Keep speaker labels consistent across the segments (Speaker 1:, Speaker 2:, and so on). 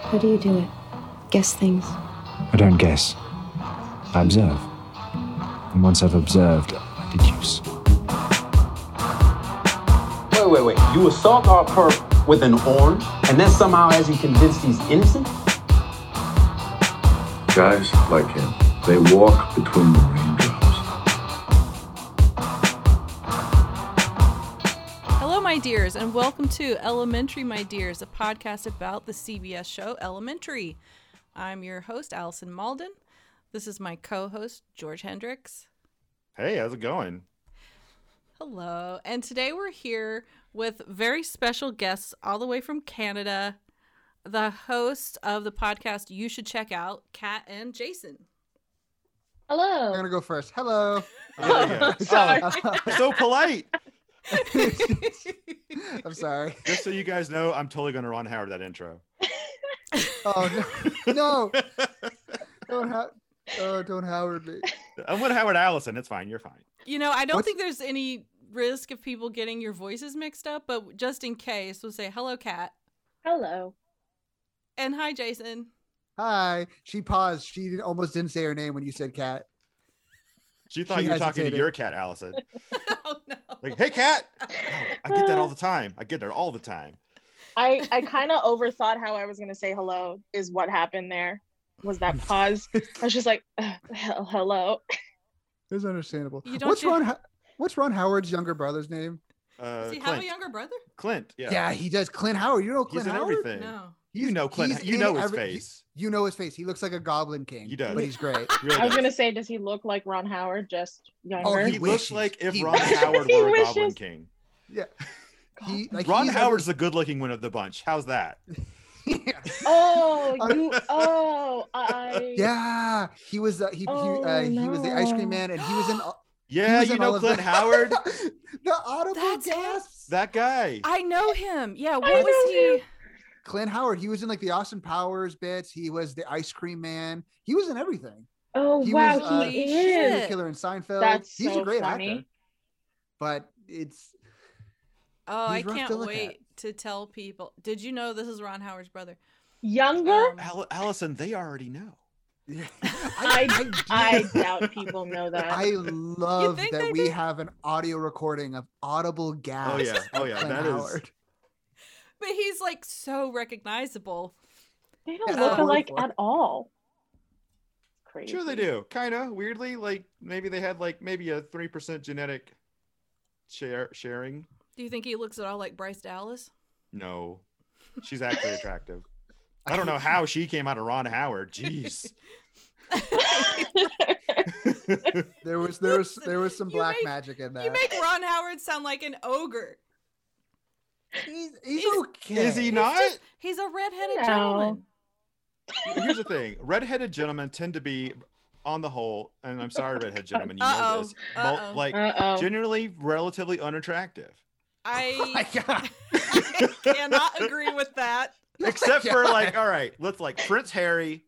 Speaker 1: How do you do it? Guess things.
Speaker 2: I don't guess. I observe. And once I've observed, I deduce.
Speaker 3: Wait, wait, wait. You assault our perp with an orange, and then somehow, as you convince he's innocent?
Speaker 4: Guys like him, they walk between the raindrops.
Speaker 5: Hello, my dears, and welcome to Elementary, my dears, a podcast about the CBS show Elementary. I'm your host, Allison Malden. This is my co host, George Hendricks.
Speaker 6: Hey, how's it going?
Speaker 5: Hello. And today we're here with very special guests all the way from Canada, the host of the podcast you should check out, Kat and Jason.
Speaker 7: I'm
Speaker 6: Um,
Speaker 8: Hello.
Speaker 7: gonna go first. Hello.
Speaker 6: Yeah,
Speaker 5: Sorry.
Speaker 6: yeah. Oh, so polite.
Speaker 7: I'm sorry.
Speaker 6: Just so you guys know, I'm totally gonna Ron Howard that intro.
Speaker 7: Oh no, no, don't ha- oh, don't Howard me.
Speaker 6: I'm with Howard Allison. It's fine. You're fine.
Speaker 5: You know, I don't
Speaker 7: What's-
Speaker 5: think there's any risk of people getting your voices mixed up, but just in case, we'll say hello, Kat.
Speaker 8: Hello.
Speaker 5: And hi, Jason.
Speaker 7: Hi. She paused. She did, almost didn't say her name when you said cat.
Speaker 6: She thought
Speaker 7: She
Speaker 6: you were talking to
Speaker 7: hesitated.
Speaker 6: your cat, Allison.
Speaker 5: oh, no.
Speaker 6: Like, hey, cat. Oh, I get that all the time. I get that all the time.
Speaker 8: I, I kind of overthought how I was going to say hello, is what happened there. Was that pause? I was just like, "Ugh, hell, hello.
Speaker 7: It's understandable.
Speaker 5: You don't
Speaker 7: What's
Speaker 5: do-
Speaker 7: Ron? Ho- What's Ron Howard's younger brother's name?
Speaker 6: Uh,
Speaker 5: Does he have
Speaker 6: Clint.
Speaker 5: a younger brother?
Speaker 6: Clint.
Speaker 7: Yeah.
Speaker 6: Yeah.
Speaker 7: he does. Clint Howard. You know
Speaker 6: He's
Speaker 7: Clint
Speaker 6: in
Speaker 7: Howard.
Speaker 6: everything.
Speaker 5: No.
Speaker 6: You know Clint.
Speaker 7: he's
Speaker 6: You
Speaker 7: in
Speaker 6: know his
Speaker 7: every- he-
Speaker 6: face.
Speaker 7: You know his face. He looks like a Goblin King.
Speaker 6: He does.
Speaker 7: but he's great.
Speaker 6: He really
Speaker 8: I was
Speaker 6: does.
Speaker 8: going to say, does he look like Ron Howard, just
Speaker 7: Oh,
Speaker 8: younger?
Speaker 6: He looks
Speaker 7: wishes.
Speaker 6: like if
Speaker 7: He
Speaker 6: Ron
Speaker 7: wishes.
Speaker 6: Howard
Speaker 8: He
Speaker 6: were a Goblin
Speaker 8: wishes.
Speaker 6: King.
Speaker 7: Yeah. He like
Speaker 6: Ron
Speaker 7: he's
Speaker 6: Howard's the good-looking one of the bunch. How's that?
Speaker 7: Every-
Speaker 8: oh,
Speaker 7: I-
Speaker 8: you, oh, I.
Speaker 7: yeah. He was. Uh, he
Speaker 8: Oh,
Speaker 7: he, uh, he was the ice cream
Speaker 8: no.
Speaker 7: man, and he was in.
Speaker 6: Yeah,
Speaker 7: was
Speaker 6: you
Speaker 7: in
Speaker 6: know
Speaker 7: all of the-
Speaker 6: Clint Howard.
Speaker 7: the audible
Speaker 5: That's him.
Speaker 7: gasps.
Speaker 6: That guy.
Speaker 5: I know him. Yeah,
Speaker 8: I
Speaker 5: what was
Speaker 8: know
Speaker 5: he?
Speaker 8: him.
Speaker 7: Clint Howard, he was in like the Austin Powers bits. He was the ice cream man. He was in everything.
Speaker 8: Oh,
Speaker 7: He
Speaker 8: wow,
Speaker 7: was, uh,
Speaker 8: he
Speaker 5: Shit.
Speaker 8: is.
Speaker 7: Serial killer in Seinfeld.
Speaker 8: That's
Speaker 7: He's
Speaker 8: so
Speaker 7: a great
Speaker 8: funny.
Speaker 7: actor. But it's
Speaker 5: Oh, I
Speaker 7: He's rough to
Speaker 5: can't
Speaker 7: look at.
Speaker 5: wait to tell people. Did you know this is Ron Howard's brother?
Speaker 8: Younger?
Speaker 5: Um,
Speaker 6: Al- Allison, they already know.
Speaker 7: I, I, do-
Speaker 8: I doubt people know that.
Speaker 7: I love
Speaker 5: think
Speaker 7: that
Speaker 5: they
Speaker 7: we
Speaker 5: do?
Speaker 7: have an audio recording of audible gasps.
Speaker 6: yeah.
Speaker 7: of
Speaker 6: Oh, yeah.
Speaker 7: Clint
Speaker 6: That is-
Speaker 7: Ah. Howard.
Speaker 5: but he's like so recognizable.
Speaker 8: they don't
Speaker 7: Yeah,
Speaker 8: look
Speaker 5: um,
Speaker 8: alike
Speaker 7: wonderful.
Speaker 8: at all. Crazy.
Speaker 6: oh, Sure, they do. Kind of weirdly, like maybe they had like maybe a three percent genetic share sharing.
Speaker 5: Do you think he looks at all like Bryce Dallas?
Speaker 6: No, she's actually attractive. I don't know how she came out of Ron Howard. Jeez. I
Speaker 7: There was there was there was some
Speaker 5: You
Speaker 7: black
Speaker 5: make-
Speaker 7: magic in that.
Speaker 5: You make Ron Howard sound like an ogre.
Speaker 7: he's, he's
Speaker 5: Is-
Speaker 7: okay.
Speaker 6: is he
Speaker 5: He's
Speaker 6: not-
Speaker 5: just- he's a redheaded
Speaker 8: No.
Speaker 5: gentleman.
Speaker 6: Here's the thing: redheaded gentlemen tend to be, on the whole, and I'm sorry, redheaded gentlemen, you
Speaker 5: Uh-oh.
Speaker 6: know this, mul-
Speaker 5: Uh-oh.
Speaker 6: like
Speaker 8: Uh oh.
Speaker 6: generally relatively unattractive,
Speaker 7: Oh my
Speaker 5: I
Speaker 7: God.
Speaker 5: cannot agree with that.
Speaker 6: except for like, all right, let's like Prince Harry,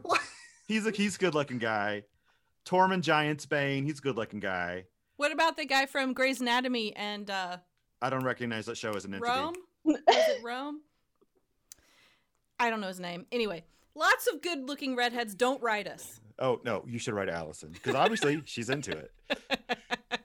Speaker 7: What?
Speaker 6: He's a he's a good looking guy. Tormund Giantsbane, he's a good looking guy.
Speaker 5: What about the guy from Grey's Anatomy and uh,
Speaker 6: I don't recognize that show as an entity.
Speaker 5: Rome? Was it Rome? I don't know his name. Anyway, lots of good looking redheads don't write us.
Speaker 6: Oh no, you should write Allison because obviously she's into it.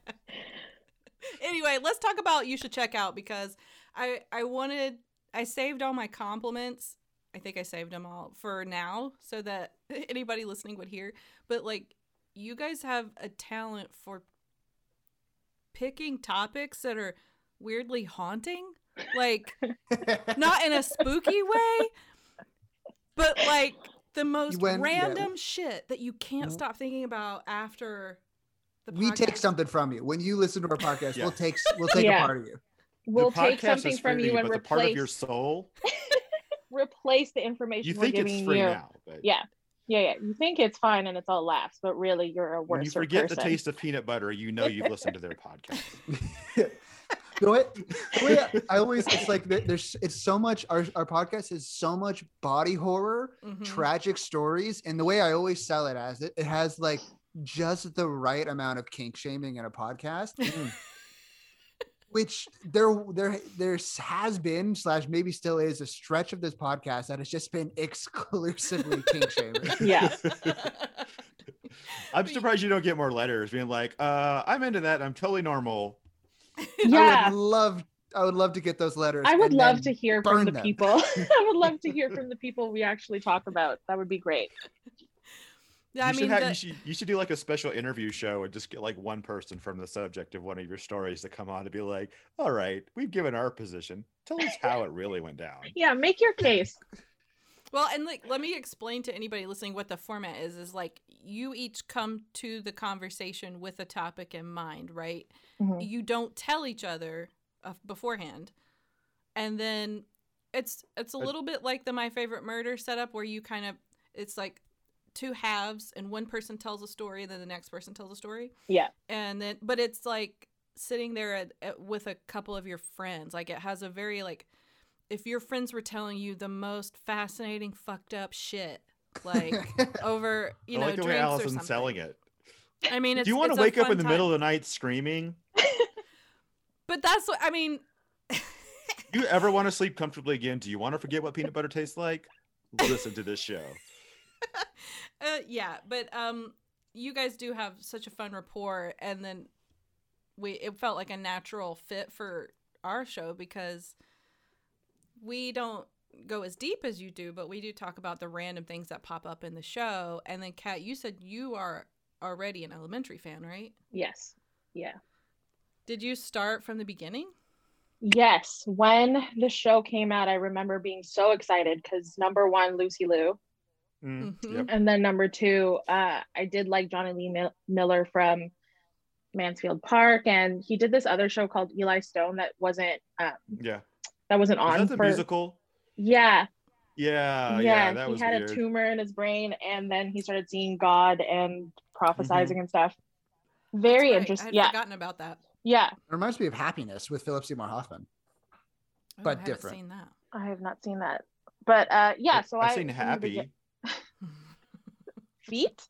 Speaker 5: anyway, let's talk about you should check out because I I wanted I saved all my compliments. I think I saved them all for now so that anybody listening would hear. But like you guys have a talent for picking topics that are weirdly haunting. Like not in a spooky way, but like the most
Speaker 7: went- yeah.
Speaker 5: random shit that you can't
Speaker 7: W-
Speaker 5: stop thinking about after the
Speaker 7: we take
Speaker 5: podcast.
Speaker 7: something from you when you listen to our podcast.
Speaker 6: Yeah.
Speaker 7: We'll take we'll take
Speaker 8: Yeah.
Speaker 7: a part of you.
Speaker 8: We'll
Speaker 6: The podcast
Speaker 8: take something
Speaker 6: is
Speaker 8: from
Speaker 6: free,
Speaker 8: you and
Speaker 6: but
Speaker 8: replace
Speaker 6: the part of your soul.
Speaker 8: replace the information
Speaker 6: You
Speaker 8: we're
Speaker 6: think
Speaker 8: giving
Speaker 6: it's free
Speaker 8: you.
Speaker 6: now, but
Speaker 8: Yeah. Yeah, yeah. You think it's fine and it's all laughs, but really you're a
Speaker 6: when
Speaker 8: worse
Speaker 6: you forget
Speaker 8: person.
Speaker 6: the taste of peanut butter, you know you've listened to their podcast.
Speaker 7: the way, the way I- I always it's like there- there's it's so much our, our podcast is so much body horror
Speaker 8: Hmm.
Speaker 5: Mhm.
Speaker 7: tragic stories and the way I always sell it as it it has like
Speaker 6: Mm.
Speaker 7: just the right amount of kink shaming in a podcast which there there there has been slash maybe still is a stretch of this podcast that has just been exclusively king shaming.
Speaker 8: Yeah.
Speaker 6: I'm surprised you don't get more letters being like, uh, I'm into that. I'm totally normal.
Speaker 7: I
Speaker 8: Yeah.
Speaker 7: would love I would love to get those letters.
Speaker 8: I would
Speaker 7: and
Speaker 8: love to
Speaker 7: then-
Speaker 8: hear from
Speaker 7: burn
Speaker 8: the
Speaker 7: them.
Speaker 8: people. I would love to hear from the people we actually talk about. That would be great.
Speaker 5: Yeah, I
Speaker 6: you, should
Speaker 5: mean,
Speaker 6: have,
Speaker 5: the-
Speaker 6: you should you should do like a special interview show and just get like one person from the subject of one of your stories to come on to be like, all right, we've given our position. Tell us how it really went down.
Speaker 8: Yeah, make your case.
Speaker 5: Well, and like, let me explain to anybody listening what the format is. Is like you each come to the conversation with a topic in mind, right?
Speaker 8: Mhm.
Speaker 5: You don't tell each other uh, beforehand, and then it's it's a
Speaker 6: I-
Speaker 5: little bit like the my favorite murder setup, where you kind of it's like two halves, and one person tells a story, and then the next person tells a story.
Speaker 8: Yeah.
Speaker 5: and then but it's like sitting there at, at, with a couple of your friends. Like it has a very like if your friends were telling you the most fascinating fucked up shit like over you know
Speaker 6: I like the way
Speaker 5: drinks or
Speaker 6: Allison's
Speaker 5: something.
Speaker 6: selling it.
Speaker 5: I mean, it's,
Speaker 6: do you want
Speaker 5: it's
Speaker 6: to
Speaker 5: a
Speaker 6: wake up
Speaker 5: fun
Speaker 6: in the
Speaker 5: time.
Speaker 6: middle of the night screaming?
Speaker 5: But that's what I mean.
Speaker 6: Do you ever want to sleep comfortably again? Do you want to forget what peanut butter tastes like? Listen to this show.
Speaker 5: Uh, yeah, but um, you guys do have such a fun rapport, and then we it felt like a natural fit for our show because we don't go as deep as you do, but we do talk about the random things that pop up in the show. And then, Kat, you said you are already an elementary fan, right?
Speaker 8: Yes. Yeah.
Speaker 5: Did you start from the beginning?
Speaker 8: Yes. When the show came out, I remember being so excited because number one, Lucy Liu.
Speaker 6: Mm,
Speaker 5: Mhm.
Speaker 6: Yep.
Speaker 8: And then number two, uh, I did like Johnny Lee Mil- Miller from Mansfield Park, and he did this other show called Eli Stone that wasn't um,
Speaker 6: Yeah.
Speaker 8: that wasn't
Speaker 6: Was
Speaker 8: on
Speaker 6: that the
Speaker 8: for
Speaker 6: musical?
Speaker 8: yeah
Speaker 7: Uh,
Speaker 6: Yeah. Yeah.
Speaker 8: yeah,
Speaker 6: that
Speaker 8: he
Speaker 6: was
Speaker 8: had
Speaker 6: weird.
Speaker 8: a tumor in his brain, and then he started seeing God and prophesizing
Speaker 7: Mm-hmm.
Speaker 8: and stuff. Very
Speaker 5: That's right. I
Speaker 8: interesting.
Speaker 5: had
Speaker 8: Yeah,
Speaker 5: forgotten about that.
Speaker 8: yeah.
Speaker 7: It reminds me of Happiness with Philip Seymour Hoffman.
Speaker 5: Oh,
Speaker 7: But
Speaker 5: I haven't
Speaker 7: different.
Speaker 5: Seen that.
Speaker 8: I have not seen that, but uh, yeah. So
Speaker 6: I've
Speaker 8: I
Speaker 6: seen
Speaker 8: from the
Speaker 6: Happy.
Speaker 8: begin- feet.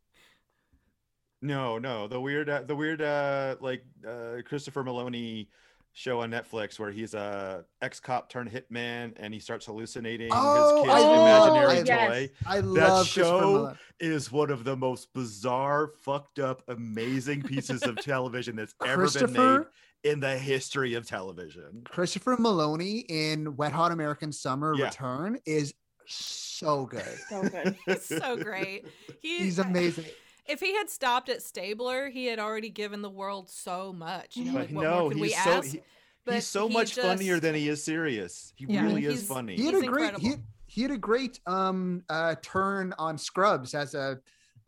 Speaker 6: No, no, the weird, uh, the weird, uh, like uh, Christopher Maloney show on Netflix where he's a ex cop turned hitman and he starts hallucinating
Speaker 7: Oh,
Speaker 6: his kid's
Speaker 8: I
Speaker 6: imaginary
Speaker 8: love- yes.
Speaker 6: toy
Speaker 7: I love
Speaker 6: show-
Speaker 7: Christopher Malone.
Speaker 6: is one of the most bizarre, fucked up, amazing pieces of television that's ever been made
Speaker 7: Christopher
Speaker 6: in the history of television.
Speaker 7: Christopher Maloney in Wet Hot American Summer
Speaker 6: Yeah.
Speaker 7: Return is so good.
Speaker 8: So good.
Speaker 5: It's so great. He,
Speaker 7: He's amazing.
Speaker 5: If he had stopped at Stabler, he had already given the world so much. You know,
Speaker 6: But
Speaker 5: like, what
Speaker 6: no,
Speaker 5: more could we
Speaker 6: he's so
Speaker 5: ask?
Speaker 6: he,
Speaker 5: But
Speaker 6: he's so
Speaker 5: he
Speaker 6: much
Speaker 5: just-
Speaker 6: funnier than he is serious. He
Speaker 5: Yeah,
Speaker 6: really is
Speaker 5: he's-
Speaker 6: funny.
Speaker 7: He had
Speaker 5: He's
Speaker 7: a great he,
Speaker 5: incredible.
Speaker 7: he had a great um uh turn on Scrubs as a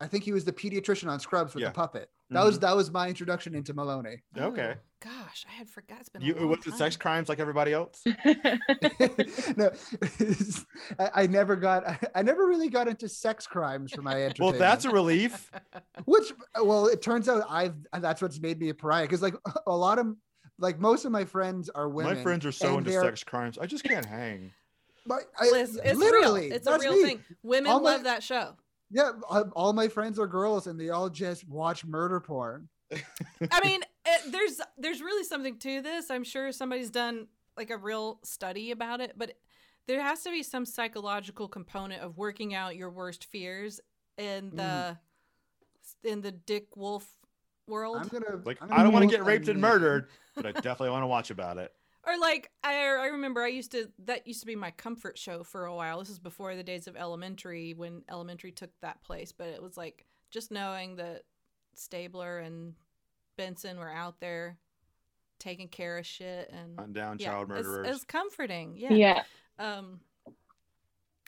Speaker 7: I think he was the pediatrician on Scrubs with
Speaker 6: Yeah.
Speaker 7: the puppet. That was that was my introduction into Maloney.
Speaker 6: Okay.
Speaker 5: Oh, gosh, I had forgot. It's been a
Speaker 6: You,
Speaker 5: long
Speaker 6: was
Speaker 5: time.
Speaker 6: it sex crimes like everybody else?
Speaker 7: no, I, I never got I, I never really got into sex crimes for my
Speaker 6: Well,
Speaker 7: entertainment.
Speaker 6: that's a relief.
Speaker 7: which well it turns out i've that's what's made me a pariah because like a lot of like most of my friends are women
Speaker 6: My friends are so
Speaker 7: and
Speaker 6: into
Speaker 7: they're-
Speaker 6: sex crimes. I just can't hang.
Speaker 7: but I-
Speaker 5: Liz, it's
Speaker 7: literally
Speaker 5: real. It's a
Speaker 7: that's
Speaker 5: real
Speaker 7: me.
Speaker 5: thing. Women
Speaker 7: All my-
Speaker 5: love that show.
Speaker 7: yeah uh, all my friends are girls and they all just watch murder porn
Speaker 5: I mean, it, there's there's really something to this. I'm sure somebody's done like a real study about it, but there has to be some psychological component of working out your worst fears in
Speaker 6: Mm.
Speaker 5: the in the Dick Wolf world,
Speaker 7: i'm gonna
Speaker 6: Like
Speaker 7: I'm
Speaker 6: I don't want to
Speaker 7: look
Speaker 6: get
Speaker 7: at
Speaker 6: raped and
Speaker 7: me.
Speaker 6: murdered, but I definitely want to watch about it.
Speaker 5: or like I I remember I used to that used to be my comfort show for a while. This is before the days of elementary when elementary took that place, but it was like just knowing that Stabler and Benson were out there taking care of shit and
Speaker 6: On down
Speaker 5: Yeah,
Speaker 6: child
Speaker 5: it's-
Speaker 6: murderers.
Speaker 5: It's, comforting. Yeah.
Speaker 8: yeah.
Speaker 5: Um,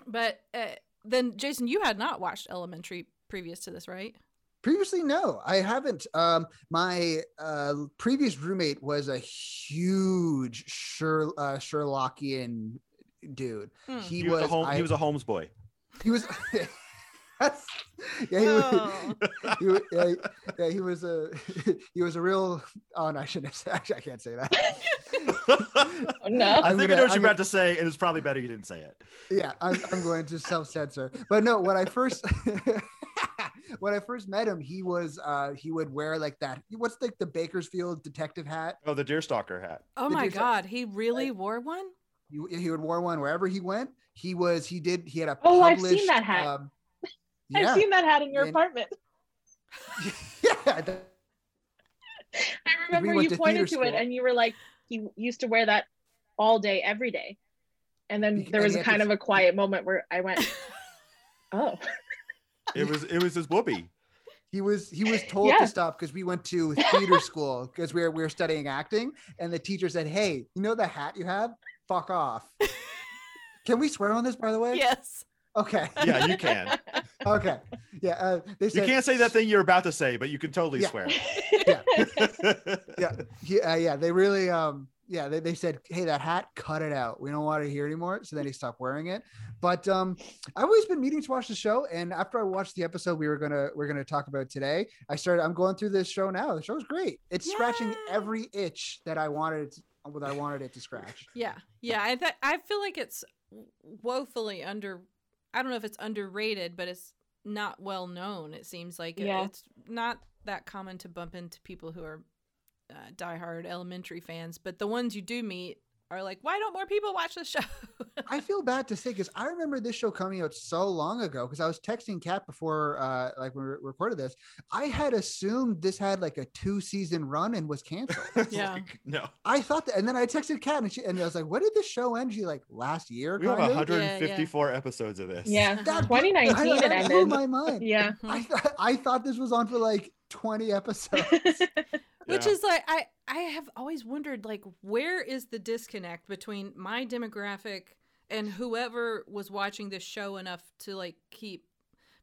Speaker 5: but uh, then, Jason, you had not watched Elementary previous to this, right?
Speaker 7: previously no i haven't um my uh previous roommate was a huge Sher- uh, sherlockian dude
Speaker 5: Hmm.
Speaker 7: he,
Speaker 6: he was,
Speaker 7: was,
Speaker 6: a home,
Speaker 7: I-
Speaker 6: he was a Holmes boy.
Speaker 7: He was. That's- yeah, he,
Speaker 5: Oh.
Speaker 7: was, he, wa- yeah, he- yeah, he was a he was a real. Oh, no, I shouldn't have said. Actually, I can't say that.
Speaker 6: I
Speaker 8: Oh,
Speaker 6: think I
Speaker 8: No.
Speaker 7: I'm gonna-
Speaker 6: know what
Speaker 7: I'm
Speaker 6: you're
Speaker 7: gonna-
Speaker 6: about to say, and it's probably better you didn't say it.
Speaker 7: Yeah, I'm, I'm going to self censor. But no, when I first when I first met him, he was uh he would wear like that. What's like the Bakersfield detective hat?
Speaker 6: Oh, the deerstalker hat.
Speaker 5: Oh
Speaker 7: The
Speaker 5: my
Speaker 7: dude's like-
Speaker 5: god, he really wore one?
Speaker 7: He, he would wear one wherever he went. He was he did he had a
Speaker 8: Oh, I've seen
Speaker 7: published,
Speaker 8: that hat.
Speaker 7: Um,
Speaker 8: I've
Speaker 7: yeah,
Speaker 8: seen that hat in your
Speaker 7: And-
Speaker 8: apartment.
Speaker 7: yeah. that-
Speaker 8: I remember
Speaker 7: went
Speaker 8: you
Speaker 7: to
Speaker 8: pointed to
Speaker 7: theater
Speaker 8: it
Speaker 7: school.
Speaker 8: and you were like, he used to wear that all day, every day. And then
Speaker 7: Bec-
Speaker 8: there
Speaker 7: and
Speaker 8: was
Speaker 7: he
Speaker 8: a
Speaker 7: had to-
Speaker 8: kind of a quiet moment where I went, oh,
Speaker 6: It was it was his whoopee.
Speaker 7: He was he was told
Speaker 8: Yeah.
Speaker 7: to stop because we went to theater school because we were we were studying acting, and the teacher said, "Hey, you know the hat you have? Fuck off." Can we swear on this, by the way?
Speaker 5: Yes.
Speaker 7: Okay.
Speaker 6: Yeah, you can.
Speaker 7: Okay. Yeah. Uh, they
Speaker 6: You
Speaker 7: said,
Speaker 6: can't say that thing you're about to say, but you can totally
Speaker 7: Yeah.
Speaker 6: swear.
Speaker 7: yeah, he, uh, yeah, they really, um, yeah, they, they said, hey, that hat, cut it out. We don't want to hear anymore. So then he stopped wearing it. But um, I've always been meaning to watch the show, and after I watched the episode we were gonna we're gonna talk about today, I started. I'm going through this show now. The show's great. It's scratching
Speaker 5: Yay.
Speaker 7: every itch that I wanted it to, that I wanted it to scratch.
Speaker 5: Yeah. Yeah, I th- I feel like it's woefully under I don't know if it's underrated, but it's not well known. It seems like It-
Speaker 8: Yeah.
Speaker 5: it's not that common to bump into people who are uh, diehard elementary fans, but the ones you do meet are like, why don't more people watch this show?
Speaker 7: I feel bad to say because I remember this show coming out so long ago because I was texting Kat before, uh, like when we re- recorded this. I had assumed this had like a two season run and was canceled.
Speaker 6: It's
Speaker 5: Yeah.
Speaker 6: like, no.
Speaker 7: I thought that, and then I texted Kat and she and I was like, "When did this show end?" She like last year.
Speaker 6: We have
Speaker 7: kind of?"
Speaker 6: 154 episodes of this.
Speaker 8: yeah.
Speaker 5: That-
Speaker 8: 2019
Speaker 7: I,
Speaker 8: it
Speaker 7: that blew
Speaker 8: ended.
Speaker 7: my mind.
Speaker 8: yeah. Hmm.
Speaker 7: I thought I thought this was on for like twenty episodes.
Speaker 5: Which
Speaker 6: Yeah.
Speaker 5: is like I I have always wondered like where is the disconnect between my demographic and whoever was watching this show enough to like keep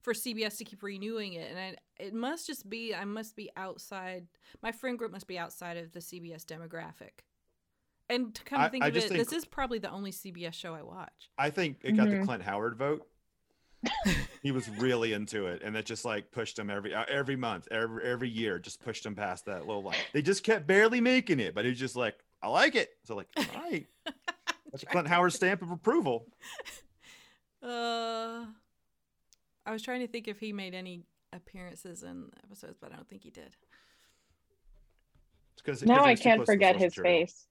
Speaker 5: for CBS to keep renewing it and I, it must just be I must be outside my friend group must be outside of the CBS demographic. And to come
Speaker 6: I-
Speaker 5: to think
Speaker 6: I
Speaker 5: of
Speaker 6: just
Speaker 5: it,
Speaker 6: think-
Speaker 5: this is probably the only CBS show I watch.
Speaker 6: I think it got
Speaker 8: Mhm.
Speaker 6: the Clint Howard vote. he was really into it, and it just like pushed him every uh, every month, every every year, just pushed him past that little line. They just kept barely making it, but he was just like, "I like it." So like, all right, that's a Clint Howard stamp of approval.
Speaker 5: Uh, I was trying to think if he made any appearances in episodes, but I don't think he did.
Speaker 6: It's 'cause- 'cause
Speaker 8: now
Speaker 6: it
Speaker 8: I
Speaker 6: was too
Speaker 8: can't
Speaker 6: close to the
Speaker 8: forget
Speaker 6: source
Speaker 8: his
Speaker 6: material.
Speaker 8: face.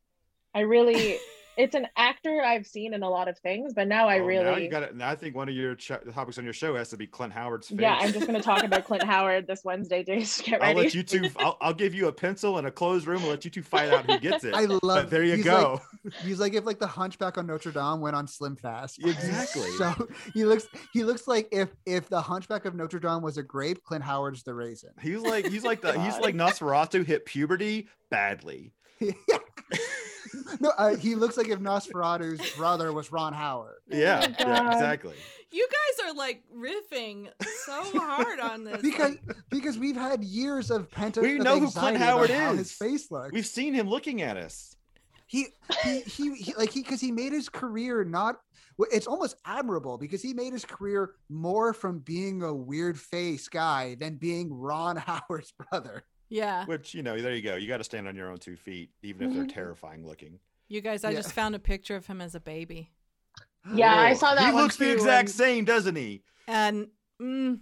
Speaker 8: I really, it's an actor I've seen in a lot of things, but now I
Speaker 6: Oh,
Speaker 8: really,
Speaker 6: Now you got it. I think one of your ch- topics on your show has to be Clint Howard's face.
Speaker 8: yeah, I'm just going to talk about Clint Howard this Wednesday. Just get
Speaker 6: I'll
Speaker 8: ready.
Speaker 6: let you two. I'll, I'll give you a pencil and a closed room. and let you two fight out who gets it.
Speaker 7: I love.
Speaker 6: but there you
Speaker 7: he's
Speaker 6: go.
Speaker 7: Like, he's like if like the Hunchback on Notre Dame went on Slim Fast. He's
Speaker 6: Exactly.
Speaker 7: So he looks he looks like if if the Hunchback of Notre Dame was a grape, Clint Howard's the raisin.
Speaker 6: He's like he's like the he's
Speaker 8: God.
Speaker 6: like Nosferatu hit puberty badly.
Speaker 7: Yeah. no, uh, he looks like if Nosferatu's brother was Ron Howard.
Speaker 6: Yeah, yeah,
Speaker 8: God.
Speaker 6: exactly.
Speaker 5: You guys are like riffing so hard on this.
Speaker 7: because because we've had years of pent up.
Speaker 6: We know who Clint Howard
Speaker 7: How his
Speaker 6: is.
Speaker 7: face looks.
Speaker 6: We've seen him looking at us.
Speaker 7: he, he he he like he because he made his career not. well, It's almost admirable because he made his career more from being a weird face guy than being Ron Howard's brother.
Speaker 5: yeah,
Speaker 6: Which you know, there you go. You got to stand on your own two feet, even if they're
Speaker 8: Mm-hmm.
Speaker 6: terrifying looking.
Speaker 5: you guys, I
Speaker 7: Yeah.
Speaker 5: just found a picture of him as a baby,
Speaker 8: yeah, I
Speaker 6: Oh,
Speaker 8: saw that
Speaker 6: He
Speaker 8: one
Speaker 6: looks
Speaker 8: too,
Speaker 6: the exact
Speaker 8: and-
Speaker 6: same, doesn't he?
Speaker 5: and mm,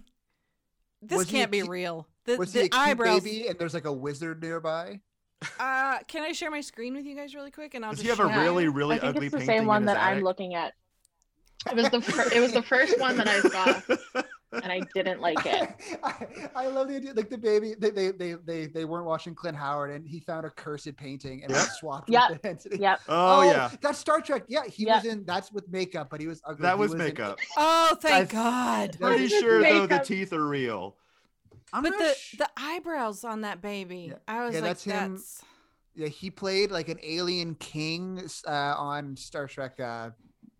Speaker 5: this
Speaker 7: Was he a
Speaker 5: can't be
Speaker 7: cute-
Speaker 5: real. The,
Speaker 7: Was
Speaker 5: the
Speaker 7: he a cute
Speaker 5: eyebrows.
Speaker 7: baby? And there's like a wizard nearby.
Speaker 5: Uh, can I share my screen with you guys really quick? And I'll
Speaker 6: Does
Speaker 5: just
Speaker 6: he have a
Speaker 5: show you.
Speaker 6: really, really
Speaker 8: I think
Speaker 6: ugly
Speaker 8: it's the
Speaker 6: painting?
Speaker 8: same one
Speaker 6: in
Speaker 8: that
Speaker 6: his
Speaker 8: I'm
Speaker 6: attic?
Speaker 8: looking at. It was the fir- it was the first one that I saw, and I didn't like it.
Speaker 7: I, I love the idea. Like the baby, they they they they, they weren't watching Clint Howard, and he found a cursed painting and
Speaker 6: Yep.
Speaker 7: was swapped
Speaker 8: Yep.
Speaker 7: with the density.
Speaker 8: Yep.
Speaker 6: Oh, yeah,
Speaker 7: that's Star Trek. Yeah, he
Speaker 8: Yeah.
Speaker 7: was in. That's with makeup, but he was ugly.
Speaker 6: that
Speaker 7: He
Speaker 6: was
Speaker 7: in-
Speaker 6: makeup.
Speaker 5: Oh, thank
Speaker 7: That's-
Speaker 5: God!
Speaker 7: That
Speaker 6: Pretty
Speaker 7: is-
Speaker 6: sure though the
Speaker 8: makeup.
Speaker 6: teeth are real.
Speaker 7: I'm
Speaker 5: But
Speaker 7: not
Speaker 5: the
Speaker 7: sh-
Speaker 5: the eyebrows on that baby,
Speaker 7: Yeah.
Speaker 5: I was
Speaker 7: Yeah,
Speaker 5: like,
Speaker 7: that's
Speaker 5: that's,
Speaker 7: him. yeah, he played like an alien king uh, on Star Trek, uh,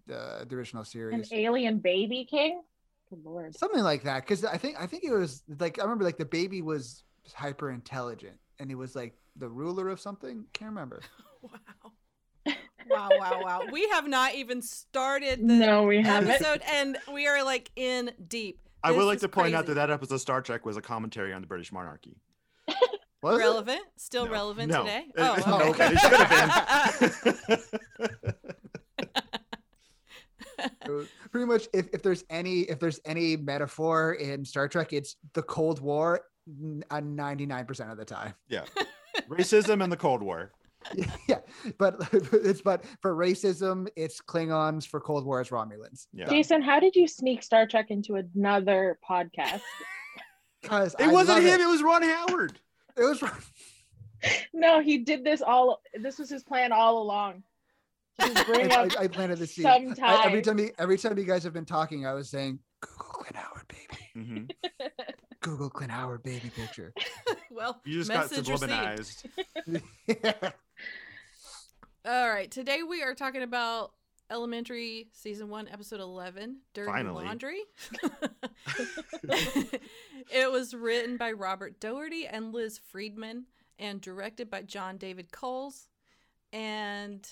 Speaker 7: the, the original
Speaker 8: An
Speaker 7: series.
Speaker 8: alien baby king. Good lord.
Speaker 7: Something like that, because I think I think it was like I remember like the baby was hyper intelligent, and he was like the ruler of something. Can't remember.
Speaker 5: wow, wow, wow, wow. We have not even started the
Speaker 8: No, we haven't.
Speaker 5: episode, and we are like in deep.
Speaker 6: I would
Speaker 5: This
Speaker 6: like
Speaker 5: is
Speaker 6: to point out
Speaker 5: crazy.
Speaker 6: that that episode of Star Trek was a commentary on the British monarchy.
Speaker 7: Was it?
Speaker 5: relevant, still
Speaker 6: No.
Speaker 5: relevant
Speaker 6: No.
Speaker 5: today.
Speaker 6: It-
Speaker 5: Oh,
Speaker 6: no,
Speaker 5: okay.
Speaker 6: it should have been.
Speaker 7: It was pretty much if, if there's any if there's any metaphor in Star Trek, it's the Cold War ninety nine percent of the time.
Speaker 6: Racism and the Cold War.
Speaker 7: yeah, but it's but for racism, it's Klingons. For Cold War, it's Romulans.
Speaker 6: Yeah.
Speaker 8: Jason, how did you sneak Star Trek into another podcast?
Speaker 7: Because
Speaker 6: It wasn't him. It. was Ron Howard.
Speaker 7: It, was
Speaker 8: no, he did this all. This was his plan all along. To just bring
Speaker 7: I,
Speaker 8: up
Speaker 7: I, I planted the seed.
Speaker 8: some
Speaker 7: I,
Speaker 8: time.
Speaker 7: every time you, every time you guys have been talking, I was saying Google Clint Howard baby,
Speaker 8: Mm-hmm.
Speaker 6: Mhm.
Speaker 7: Google Clint Howard baby picture.
Speaker 5: well,
Speaker 6: You just
Speaker 5: message
Speaker 6: got
Speaker 5: received.
Speaker 6: subliminized.
Speaker 5: All right, today we are talking about Elementary Season 1, Episode 11, Dirty
Speaker 6: Finally.
Speaker 5: Laundry. it was written by Robert Doherty and Liz Friedman and directed by John David Coles. And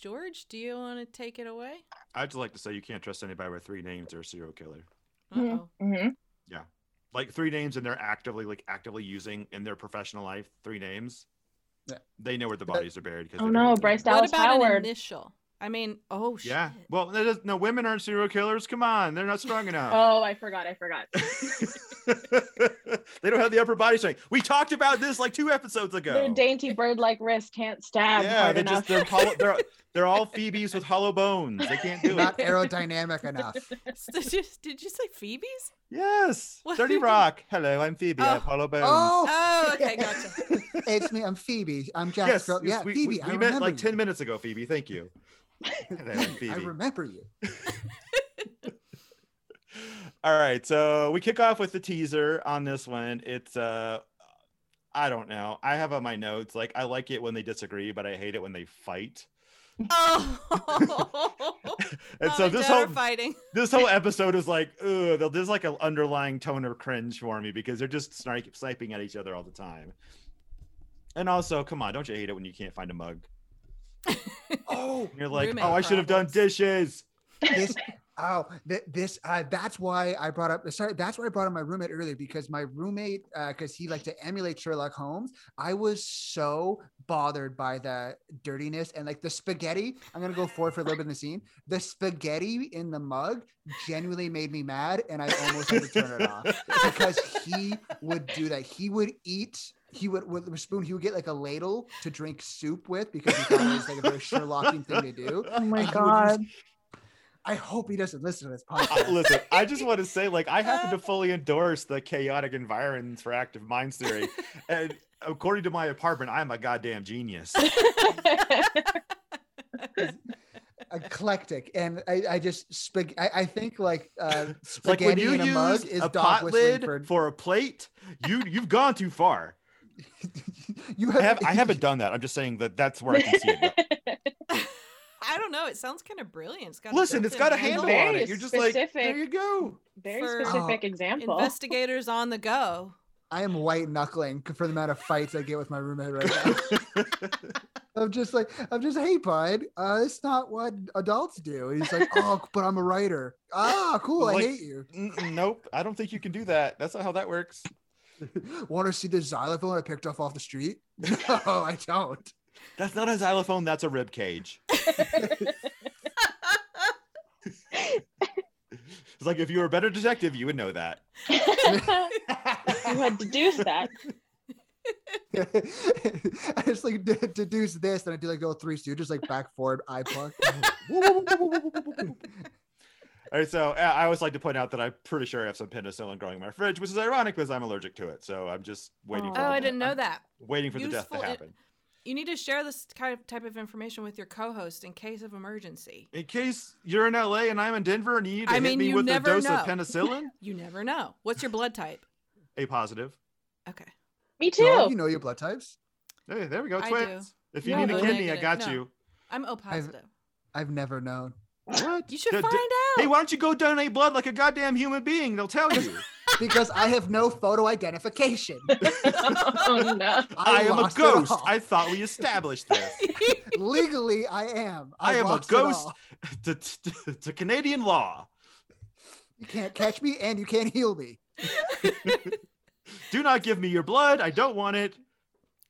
Speaker 5: George, do you want to take it away?
Speaker 6: I'd just like to say you can't trust anybody with three names or a serial killer.
Speaker 5: Uh-oh.
Speaker 8: Mhm.
Speaker 6: Like three names, and they're actively like actively using in their professional life three names.
Speaker 7: Yeah.
Speaker 6: They know where the bodies are buried. 'cause
Speaker 8: Oh
Speaker 6: they've
Speaker 8: no,
Speaker 6: been-
Speaker 8: Bryce
Speaker 5: What
Speaker 8: Dallas
Speaker 5: about an
Speaker 8: Howard.
Speaker 5: initial? I mean, oh shit.
Speaker 6: Yeah. Well, that is, no, women aren't serial killers. Come on, they're not strong enough.
Speaker 8: Oh, I forgot. I forgot.
Speaker 6: they don't have the upper body strength. We talked about this like two episodes ago.
Speaker 8: Their dainty bird-like wrist can't stab
Speaker 6: yeah,
Speaker 8: hard
Speaker 6: they
Speaker 8: enough.
Speaker 6: just they're hollow, they're they're all Phoebes with hollow bones. They can't do it.
Speaker 7: Not aerodynamic enough.
Speaker 5: did, you, did you say Phoebe's?
Speaker 6: Yes,
Speaker 5: What?
Speaker 6: Dirty Rock. Hello, I'm Phoebe. I have
Speaker 5: Oh.
Speaker 6: hollow bones.
Speaker 7: Oh,
Speaker 5: Oh, okay, gotcha.
Speaker 7: it's me. I'm Phoebe. I'm Jack.
Speaker 6: yes,
Speaker 7: Sparrow.
Speaker 6: yes,
Speaker 7: yeah,
Speaker 6: we,
Speaker 7: Phoebe.
Speaker 6: we,
Speaker 7: I
Speaker 6: we
Speaker 7: remember
Speaker 6: met like
Speaker 7: you.
Speaker 6: ten minutes ago. Phoebe, thank you. Hello, I'm
Speaker 7: I
Speaker 6: Phoebe.
Speaker 7: remember you.
Speaker 6: All right, so we kick off with the teaser on this one. It's uh I don't know. I have on my notes like I like it when they disagree, but I hate it when they fight.
Speaker 5: Oh,
Speaker 6: And
Speaker 5: Mom
Speaker 6: so
Speaker 5: and
Speaker 6: this
Speaker 5: Dad are
Speaker 6: whole
Speaker 5: fighting.
Speaker 6: this whole episode is like, ugh, they'll- there's like an underlying tone of cringe for me because they're just snipe, sniping at each other all the time. And also, come on, don't you hate it when you can't find a mug?
Speaker 7: Oh,
Speaker 6: And you're like,
Speaker 5: Roommate
Speaker 6: oh, I should have done
Speaker 5: problems.
Speaker 6: dishes.
Speaker 7: this oh th- this uh, that's why i brought up sorry that's why i brought up my roommate earlier because my roommate because he liked to emulate sherlock holmes i was so bothered by the dirtiness and like the spaghetti i'm gonna go forward for a little bit in the scene the spaghetti in the mug genuinely made me mad and i almost had to turn it off because he would do that he would eat he would with a spoon he would get like a ladle to drink soup with because he thought it was like a very sherlockian thing to do
Speaker 8: oh my
Speaker 7: and he would
Speaker 8: god.
Speaker 7: just- I hope he doesn't listen to this
Speaker 6: I-
Speaker 7: podcast.
Speaker 6: listen, I just want to say, like, I happen to fully endorse the chaotic environments for active minds theory. And according to my apartment, I'm a goddamn genius.
Speaker 7: Eclectic, and I, I just spag- I, I think like uh,
Speaker 6: Like when
Speaker 7: spaghetti
Speaker 6: you
Speaker 7: in a
Speaker 6: use
Speaker 7: mug
Speaker 6: a,
Speaker 7: is dog
Speaker 6: pot
Speaker 7: whistling
Speaker 6: lid
Speaker 7: for-
Speaker 6: for a plate, you you've gone too far.
Speaker 7: you
Speaker 6: I have I haven't done that. I'm just saying that that's where I can see it. go.
Speaker 5: I don't know. It sounds kind of brilliant. It's got
Speaker 6: Listen, it's got a
Speaker 5: built-in
Speaker 6: handle
Speaker 5: handle.
Speaker 6: on
Speaker 8: Very
Speaker 6: it. You're just like, there
Speaker 8: specific.
Speaker 6: you go.
Speaker 8: Very
Speaker 5: For-
Speaker 8: specific
Speaker 7: Oh.
Speaker 8: example.
Speaker 5: Investigators on the go.
Speaker 7: I am white knuckling for the amount of fights I get with my roommate right now. I'm just like I'm just hey bud, uh, it's not what adults do. And he's like, oh, but I'm a writer. Ah, cool.
Speaker 6: Like-
Speaker 7: I hate you.
Speaker 6: "Mm-mm, nope, I don't think you can do that. That's not how that works.
Speaker 7: Want to see the xylophone I picked up off the street? No, I don't.
Speaker 6: That's not a xylophone. That's a rib cage. It's like if you were a better detective, you would know that.
Speaker 8: you had deduced that.
Speaker 7: I just like d- deduce this, and I do like the old three stooges, like back forward eye plug.
Speaker 6: All right, so uh, I always like to point out that I'm pretty sure I have some penicillin growing in my fridge, which is ironic because I'm allergic to it. So I'm just waiting.
Speaker 8: Oh.
Speaker 6: for
Speaker 5: Oh,
Speaker 6: the
Speaker 5: I
Speaker 6: death-
Speaker 5: didn't know
Speaker 6: I'm
Speaker 5: that.
Speaker 6: Waiting for the death to
Speaker 5: Useful in-
Speaker 6: happen.
Speaker 5: You need to share this kind of type of information with your co-host in case of emergency.
Speaker 6: In case you're in LA and I'm in Denver and you need to
Speaker 5: I
Speaker 6: hit
Speaker 5: mean,
Speaker 6: me
Speaker 5: you
Speaker 6: with a
Speaker 5: never
Speaker 6: dose
Speaker 5: know.
Speaker 6: of penicillin,
Speaker 5: You never know. What's your blood type?
Speaker 6: a positive.
Speaker 5: Okay.
Speaker 8: Me
Speaker 7: Joel, you
Speaker 8: too.
Speaker 7: know your blood types.
Speaker 6: Hey, there we go.
Speaker 5: I do.
Speaker 6: Twins. If you
Speaker 8: No,
Speaker 6: need a
Speaker 8: O
Speaker 6: kidney, I
Speaker 5: negative.
Speaker 6: got
Speaker 5: No.
Speaker 6: you.
Speaker 5: I'm O positive.
Speaker 7: I've never known.
Speaker 6: What?
Speaker 5: You should
Speaker 6: D- d-
Speaker 5: find out.
Speaker 6: Hey, why don't you go donate blood like a goddamn human being? They'll tell you.
Speaker 7: Because I have no photo identification.
Speaker 8: oh no.
Speaker 6: I, am a
Speaker 7: lost it
Speaker 6: ghost.
Speaker 7: all.
Speaker 6: I thought we established this.
Speaker 7: Legally, I am.
Speaker 6: I am a
Speaker 7: lost it
Speaker 6: ghost.
Speaker 7: all.
Speaker 6: to, to, to Canadian law.
Speaker 7: You can't catch me, and you can't heal me.
Speaker 6: Do not give me your blood. I don't want it.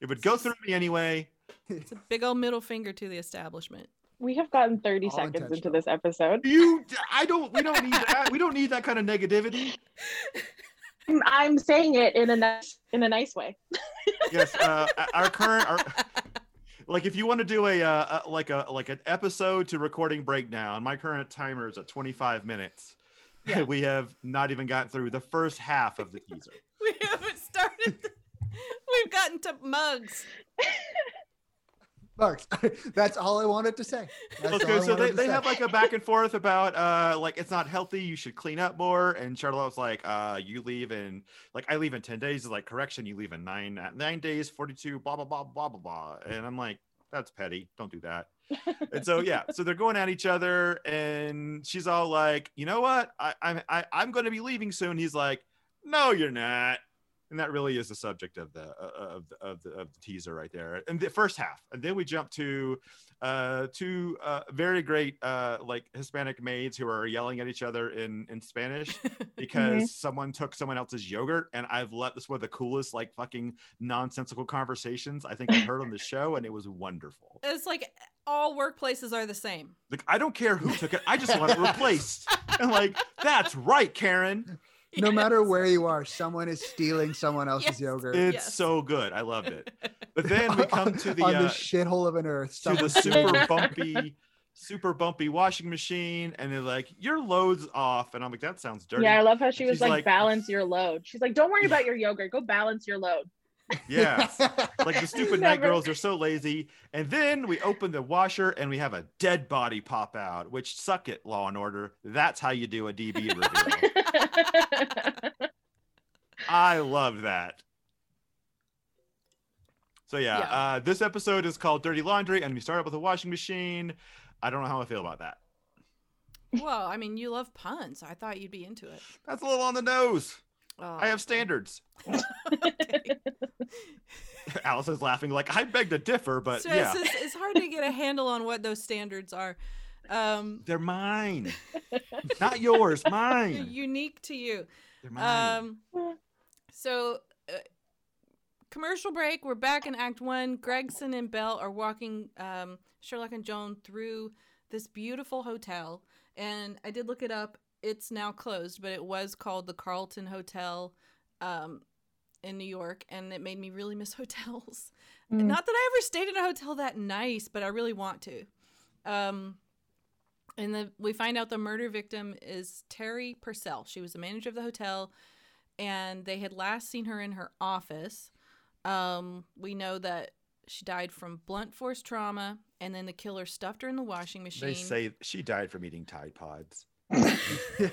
Speaker 6: It would go through me anyway.
Speaker 5: It's a big old middle finger to the establishment.
Speaker 8: We have gotten 30
Speaker 7: All
Speaker 8: seconds into
Speaker 7: intentional.
Speaker 8: this episode.
Speaker 6: You, I don't. We don't need that. We don't need that kind of negativity.
Speaker 8: I'm- I'm saying it in a nice in a nice way.
Speaker 6: Yes. Uh, our current, our, like, if you want to do a, uh, a like a like an episode to recording breakdown, my current timer is at 25 minutes. we have not even gotten through the first half of the teaser.
Speaker 5: We haven't started. the- We've gotten to mugs.
Speaker 7: Mark, that's all I wanted to say. That's all
Speaker 6: okay,
Speaker 7: I
Speaker 6: so
Speaker 7: wanted
Speaker 6: they,
Speaker 7: to
Speaker 6: they
Speaker 7: say.
Speaker 6: have like a back and forth about uh like it's not healthy, you should clean up more. And Charlotte was like, uh, you leave in like I leave in 10 days, is like correction, you leave in nine uh, nine days, 42, blah blah blah blah blah blah. And I'm like, that's petty, don't do that. and so yeah, so they're going at each other, and she's all like, you know what? I I'm I, I'm gonna be leaving soon. He's like, No, you're not. And that really is the subject of the uh, of the, of the, of the teaser right there, and the first half, and then we jump to uh, two uh, very great uh, like Hispanic maids who are yelling at each other in in Spanish because someone took someone else's yogurt, and I've let this one of the coolest like fucking nonsensical conversations I think I've heard on the show, and it was wonderful.
Speaker 5: It's like all workplaces are the same.
Speaker 6: Like I don't care who took it, I just want it replaced. And like that's right, Karen.
Speaker 7: no matter
Speaker 5: Yes.
Speaker 7: where you are, someone is stealing someone else's
Speaker 5: Yes.
Speaker 7: yogurt.
Speaker 6: It's
Speaker 5: Yes.
Speaker 6: so good. I loved it. But then we come to the
Speaker 7: on
Speaker 6: uh,
Speaker 7: this shithole of an earth.
Speaker 6: to the
Speaker 7: someone's stealing
Speaker 6: super bumpy, super bumpy washing machine, and they're like, "Your load's off," and I'm like, "That sounds dirty."
Speaker 8: Yeah, I love how she was
Speaker 6: She's
Speaker 8: like,
Speaker 6: like-
Speaker 8: balance your load. She's like, don't worry about your yogurt. Go balance your load.
Speaker 6: Yeah. like the stupid night
Speaker 8: Never.
Speaker 6: girls are so lazy. And then we open the washer and we have a dead body pop out, which suck it, Law and Order. That's how you do a DB review. I love that. So yeah,
Speaker 5: Yeah.
Speaker 6: Uh, this episode is called Dirty Laundry, and we start up with a washing machine. I don't know how I feel about that.
Speaker 5: Well, I mean, you love puns. I thought you'd be into it.
Speaker 6: That's a little on the nose.
Speaker 5: Oh.
Speaker 6: I have standards. Allison's laughing like I beg to differ, but
Speaker 5: so
Speaker 6: yeah,
Speaker 5: it's, it's, it's hard to get a handle on what those standards are. Um,
Speaker 6: they're mine, not yours,
Speaker 5: they're
Speaker 6: mine.
Speaker 5: unique to you.
Speaker 6: They're mine.
Speaker 5: Um, so, uh, commercial break. We're back in Act One. Gregson and Bell are walking um, Sherlock and Joan through this beautiful hotel, and I did look it up. It's now closed, but it was called the Carlton Hotel um, in New York, and it made me really miss hotels.
Speaker 8: Mm.
Speaker 5: Not that I ever stayed in a hotel that nice, but I really want to. Um, and the, we find out the murder victim is Terry Purcell. She was the manager of the hotel, and they had last seen her in her office. Um, we know that she died from blunt force trauma, and then the killer stuffed her in the washing machine.
Speaker 6: They say she died from eating Tide Pods.
Speaker 7: it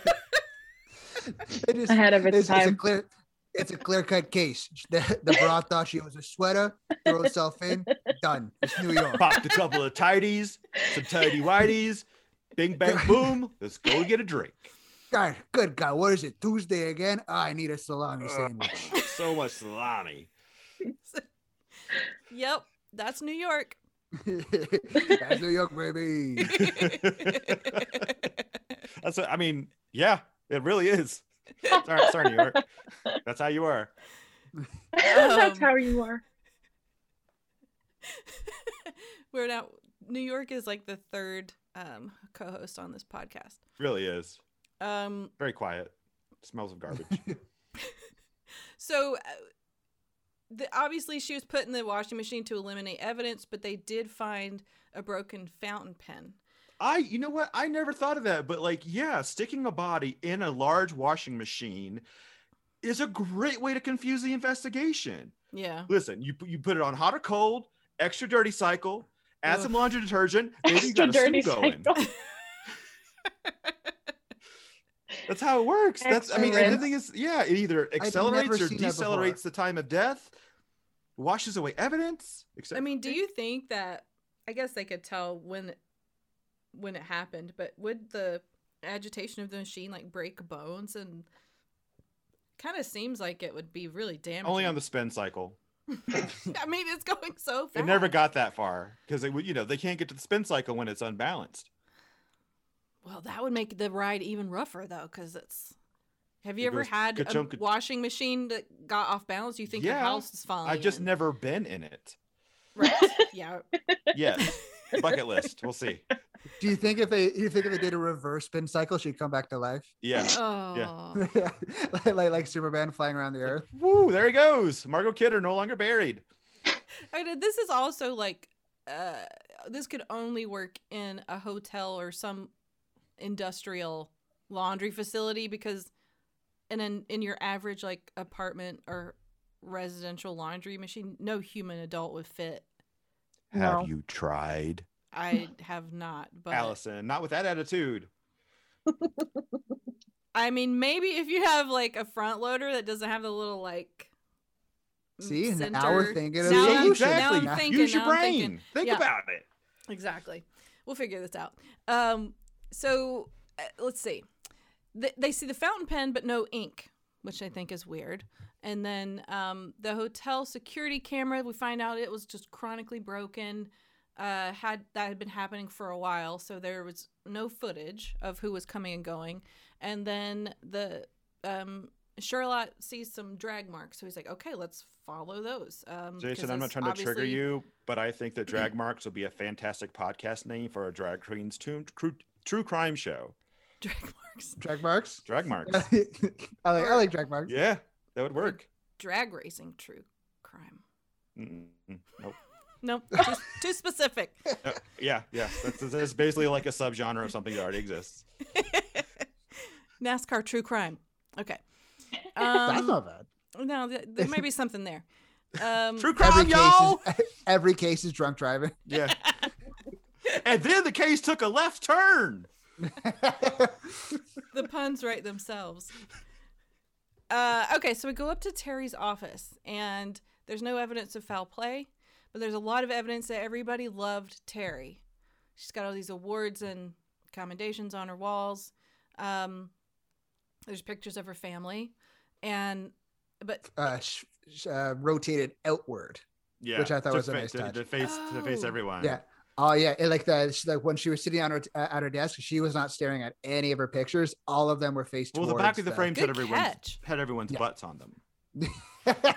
Speaker 7: is,
Speaker 8: Ahead of its
Speaker 7: it's, it's a
Speaker 8: time.
Speaker 7: clear, it's a clear cut case. The, the bra thought she was a sweater. Throw herself in. Done. It's New York.
Speaker 6: Popped a couple of tidies, some tidy whities, bing bang boom. Let's go get a drink.
Speaker 7: God, good God, what is it? Tuesday again? Ah, I need a salami sandwich.
Speaker 6: So much salami.
Speaker 5: yep, that's New York.
Speaker 7: That's New York, baby.
Speaker 6: That's what, I mean, yeah, it really is. Sorry, sorry, New York. That's how you are.
Speaker 8: That's
Speaker 5: Um,
Speaker 8: how you are.
Speaker 5: We're now New York is like the third um, co-host on this podcast.
Speaker 6: Really is.
Speaker 5: Um,
Speaker 6: Very quiet. Smells of garbage.
Speaker 5: So uh, the, obviously she was put in the washing machine to eliminate evidence, but they did find a broken fountain pen.
Speaker 6: I, you know what? I never thought of that, but like, yeah, sticking a body in a large washing machine is a great way to confuse the investigation.
Speaker 5: Yeah.
Speaker 6: Listen, you you put it on hot or cold, extra dirty cycle, add some laundry detergent, maybe you
Speaker 8: Extra
Speaker 6: got a
Speaker 8: dirty
Speaker 6: stew going.
Speaker 8: cycle.
Speaker 6: That's how it works. That's I mean,
Speaker 8: Extra
Speaker 6: and the
Speaker 8: rinse.
Speaker 6: thing is, yeah, it either
Speaker 7: never
Speaker 6: accelerates or
Speaker 7: seen that before.
Speaker 6: decelerates the time of death, washes away evidence. Except
Speaker 5: I mean, do you think that I guess they could tell when when it happened, but would the agitation of the machine like break bones and kind of seems like it would be really damaging.
Speaker 6: only on the spin cycle.
Speaker 5: I mean, it's going so fast.
Speaker 6: It never got that far because it would, you know, they can't get to the spin cycle when it's unbalanced.
Speaker 5: Well, that would make the ride even rougher though, because it's. Have you
Speaker 6: It
Speaker 5: ever
Speaker 6: goes
Speaker 5: had a
Speaker 6: ka-chunk, ka-
Speaker 5: washing machine that got off balance? You think your
Speaker 6: Yeah,
Speaker 5: house is falling?
Speaker 6: I've just
Speaker 5: in?
Speaker 6: never been in it.
Speaker 5: Right? yeah.
Speaker 6: Yes, bucket list. We'll see.
Speaker 7: Do you think if they you think if they did a reverse spin cycle, she'd come back to life?
Speaker 6: Yeah.
Speaker 5: Oh.
Speaker 7: yeah, like, like like Superman flying around the earth.
Speaker 6: Woo, there he goes. Margot Kidder no longer buried.
Speaker 5: I mean, this is also like uh, this could only work in a hotel or some industrial laundry facility because in an, in your average like apartment or residential laundry machine, no human adult would fit.
Speaker 8: No.
Speaker 6: Have you tried?
Speaker 5: I have not, but
Speaker 6: Allison, not with that attitude.
Speaker 5: I mean, maybe if you have like a front loader that doesn't have the little like
Speaker 7: See,
Speaker 5: Mm, center.
Speaker 7: now we're thinking of
Speaker 5: Now
Speaker 7: a
Speaker 5: I'm- now
Speaker 7: solution.
Speaker 6: exactly.
Speaker 5: I'm thinking,
Speaker 6: Use your
Speaker 5: now I'm
Speaker 6: brain.
Speaker 5: thinking.
Speaker 6: Think
Speaker 5: Yeah.
Speaker 6: about it.
Speaker 5: Exactly. We'll figure this out. Um, so uh, let's see. Th- they see the fountain pen, but no ink, which I think is weird. And then um, the hotel security camera, we find out it was just chronically broken. Uh, had that had been happening for a while, so there was no footage of who was coming and going. And then the um, Sherlock sees some drag marks, so he's like, "Okay, let's follow those." Um,
Speaker 6: Jason,
Speaker 5: 'cause
Speaker 6: I'm not
Speaker 5: that's
Speaker 6: trying to trigger
Speaker 5: obviously-
Speaker 6: you, but I think that Drag Marks would be a fantastic podcast name for a drag queen's true, true, true crime show.
Speaker 5: Drag marks.
Speaker 7: Drag marks.
Speaker 6: Drag Marks.
Speaker 7: I like I like drag marks.
Speaker 6: yeah, that would work.
Speaker 5: drag racing true crime.
Speaker 6: Mm, mm, Nope.
Speaker 5: Nope, too, too specific.
Speaker 6: Uh, yeah, yeah. That's, that's- that's basically like a subgenre of something that already exists.
Speaker 5: NASCAR true crime. Okay.
Speaker 7: That's
Speaker 5: Um,
Speaker 7: not bad.
Speaker 5: no, th- there may be something there. Um,
Speaker 6: True
Speaker 7: Every
Speaker 6: crime, y'all.
Speaker 7: case is every case is drunk driving.
Speaker 6: Yeah. and then the case took a left turn.
Speaker 7: Uh,
Speaker 5: the puns write themselves. Uh, okay, so we go up to Terry's office, and there's no evidence of foul play, but there's a lot of evidence that everybody loved Terry. She's got all these awards and commendations on her walls. Um, there's pictures of her family, and but
Speaker 7: uh, sh- sh- uh, rotated outward.
Speaker 6: Yeah.
Speaker 7: Which I thought
Speaker 6: to
Speaker 7: was a
Speaker 6: fa-
Speaker 7: nice
Speaker 6: to,
Speaker 7: touch.
Speaker 6: To face, to face
Speaker 5: Oh.
Speaker 6: everyone.
Speaker 7: Yeah. Oh yeah, it, like the she, like when she was sitting on her uh, at her desk, she was not staring at any of her pictures. All of them were faced
Speaker 6: Well, the
Speaker 7: towards.
Speaker 6: back of the frames had
Speaker 5: Good
Speaker 6: everyone's,
Speaker 5: catch.
Speaker 6: had everyone's
Speaker 7: Yeah.
Speaker 6: butts on them.
Speaker 7: frame.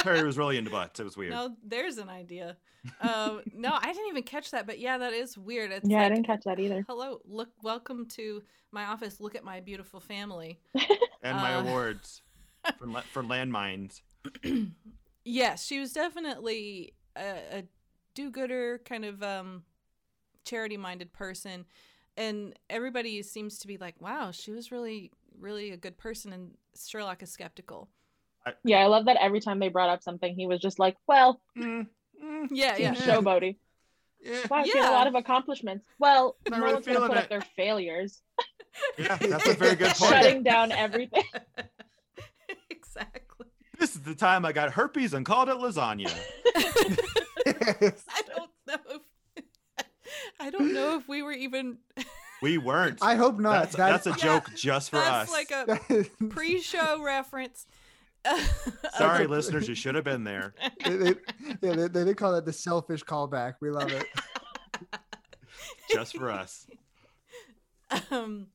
Speaker 6: Terry was really into butts. It was weird.
Speaker 5: no, there's an idea. Um, no, I didn't even catch that, but yeah, that is weird. It's
Speaker 8: Yeah, I
Speaker 5: like,
Speaker 8: didn't catch that either.
Speaker 5: Hello, look, welcome to my office. Look at my beautiful family.
Speaker 6: and my
Speaker 5: Uh,
Speaker 6: awards for, la- for landmines.
Speaker 5: yes, she was definitely a, a do-gooder kind of um, charity-minded person, and everybody seems to be like, "Wow, she was really, really a good person." And Sherlock is skeptical.
Speaker 6: I-
Speaker 8: Yeah, I love that every time they brought up something, he was just like, well,
Speaker 6: Mm, mm,
Speaker 5: Yeah, yeah.
Speaker 8: yeah. showboaty.
Speaker 6: yeah,
Speaker 8: Wow, she had a
Speaker 5: Yeah.
Speaker 8: lot of accomplishments. Well,
Speaker 6: Not
Speaker 8: no
Speaker 6: really
Speaker 8: one's going to
Speaker 6: feeling
Speaker 8: put
Speaker 6: it.
Speaker 8: up their failures.
Speaker 6: yeah, that's a very good point.
Speaker 8: Shutting down everything.
Speaker 5: exactly.
Speaker 6: This is the time I got herpes and called it lasagna.
Speaker 5: I don't know. If, I don't know if we were even.
Speaker 6: We weren't.
Speaker 7: I hope not.
Speaker 6: that's, that's a joke just for
Speaker 5: that's
Speaker 6: us.
Speaker 5: like a pre-show reference.
Speaker 6: Sorry, listeners, you should have been there.
Speaker 7: they, they, yeah, they, they, they call it the selfish callback. We love it.
Speaker 6: Just for us.
Speaker 5: Um,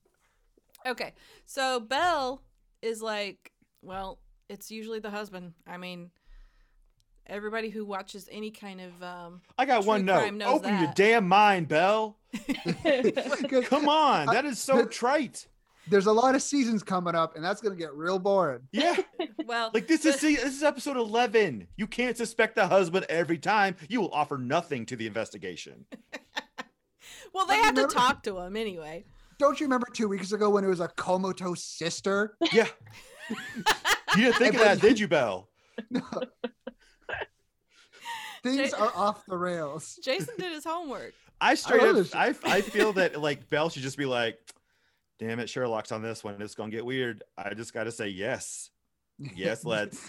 Speaker 5: okay, so Belle is like, well, it's usually the husband. I mean, everybody who watches any kind of um,
Speaker 6: I got
Speaker 5: True
Speaker 6: one note.
Speaker 5: crime knows
Speaker 6: Open your
Speaker 5: that.
Speaker 6: damn mind, Belle.
Speaker 7: 'Cause
Speaker 6: Come on, that is so trite.
Speaker 7: There's a lot of seasons coming up, and that's gonna get real boring.
Speaker 6: Yeah,
Speaker 5: well,
Speaker 6: like this is see, this is episode eleven. You can't suspect the husband every time. You will offer nothing to the investigation.
Speaker 5: well, they
Speaker 7: But
Speaker 5: have to
Speaker 7: remember-
Speaker 5: talk to him anyway.
Speaker 7: Don't you remember two weeks ago when it was a comatose sister?
Speaker 6: Yeah. you didn't think of that, did you, Belle?
Speaker 7: Things
Speaker 5: Ja-
Speaker 7: are off the rails.
Speaker 5: Jason did his homework.
Speaker 6: I straight
Speaker 7: know
Speaker 6: up,
Speaker 7: this.
Speaker 6: I, I feel that like Belle should just be like, damn it, Sherlock's on this one. It's gonna get weird. I just gotta say yes. Yes, let's.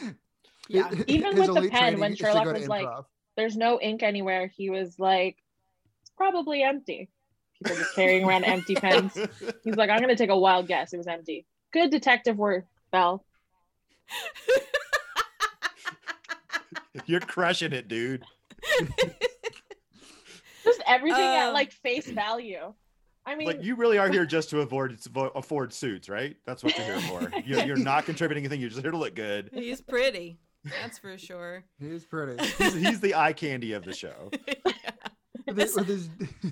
Speaker 5: Yeah,
Speaker 8: Even
Speaker 7: His
Speaker 8: with the
Speaker 7: elite
Speaker 8: pen,
Speaker 7: training
Speaker 8: when
Speaker 7: is to
Speaker 8: Sherlock
Speaker 7: go to
Speaker 8: was like-
Speaker 7: improv.
Speaker 8: There's no ink anywhere. He was like, it's probably empty. People just carrying around empty pens. He's like, I'm going to take a wild guess. It was empty. Good detective work, Belle.
Speaker 6: You're crushing it, dude.
Speaker 8: Just everything at
Speaker 5: Um,
Speaker 8: like face value. I mean,
Speaker 6: Like you really are here just to avoid afford suits, right? That's what you're here for. You're, you're not contributing anything. You're just here to look good.
Speaker 5: he's pretty. That's for sure.
Speaker 7: He's pretty.
Speaker 6: He's, he's the eye candy of the show.
Speaker 7: with his, with his,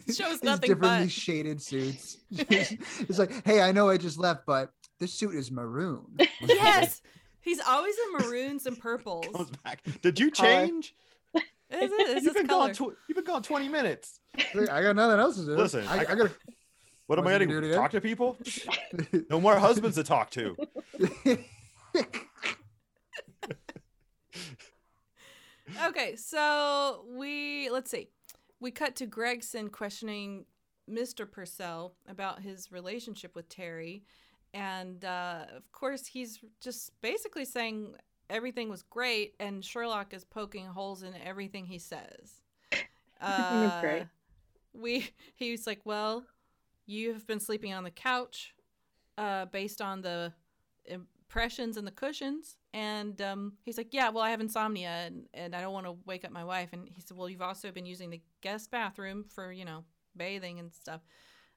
Speaker 7: his
Speaker 5: Shows nothing
Speaker 7: differently
Speaker 5: but.
Speaker 7: shaded suits. it's like, hey, I know I just left, but this suit is maroon.
Speaker 5: yes, he's always in maroons and purples.
Speaker 6: Comes back. Did you
Speaker 8: Color.
Speaker 6: change?
Speaker 5: This
Speaker 6: Hey,
Speaker 5: is
Speaker 6: you've,
Speaker 5: his
Speaker 6: been gone
Speaker 5: color.
Speaker 6: tw- you've been gone 20 minutes.
Speaker 7: I got nothing else to do.
Speaker 6: Listen,
Speaker 7: I,
Speaker 6: I-
Speaker 7: I gotta.
Speaker 6: What am I
Speaker 7: Wasn't
Speaker 6: going to
Speaker 7: doing it.
Speaker 6: talk to people? No more husbands to talk to.
Speaker 5: Okay, so we let's see. We cut to Gregson questioning Mr. Purcell about his relationship with Terry, and uh, of course he's just basically saying everything was great, and Sherlock is poking holes in everything he says. Uh,
Speaker 8: That's great.
Speaker 5: We he's like, well, you have been sleeping on the couch, uh, based on the impressions and the cushions. And um, he's like, Yeah, well, I have insomnia and, and I don't want to wake up my wife. And he said, Well, you've also been using the guest bathroom for, you know, bathing and stuff.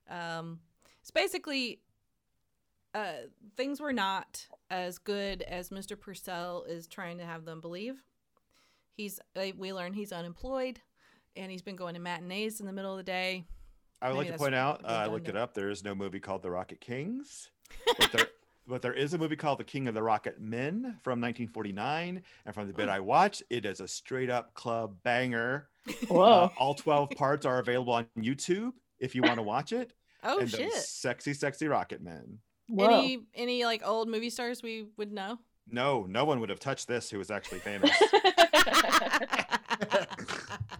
Speaker 5: Um, it's basically uh, things were not as good as Mr. Purcell is trying to have them believe. He's, uh, we learn he's unemployed and he's been going to matinees in the middle of the day.
Speaker 6: I would
Speaker 5: Maybe
Speaker 6: like
Speaker 5: that's
Speaker 6: to point out, uh, I
Speaker 5: redundant.
Speaker 6: looked it up. There is no movie called The Rocket Kings, but there, but there is a movie called The King of the Rocket Men from 1949. And from the bit I watched, it is a straight up club banger.
Speaker 5: Oh.
Speaker 6: Uh,
Speaker 8: Whoa.
Speaker 6: all 12 parts are available on YouTube if you want to watch it.
Speaker 5: Oh,
Speaker 6: and
Speaker 5: shit.
Speaker 6: those sexy, sexy rocket men.
Speaker 8: Whoa.
Speaker 5: Any, any like old movie stars we would know?
Speaker 6: No, no one would have touched this who was actually famous.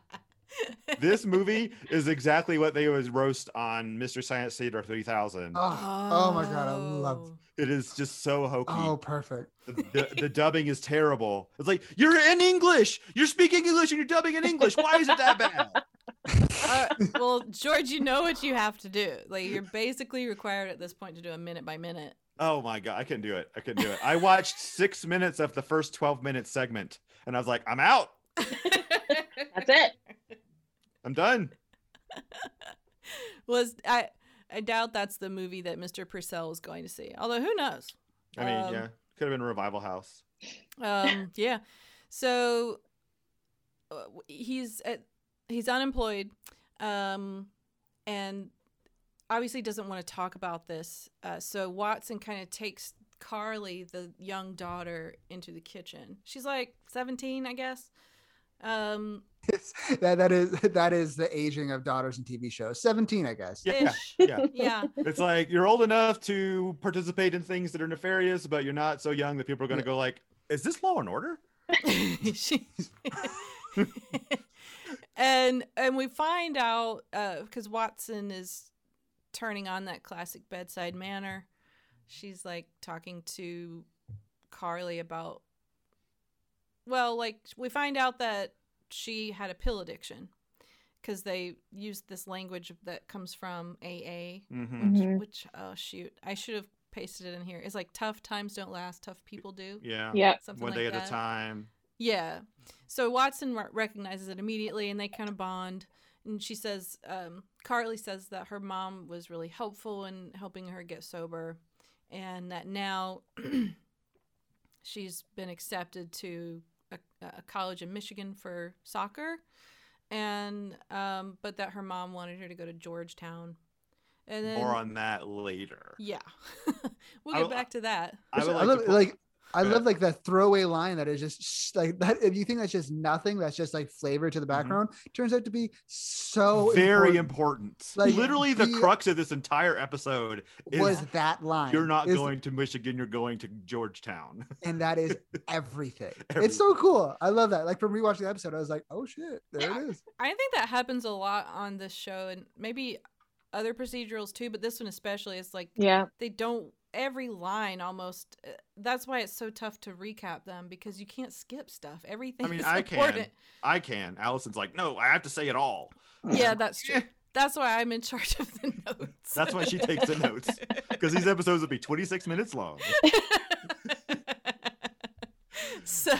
Speaker 6: this movie is exactly what they always roast on Mr. Science Theater 3000.
Speaker 7: oh, oh my god, I love.
Speaker 5: Oh.
Speaker 6: It is just so hokey.
Speaker 7: Oh, perfect.
Speaker 6: The, the, the dubbing is terrible. It's like you're in English, you're speaking English, and you're dubbing in English. Why is it that bad?
Speaker 5: Uh, well, George, you know what you have to do. Like you're basically required at this point to do a minute by minute.
Speaker 6: Oh my god, I couldn't do it. I couldn't do it. I watched six minutes of the first 12 minute segment, and I was like, I'm out.
Speaker 8: That's it.
Speaker 6: I'm done.
Speaker 5: Was I? I doubt that's the movie that Mr. Purcell was going to see. Although who knows?
Speaker 6: I mean,
Speaker 5: Um,
Speaker 6: yeah, could have been Revival House.
Speaker 5: Um, yeah. So uh, he's at, he's unemployed, um, and obviously doesn't want to talk about this. Uh, so Watson kind of takes Carly, the young daughter, into the kitchen. She's like seventeen, I guess. Um,
Speaker 7: that that is that is the aging of daughters in TV shows. Seventeen, I guess.
Speaker 6: Yeah,
Speaker 5: ish.
Speaker 6: yeah.
Speaker 5: Yeah.
Speaker 6: It's like you're old enough to participate in things that are nefarious, but you're not so young that people are going to go like, "Is this Law and Order?"
Speaker 5: She- and and we find out because Watson is turning on that classic bedside manner. She's like talking to Carly about. Well, like we find out that she had a pill addiction because they used this language that comes from AA,
Speaker 6: Mm-hmm.
Speaker 8: Mhm.
Speaker 5: which oh shoot, I should have pasted it in here. It's like tough times don't last, tough people do.
Speaker 6: Yeah.
Speaker 8: Yeah.
Speaker 5: Something
Speaker 6: One
Speaker 5: like
Speaker 6: day
Speaker 5: that.
Speaker 6: at a time.
Speaker 5: Yeah. So Watson r- recognizes it immediately and they kind of bond. And she says, um, Carly says that her mom was really helpful in helping her get sober and that now she's been accepted to a, a college in Michigan for soccer. And, um, but that her mom wanted her to go to Georgetown. And then,
Speaker 6: More on that later.
Speaker 5: yeah, we'll
Speaker 6: I
Speaker 5: get
Speaker 6: will-
Speaker 5: back to that.
Speaker 6: I would
Speaker 7: I
Speaker 6: like,
Speaker 7: love
Speaker 6: to
Speaker 7: like,
Speaker 6: pull-
Speaker 7: I
Speaker 6: Yeah.
Speaker 7: love like that throwaway line that is just sh- like that. If you think that's just nothing, that's just like flavor to the background, turns out to be so
Speaker 6: Mm-hmm. very
Speaker 7: important.
Speaker 6: important.
Speaker 7: Like,
Speaker 6: Literally, the
Speaker 7: the-
Speaker 6: crux of this entire episode is
Speaker 7: Was that line?
Speaker 6: you're not
Speaker 7: Is-
Speaker 6: going to Michigan, you're going to Georgetown.
Speaker 7: and that is everything.
Speaker 6: Everything.
Speaker 7: It's so cool. I love that. Like from rewatching the episode, I was like, oh shit, there it is.
Speaker 5: I think that happens a lot on this show and maybe other procedurals too, but this one especially is like
Speaker 8: Yeah.
Speaker 5: they don't every line almost uh, that's why it's so tough to recap them because you can't skip stuff. Everything
Speaker 6: mean,
Speaker 5: is
Speaker 6: I can.
Speaker 5: important.
Speaker 6: I can. Allison's like, no, I have to say it all.
Speaker 5: Yeah, that's true. That's why I'm in charge of the notes.
Speaker 6: That's why she takes the notes because these episodes will be 26 minutes long.
Speaker 5: so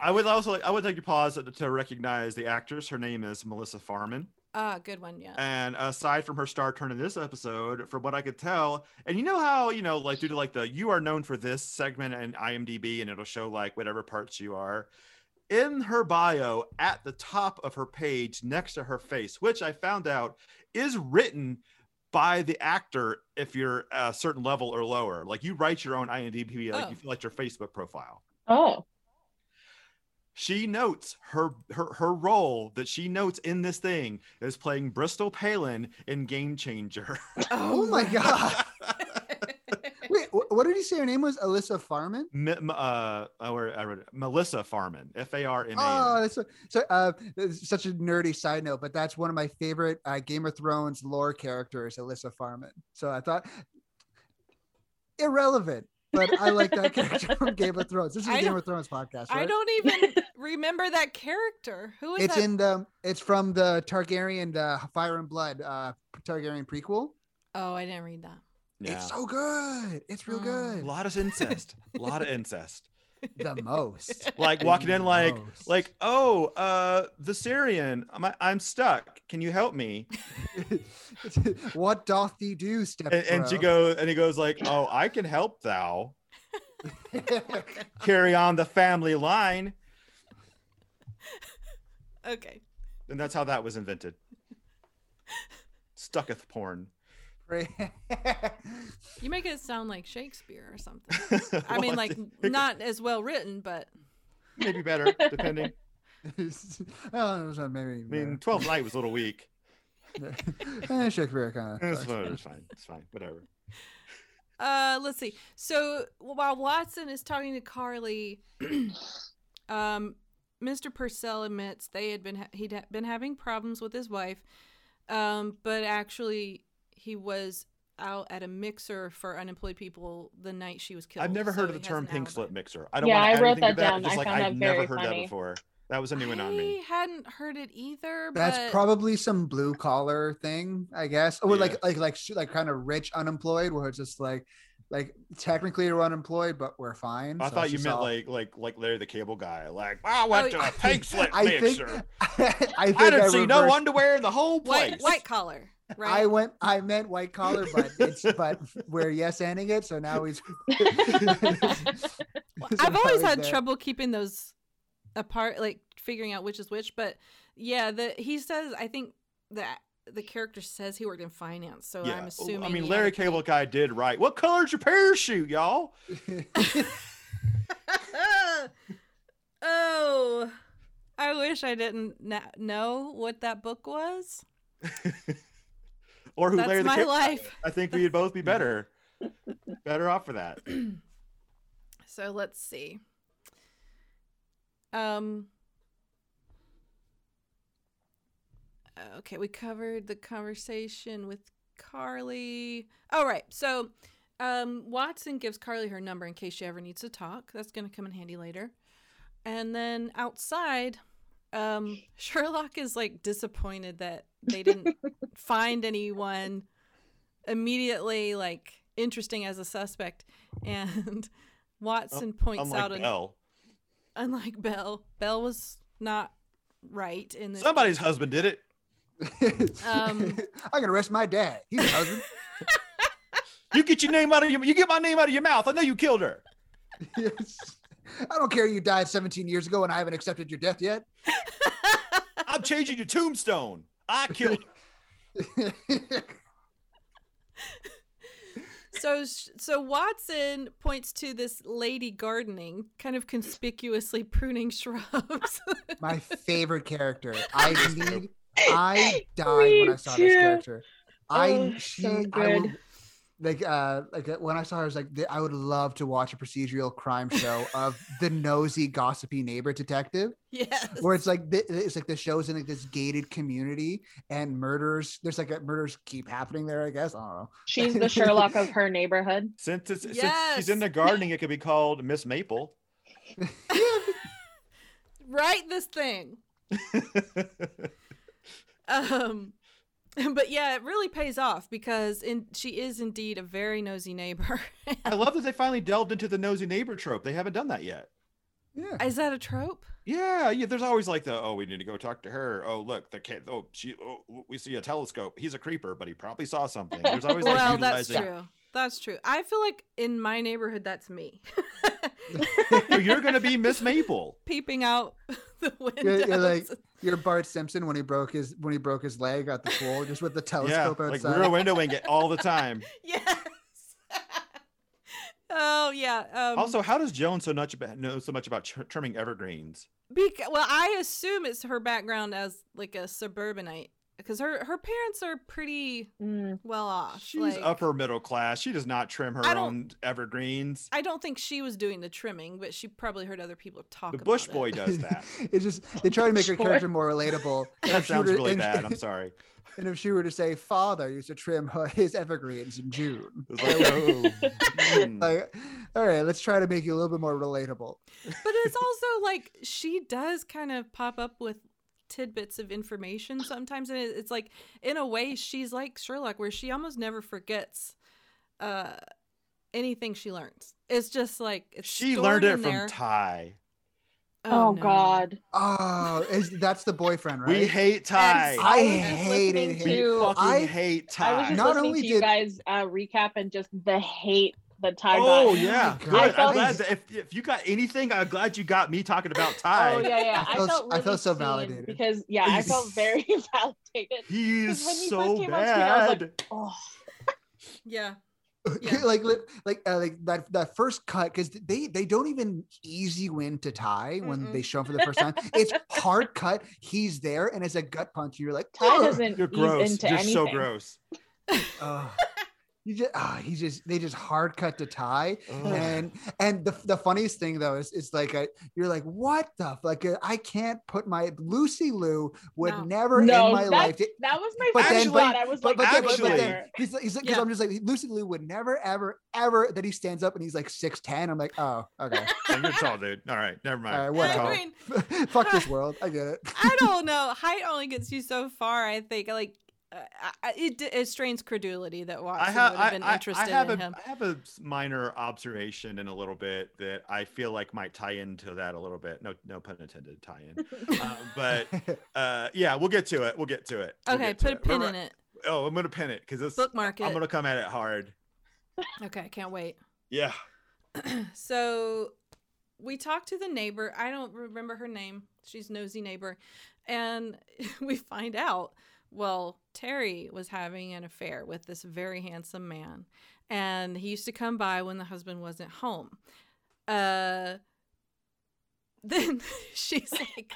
Speaker 6: I would also like I would like to pause to, to recognize the actress. Her name is Melissa Farman,
Speaker 5: ah, good one, yeah.
Speaker 6: and aside from her star turn in this episode, from what I could tell, and you know how you know like due to like the you are known for this segment and IMDb, and it'll show like whatever parts you are. in her bio at the top of her page next to her face, which I found out is written by the actor if you're a certain level or lower. Like you write your own IMDb, like
Speaker 5: Oh.
Speaker 6: you feel like your Facebook profile.
Speaker 8: Oh,
Speaker 6: She notes her, her her role that she notes in this thing is playing Bristol Palin in Game Changer.
Speaker 7: Oh my god. Wait, wh- what did he say her name was? Alyssa Farman?
Speaker 6: Me- m- uh, oh, where- I read it. Melissa Farman, F A R M
Speaker 7: Oh,
Speaker 6: A. N.
Speaker 7: that's so, so uh, that's such a nerdy side note, but that's one of my favorite uh, Game of Thrones lore characters, Alyssa Farman. So I thought irrelevant, but I like that character from Game of Thrones. This is a
Speaker 5: I
Speaker 7: Game
Speaker 5: don't-
Speaker 7: of Thrones podcast, right?
Speaker 5: I don't even remember that character. Who is
Speaker 7: it's
Speaker 5: that?
Speaker 7: in the it's from the Targaryen, the Fire and Blood uh, Targaryen prequel.
Speaker 5: oh, I didn't read that.
Speaker 6: Yeah.
Speaker 7: It's so good. It's real
Speaker 5: Mm.
Speaker 6: a
Speaker 7: good.
Speaker 6: lot of incest. a lot of incest.
Speaker 7: The most.
Speaker 6: Like walking in, like,
Speaker 7: Gross.
Speaker 6: like, oh, uh, Viserion, I'm, I'm stuck. Can you help me?
Speaker 7: what doth thee do, step?
Speaker 6: And, and she goes, and he goes, like, oh, I can help thou carry on the family line.
Speaker 5: Okay.
Speaker 6: And that's how that was invented. Stucketh porn.
Speaker 5: You make it sound like Shakespeare or something. I mean,
Speaker 6: Well,
Speaker 5: like
Speaker 6: think
Speaker 5: not as well written, but
Speaker 6: maybe better, depending.
Speaker 7: oh, it was not maybe.
Speaker 6: I mean, 12 night was a little weak.
Speaker 7: eh, Shakespeare kind
Speaker 6: It's
Speaker 7: of.
Speaker 6: fine. It's fine. It's fine. Whatever.
Speaker 5: uh, let's see. So while Watson is talking to Carly, um, Mr. Purcell admits they had been ha- he'd ha- been having problems with his wife, um, but actually he was out at a mixer for unemployed people the night she was killed.
Speaker 6: I've never
Speaker 5: so
Speaker 6: heard of the
Speaker 5: he has
Speaker 6: term
Speaker 5: an
Speaker 6: pink
Speaker 5: alibi.
Speaker 6: slip mixer. I don't
Speaker 8: Yeah,
Speaker 6: want to
Speaker 8: I
Speaker 6: add
Speaker 8: wrote
Speaker 6: anything to
Speaker 8: that
Speaker 6: that.
Speaker 8: down.
Speaker 6: but Just
Speaker 8: I
Speaker 6: like
Speaker 8: found
Speaker 6: I've
Speaker 8: that
Speaker 6: never
Speaker 8: very
Speaker 6: heard that
Speaker 8: funny.
Speaker 6: before. That was a new one on me.
Speaker 5: I hadn't heard it either.
Speaker 7: That's
Speaker 5: but
Speaker 7: probably some blue collar thing, I guess. Or
Speaker 6: Yeah.
Speaker 7: like like like sh- like kind of rich unemployed, where it's just like like technically we're unemployed, but we're fine.
Speaker 6: I
Speaker 7: so
Speaker 6: thought
Speaker 7: it's
Speaker 6: you
Speaker 7: just
Speaker 6: meant
Speaker 7: all-
Speaker 6: like like like Larry the Cable Guy. Like I went to
Speaker 5: Oh, yeah.
Speaker 6: a pink slip
Speaker 7: I think
Speaker 6: mixer.
Speaker 7: I think
Speaker 6: I didn't see no
Speaker 7: reversed-
Speaker 6: underwear in the whole place.
Speaker 5: white white collar,
Speaker 7: I
Speaker 5: right?
Speaker 7: went. I meant white collar, but it's, but we're yes ending it. So now he's. so
Speaker 5: I've
Speaker 7: now
Speaker 5: always
Speaker 7: he's
Speaker 5: had
Speaker 7: there.
Speaker 5: trouble keeping those apart, like figuring out which is which. But yeah, the he says I think that the character says he worked in finance, so
Speaker 6: Yeah.
Speaker 5: I'm
Speaker 6: Oh,
Speaker 5: assuming.
Speaker 6: I
Speaker 5: he
Speaker 6: mean,
Speaker 5: had
Speaker 6: Larry
Speaker 5: a pink-
Speaker 6: Cable Guy did right. What color's your parachute, y'all?
Speaker 5: oh, I wish I didn't na- know what that book was.
Speaker 6: Or who
Speaker 5: That's
Speaker 6: Larry the
Speaker 5: my
Speaker 6: Cable Guy
Speaker 5: life.
Speaker 6: is. I think we'd both be better, better off for that.
Speaker 5: So let's see. Um. Okay, we covered the conversation with Carly. All right, so um, Watson gives Carly her number in case she ever needs to talk. That's going to come in handy later. And then outside, um, Sherlock is like disappointed that they didn't find anyone immediately like interesting as a suspect. And Watson points
Speaker 6: Unlike
Speaker 5: out, an-
Speaker 6: Bell,
Speaker 5: unlike Bell, Bell was not right in this.
Speaker 6: somebody's husband did it.
Speaker 5: Um,
Speaker 7: I'm gonna arrest my dad. He's a husband.
Speaker 6: You get your name out of your, you get my name out of your mouth. I know you killed her.
Speaker 7: Yes. I don't care. You died 17 years ago, and I haven't accepted your death yet.
Speaker 6: I'm changing your tombstone. I killed her.
Speaker 5: So, sh- so Watson points to this lady gardening, kind of conspicuously pruning shrubs.
Speaker 7: my favorite character. I need. I died when
Speaker 8: Me
Speaker 7: I saw
Speaker 8: too.
Speaker 7: this character.
Speaker 8: Oh,
Speaker 7: I
Speaker 8: so
Speaker 7: she I would,
Speaker 8: good.
Speaker 7: like uh like uh, when I saw her, I was like, "Th- I would love to watch a procedural crime show of the nosy, gossipy neighbor detective.
Speaker 5: yes.
Speaker 7: where it's like th- it's like the show's in like this gated community and murders there's like a, murders keep happening there i guess i don't know
Speaker 8: she's the Sherlock of her neighborhood.
Speaker 6: Since, it's, since
Speaker 5: Yes.
Speaker 6: she's in the gardening, it could be called Miss Maple.
Speaker 5: Write this thing. Um, but yeah, it really pays off because in, she is indeed a very nosy neighbor.
Speaker 6: I love that they finally delved into the nosy neighbor trope. They haven't done that yet.
Speaker 7: yeah
Speaker 5: is that a trope?
Speaker 6: Yeah, yeah. There's always like the oh, we need to go talk to her. Oh, look, the kid. Oh, she. Oh, we see a telescope. He's a creeper, but he probably saw something. There's always like
Speaker 5: well, that's
Speaker 6: utilizing
Speaker 5: true. That's true. I feel like in my neighborhood, that's me.
Speaker 6: So you're gonna be Miss Maple.
Speaker 5: peeping out the window.
Speaker 7: You're, you're like you're Bart Simpson when he broke his when he broke his leg at the pool, just with the
Speaker 6: Yeah,
Speaker 7: telescope
Speaker 6: like
Speaker 7: outside.
Speaker 6: rear windowing it all the time.
Speaker 5: yes. oh yeah. Um,
Speaker 6: also, how does Joan so much about, know so much about tr- trimming evergreens?
Speaker 5: Bec- well, I assume it's her background as like a suburbanite because her her parents are pretty
Speaker 8: Mm.
Speaker 5: well off.
Speaker 6: She's
Speaker 5: like,
Speaker 6: upper middle class. She does not trim her
Speaker 5: I don't-
Speaker 6: own evergreens.
Speaker 5: I don't think she was doing the trimming, but she probably heard other people talk.
Speaker 6: The
Speaker 5: about
Speaker 6: Bush
Speaker 5: it.
Speaker 6: Boy does that.
Speaker 7: it's just they try to make her
Speaker 8: Sure.
Speaker 7: character more relatable. And
Speaker 6: That
Speaker 7: if she
Speaker 6: sounds
Speaker 7: were to-
Speaker 6: really
Speaker 7: and-
Speaker 6: bad. I'm sorry.
Speaker 7: And if she were to say, "Father used to trim her, his evergreens in June,"
Speaker 6: It's like, oh, mm.
Speaker 7: like, all right, let's try to make you a little bit more relatable.
Speaker 5: But it's also like she does kind of pop up with tidbits of information sometimes, and it- it's like in a way she's like Sherlock, where she almost never forgets uh, anything she learns. It's just like it's
Speaker 6: she
Speaker 5: stored
Speaker 6: learned it
Speaker 5: in
Speaker 6: from
Speaker 5: there.
Speaker 6: Ty.
Speaker 5: no.
Speaker 8: Oh, God.
Speaker 7: Oh, is, that's the boyfriend, right?
Speaker 6: We hate Ty.
Speaker 7: I
Speaker 8: was just
Speaker 7: hated
Speaker 8: listening
Speaker 7: him.
Speaker 6: we
Speaker 8: to-
Speaker 6: fucking
Speaker 7: I-
Speaker 6: hate
Speaker 8: I
Speaker 6: Ty.
Speaker 8: was just
Speaker 7: Not
Speaker 8: listening
Speaker 7: only
Speaker 8: to you
Speaker 7: did-
Speaker 8: guys uh, recap and just the hate that Ty got.
Speaker 6: Oh yeah,
Speaker 7: God.
Speaker 6: good.
Speaker 8: I
Speaker 6: I'm
Speaker 8: felt-
Speaker 6: glad that if, if you got anything, I'm glad you got me talking about Ty.
Speaker 8: Oh yeah, yeah.
Speaker 7: I
Speaker 8: I
Speaker 7: felt-
Speaker 8: felt,
Speaker 7: I
Speaker 8: really
Speaker 7: felt so
Speaker 8: seen
Speaker 7: validated.
Speaker 8: because yeah, I felt very validated.
Speaker 6: He is
Speaker 8: 'Cause when he
Speaker 6: so
Speaker 8: first came on screen, I was
Speaker 6: bad.
Speaker 8: like, Oh,
Speaker 5: Yeah. Yeah.
Speaker 7: like li- like uh, like that that first cut because they they don't even easy win to tie when
Speaker 5: Mm-mm.
Speaker 7: they show him for the first time. It's hard cut. He's there and it's a gut punch. And you're like,
Speaker 8: Ty
Speaker 7: "Ugh."
Speaker 8: doesn't
Speaker 6: You're
Speaker 8: ease
Speaker 6: gross.
Speaker 8: into
Speaker 6: You're
Speaker 8: anything.
Speaker 6: so gross.
Speaker 7: Ugh. you just ah, he just they just hard cut to tie.
Speaker 6: Ugh.
Speaker 7: And and the, the funniest thing though is is like a, you're like what the f-" like uh, I can't put my Lucy Lou would
Speaker 5: No.
Speaker 7: never
Speaker 8: No,
Speaker 7: in my
Speaker 8: that-
Speaker 7: life. to-
Speaker 8: That was my
Speaker 7: But
Speaker 8: first
Speaker 6: then-
Speaker 8: thought. I was like,
Speaker 6: but then- but
Speaker 8: actually,
Speaker 6: then-
Speaker 7: he's like, he's like, 'cause
Speaker 5: Yeah.
Speaker 7: I'm just like, Lucy Lou would never, ever, ever that he stands up and he's like 6'10. I'm like, oh, okay.
Speaker 6: You're tall, dude. All right, never mind.
Speaker 7: All right,
Speaker 6: You're
Speaker 7: whatever.
Speaker 5: I
Speaker 6: tall.
Speaker 5: mean,
Speaker 7: Fuck this world. I get it.
Speaker 5: I don't know. Height only gets you so far. I think like uh, I- I, it, d- it strains credulity that Watson
Speaker 6: I have,
Speaker 5: would have
Speaker 6: I,
Speaker 5: been
Speaker 6: I, I
Speaker 5: interested
Speaker 6: have
Speaker 5: in
Speaker 6: a,
Speaker 5: him.
Speaker 6: I have a s- minor observation in a little bit that I feel like might tie into that a little bit. No, no pun intended, tie in. uh, but uh, yeah, we'll get to it. We'll get to it. We'll
Speaker 5: okay,
Speaker 6: get to
Speaker 5: put a pin
Speaker 6: We're-
Speaker 5: in it.
Speaker 6: Oh, I'm gonna pin it because it's.
Speaker 5: Bookmark it.
Speaker 6: I'm gonna come at it hard.
Speaker 5: Okay, can't wait.
Speaker 6: Yeah.
Speaker 5: so we talked to the neighbor. I don't remember her name. She's nosy neighbor, and we find out. Well, Terry was having an affair with this very handsome man, and he used to come by when the husband wasn't home. Uh, then she's like,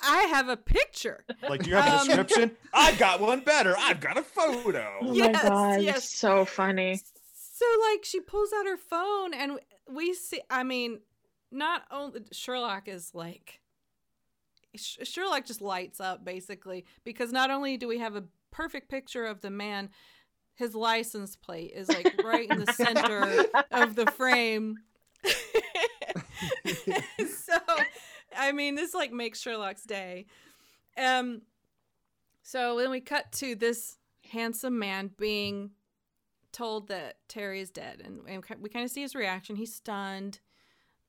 Speaker 5: "I have a picture."
Speaker 6: Like, do you have a
Speaker 5: Um,
Speaker 6: description? I've got one better. I've got a photo.
Speaker 8: oh
Speaker 5: Yes,
Speaker 8: my god,
Speaker 5: yes.
Speaker 8: so funny.
Speaker 5: So like she pulls out her phone and we see I mean not only Sherlock is like Sh- Sherlock just lights up basically because not only do we have a perfect picture of the man his license plate is like right in the center of the frame. so, I mean, this like makes Sherlock's day. Um, so then we cut to this handsome man being told that Terry is dead, and, and we kind of see his reaction. He's stunned.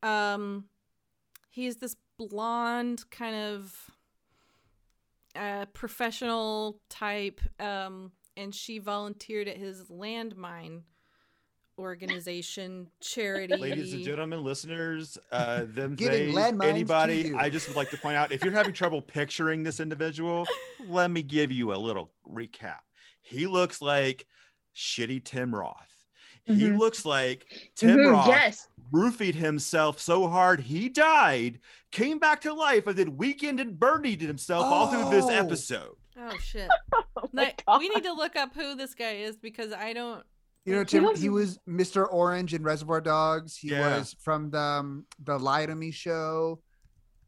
Speaker 5: Um, he's this blonde kind of uh, professional type, um, and she volunteered at his landmine organization charity.
Speaker 6: Ladies and gentlemen, listeners, uh, them
Speaker 7: Giving
Speaker 6: things,
Speaker 7: landmines to
Speaker 6: anybody,
Speaker 7: you.
Speaker 6: I just would like to point out if you're having trouble picturing this individual, let me give you a little recap. He looks like shitty Tim Roth. He
Speaker 7: Mm-hmm.
Speaker 8: Mhm.
Speaker 6: looks like Tim
Speaker 8: Mhm,
Speaker 6: Roth
Speaker 8: Yes.
Speaker 6: roofied himself so hard he died, came back to life, and then weekend and birdied himself all through this
Speaker 7: Oh.
Speaker 6: episode.
Speaker 5: Oh shit!
Speaker 8: Oh my
Speaker 5: Like,
Speaker 8: God.
Speaker 5: we need to look up who this guy is because I don't.
Speaker 7: You know,
Speaker 5: He
Speaker 7: Tim,
Speaker 8: loves-
Speaker 7: he was Mr. Orange in Reservoir Dogs. He
Speaker 6: Yeah.
Speaker 7: was from the, um, the Lie to Me show.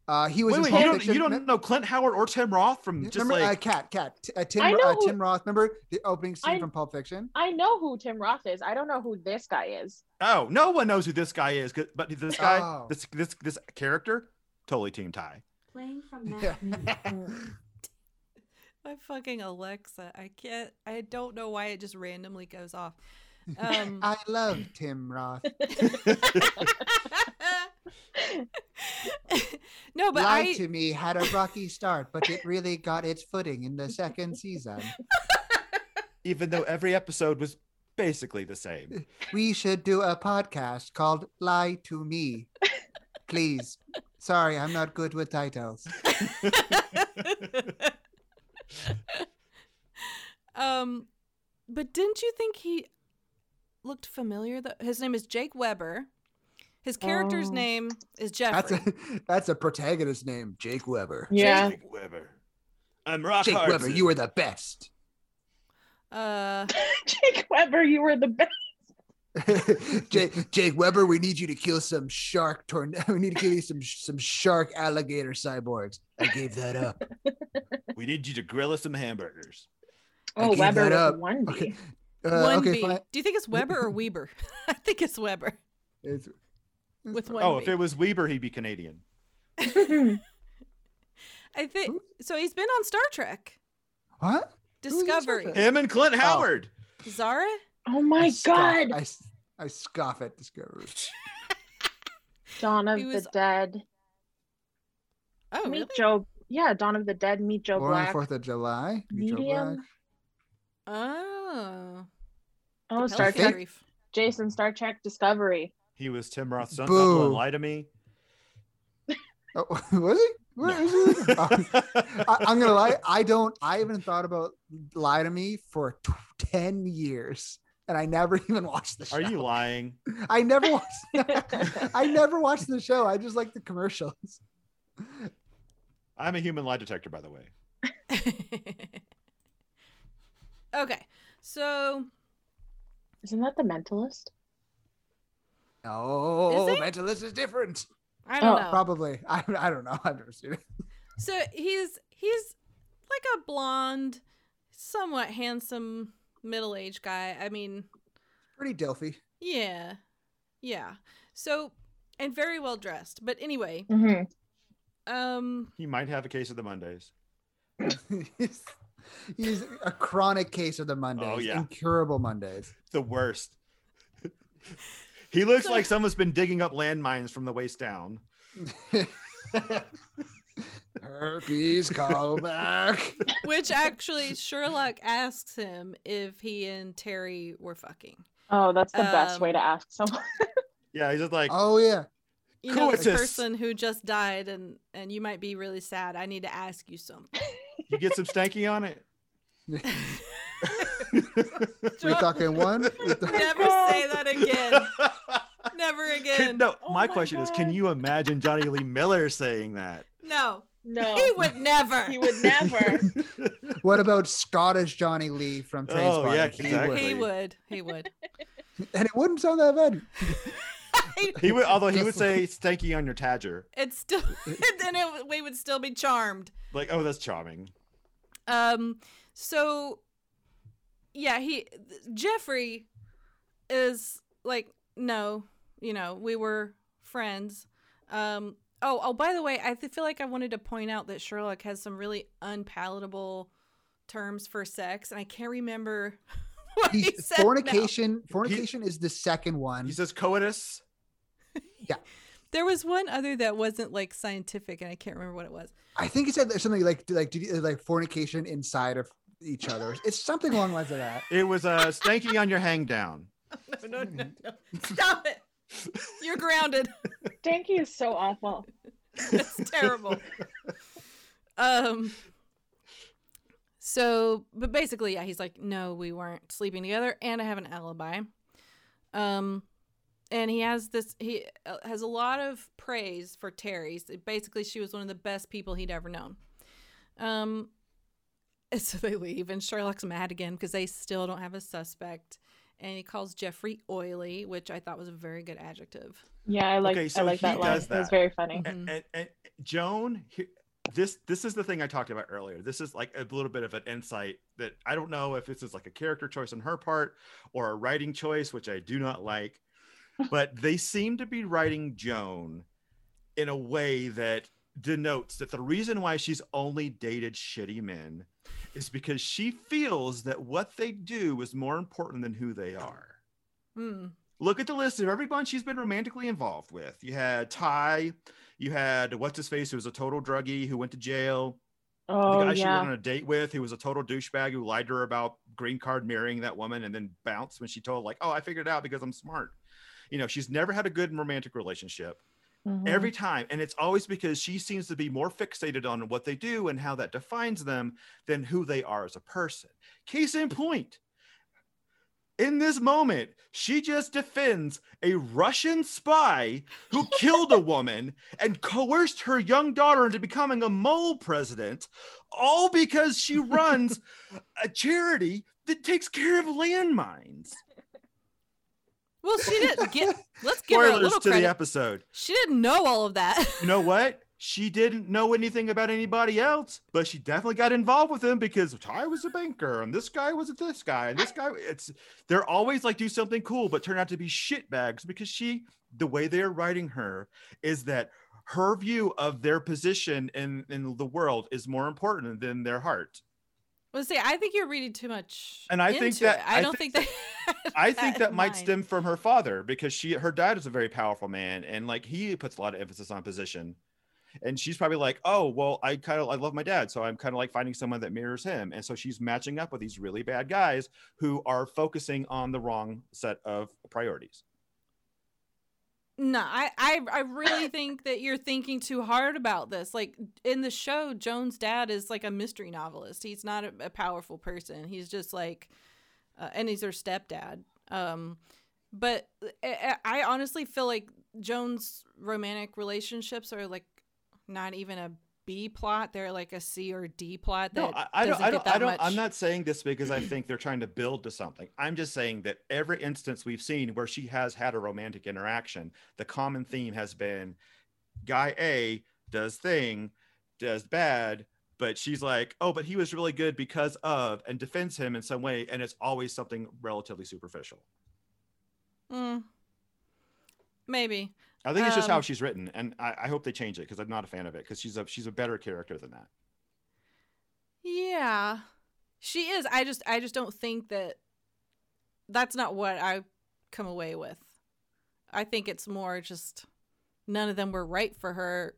Speaker 7: Uh, he was
Speaker 6: Wait,
Speaker 7: in
Speaker 6: wait,
Speaker 7: Pulp
Speaker 6: you don't,
Speaker 7: Fiction.
Speaker 6: you
Speaker 7: Me-
Speaker 6: don't know Clint Howard or Tim Roth from just
Speaker 7: Remember,
Speaker 6: like
Speaker 7: uh, Cat, Cat, T- uh, Tim,
Speaker 8: I know
Speaker 7: uh,
Speaker 8: who-
Speaker 7: Tim Roth. Remember the opening scene
Speaker 8: I-
Speaker 7: from Pulp Fiction?
Speaker 8: I know who Tim Roth is. I don't know who this guy is.
Speaker 6: Oh, no one knows who this guy is, 'cause- but this guy,
Speaker 7: Oh.
Speaker 6: this this this character, totally team tie.
Speaker 1: Playing from that.
Speaker 7: Yeah.
Speaker 5: My fucking Alexa. I can't. I don't know why it just randomly goes off. Um,
Speaker 7: I love Tim Roth.
Speaker 8: Uh,
Speaker 5: no, but
Speaker 7: Lie
Speaker 5: I.
Speaker 7: to Me had a rocky start, but it really got its footing in the second season. Uh,
Speaker 6: Even though every episode was basically the same.
Speaker 7: We should do a podcast called Lie to Me. Please. Sorry, I'm not good with titles.
Speaker 5: um, but didn't you think he looked familiar? Though his name is Jake Weber. His character's
Speaker 8: Oh.
Speaker 5: name is
Speaker 7: That's
Speaker 5: Jeffrey.
Speaker 7: a that's a protagonist name, Jake Weber.
Speaker 8: Yeah.
Speaker 6: Jake Weber. I'm rock
Speaker 7: Jake
Speaker 6: hard.
Speaker 7: Weber, you were the best.
Speaker 5: uh,
Speaker 8: Jake Weber, you were the best.
Speaker 7: Jake, Jake Weber, we need you to kill some shark tornado. We need to kill you some some shark alligator cyborgs. I gave that up.
Speaker 6: we need you to grill us some hamburgers.
Speaker 7: I
Speaker 8: Oh,
Speaker 7: gave
Speaker 8: Weber
Speaker 7: that up.
Speaker 8: with one D.
Speaker 7: Okay.
Speaker 5: one
Speaker 7: Uh, okay,
Speaker 5: B.
Speaker 7: fine.
Speaker 5: Do you think it's Weber or Weber? I think it's Weber
Speaker 7: It's- Mm.
Speaker 5: with one.
Speaker 6: Oh,
Speaker 5: B.
Speaker 6: if it was Weber, he'd be Canadian.
Speaker 5: I think
Speaker 7: Who?
Speaker 5: so. He's been on Star Trek
Speaker 7: what? Who's on Star
Speaker 5: Discovery.
Speaker 7: Trek?
Speaker 6: Him and Clint Howard.
Speaker 5: Zara.
Speaker 8: oh
Speaker 7: I
Speaker 8: my
Speaker 7: scoff-
Speaker 8: God.
Speaker 7: I, s- I scoff at Discovery.
Speaker 8: Dawn of
Speaker 5: He was-
Speaker 8: the Dead.
Speaker 5: Oh,
Speaker 8: meet
Speaker 5: really?
Speaker 8: Joe. Yeah, Dawn of the Dead. Meet Joe
Speaker 7: Born on the
Speaker 8: Black.
Speaker 7: Fourth of July. Meet Joe
Speaker 8: Medium.
Speaker 7: Black.
Speaker 5: Oh,
Speaker 8: Oh,
Speaker 5: The
Speaker 8: Star
Speaker 5: Pelfrey
Speaker 8: Trek.
Speaker 7: Trek.
Speaker 5: Reef.
Speaker 8: Jason, Star Trek Discovery.
Speaker 6: He was Tim Roth's son.
Speaker 7: Boo.
Speaker 6: Boo. And lie to me.
Speaker 7: Oh, was he? Where
Speaker 6: No.
Speaker 7: is he? Oh. I, I'm gonna lie. I don't. I haven't thought about "Lie to Me" for t- ten years, and I never even watched the show.
Speaker 6: Are you lying?
Speaker 7: I never watched. I never watched the show. I just like the commercials.
Speaker 6: I'm a human lie detector, by the way.
Speaker 5: okay, so
Speaker 8: Isn't that The Mentalist?
Speaker 7: Oh,
Speaker 5: it?
Speaker 7: Mentalist is different.
Speaker 5: I don't
Speaker 8: Oh,
Speaker 5: know.
Speaker 7: Probably. I, I don't know. I've never seen it.
Speaker 5: So he's he's like a blonde, somewhat handsome middle-aged guy. I mean,
Speaker 7: Pretty Delphi.
Speaker 5: yeah, yeah. So and very well dressed. But anyway,
Speaker 8: Mm-hmm.
Speaker 5: um,
Speaker 6: He might have a case of the Mondays.
Speaker 7: he's, he's a chronic case of the Mondays.
Speaker 6: Oh, yeah.
Speaker 7: Incurable Mondays.
Speaker 6: The worst. he looks
Speaker 5: So-
Speaker 6: like someone's been digging up landmines from the waist down.
Speaker 7: Herpes call back.
Speaker 5: which actually Sherlock asks him if he and Terry were fucking.
Speaker 8: Oh, that's the best
Speaker 5: Um,
Speaker 8: way to ask someone.
Speaker 6: Yeah, he's just like,
Speaker 7: Oh yeah.
Speaker 5: You know, the
Speaker 6: Coitus.
Speaker 5: person who just died, and and you might be really sad. I need to ask you something.
Speaker 6: you get some stanky on it.
Speaker 7: We talking one. We th-
Speaker 5: Never say that again. Never again.
Speaker 6: Can- no,
Speaker 8: Oh
Speaker 6: my
Speaker 8: my
Speaker 6: question is, can
Speaker 8: God.
Speaker 6: you imagine Johnny Lee Miller saying that?
Speaker 5: No,
Speaker 8: No,
Speaker 5: he would never.
Speaker 8: he would never.
Speaker 7: What about Scottish Johnny Lee from Trainspotting?
Speaker 6: Oh, yeah,
Speaker 7: He
Speaker 6: exactly.
Speaker 5: He
Speaker 6: Really?
Speaker 5: would. He would.
Speaker 7: would- And it wouldn't sound that bad.
Speaker 6: He would, although he would
Speaker 7: Just-
Speaker 6: say stanky on your tadger.
Speaker 5: it's still, then it, w- we would still be charmed.
Speaker 6: Like, oh, that's charming.
Speaker 5: Um, so yeah, he Jeffrey is like, no, you know, we were friends. Um, oh, oh, by the way, I th- feel like I wanted to point out that Sherlock has some really unpalatable terms for sex, and I can't remember what he,
Speaker 7: He's,
Speaker 5: said. now.
Speaker 7: fornication. Fornication is the second one.
Speaker 6: He says coitus.
Speaker 5: There was one other that wasn't like scientific, and I can't remember what it was.
Speaker 7: I think he said that something like like did you- like fornication inside of each other. It's something along the lines of that.
Speaker 6: It was uh, stanky on your hang down.
Speaker 5: No, no, no. Stop it. You're grounded.
Speaker 8: Danky is so awful.
Speaker 5: That's terrible. Um. So, but basically, yeah, he's like, no, we weren't sleeping together, and I have an alibi. Um, and he has this. He uh, has a lot of praise for Terry. So Basically, she was one of the best people he'd ever known. Um. and So they leave, and Sherlock's mad again because they still don't have a suspect, and he calls Jeffrey oily, which I thought was a very good adjective.
Speaker 8: Yeah, I like
Speaker 6: Okay, so
Speaker 8: I like
Speaker 6: he
Speaker 8: that line.
Speaker 6: does
Speaker 8: It was
Speaker 6: that.
Speaker 8: very funny.
Speaker 5: Mhm.
Speaker 6: and, and, and Joan, he- this this is the thing I talked about earlier. This is like a little bit of an insight that I don't know if this is like a character choice on her part or a writing choice, which I do not like. But they seem to be writing Joan in a way that denotes that the reason why she's only dated shitty men is because she feels that what they do is more important than who they are
Speaker 5: Hmm.
Speaker 6: look at the list of everyone she's been romantically involved with. You had Ty, you had what's his face, who was a total druggie who went to jail.
Speaker 8: Oh,
Speaker 6: the guy she
Speaker 8: yeah.
Speaker 6: went on a date with, who was a total douchebag who lied to her about green card marrying that woman and then bounced when she told, like, oh, I figured it out because I'm smart. You know, she's never had a good romantic relationship
Speaker 8: Mhm.
Speaker 6: every
Speaker 5: Mm.
Speaker 6: time. And it's always because she seems to be more fixated on what they do and how that defines them than who they are as a person. Case in point, in this moment, she just defends a Russian spy who killed a woman and coerced her young daughter into becoming a mole president, all because she runs a charity that takes care of landmines.
Speaker 5: Well, she didn't get. Let's give her a
Speaker 6: Spoilers
Speaker 5: little
Speaker 6: to
Speaker 5: credit.
Speaker 6: the episode.
Speaker 5: she didn't know all of that.
Speaker 6: you know what? She didn't know anything about anybody else, but she definitely got involved with him because Ty was a banker and this guy was this guy and this guy. It's they're always like do something cool, but turn out to be shitbags because she the way they are writing her is that her view of their position in in the world is more important than their heart.
Speaker 5: Well, see, I think you're reading too much.
Speaker 6: And I think
Speaker 5: into
Speaker 6: that-
Speaker 5: it. I,
Speaker 6: I
Speaker 5: don't
Speaker 6: think
Speaker 5: think that.
Speaker 6: I think that might
Speaker 5: stem.
Speaker 6: stem from her father because she her dad is a very powerful man and like he puts a lot of emphasis on position. And she's probably like, "Oh, well, I kind of I love my dad, so I'm kind of like finding someone that mirrors him." And so she's matching up with these really bad guys who are focusing on the wrong set of priorities.
Speaker 5: No, I, I I really think that you're thinking too hard about this. Like in the show, Joan's dad is like a mystery novelist. He's not a, a powerful person. He's just like, uh, and he's her stepdad. Um, but I, I honestly feel like Joan's romantic relationships are like not even a B plot. They're like a C or D plot. That
Speaker 6: No, I, I don't.
Speaker 5: doesn't
Speaker 6: I
Speaker 5: get
Speaker 6: don't.
Speaker 5: that
Speaker 6: I don't.
Speaker 5: much-
Speaker 6: I'm not saying this because I think they're trying to build to something. I'm just saying that every instance we've seen where she has had a romantic interaction, the common theme has been guy A does thing, does bad, but she's like, oh, but he was really good because of, and defends him in some way, and it's always something relatively superficial.
Speaker 5: Mm. maybe.
Speaker 6: I think it's just how
Speaker 5: Um,
Speaker 6: she's written, and I, I hope they change it because I'm not a fan of it because she's a she's a better character than that.
Speaker 5: Yeah. She is. I just I just don't think that that's not what I come away with. I think it's more just none of them were right for her.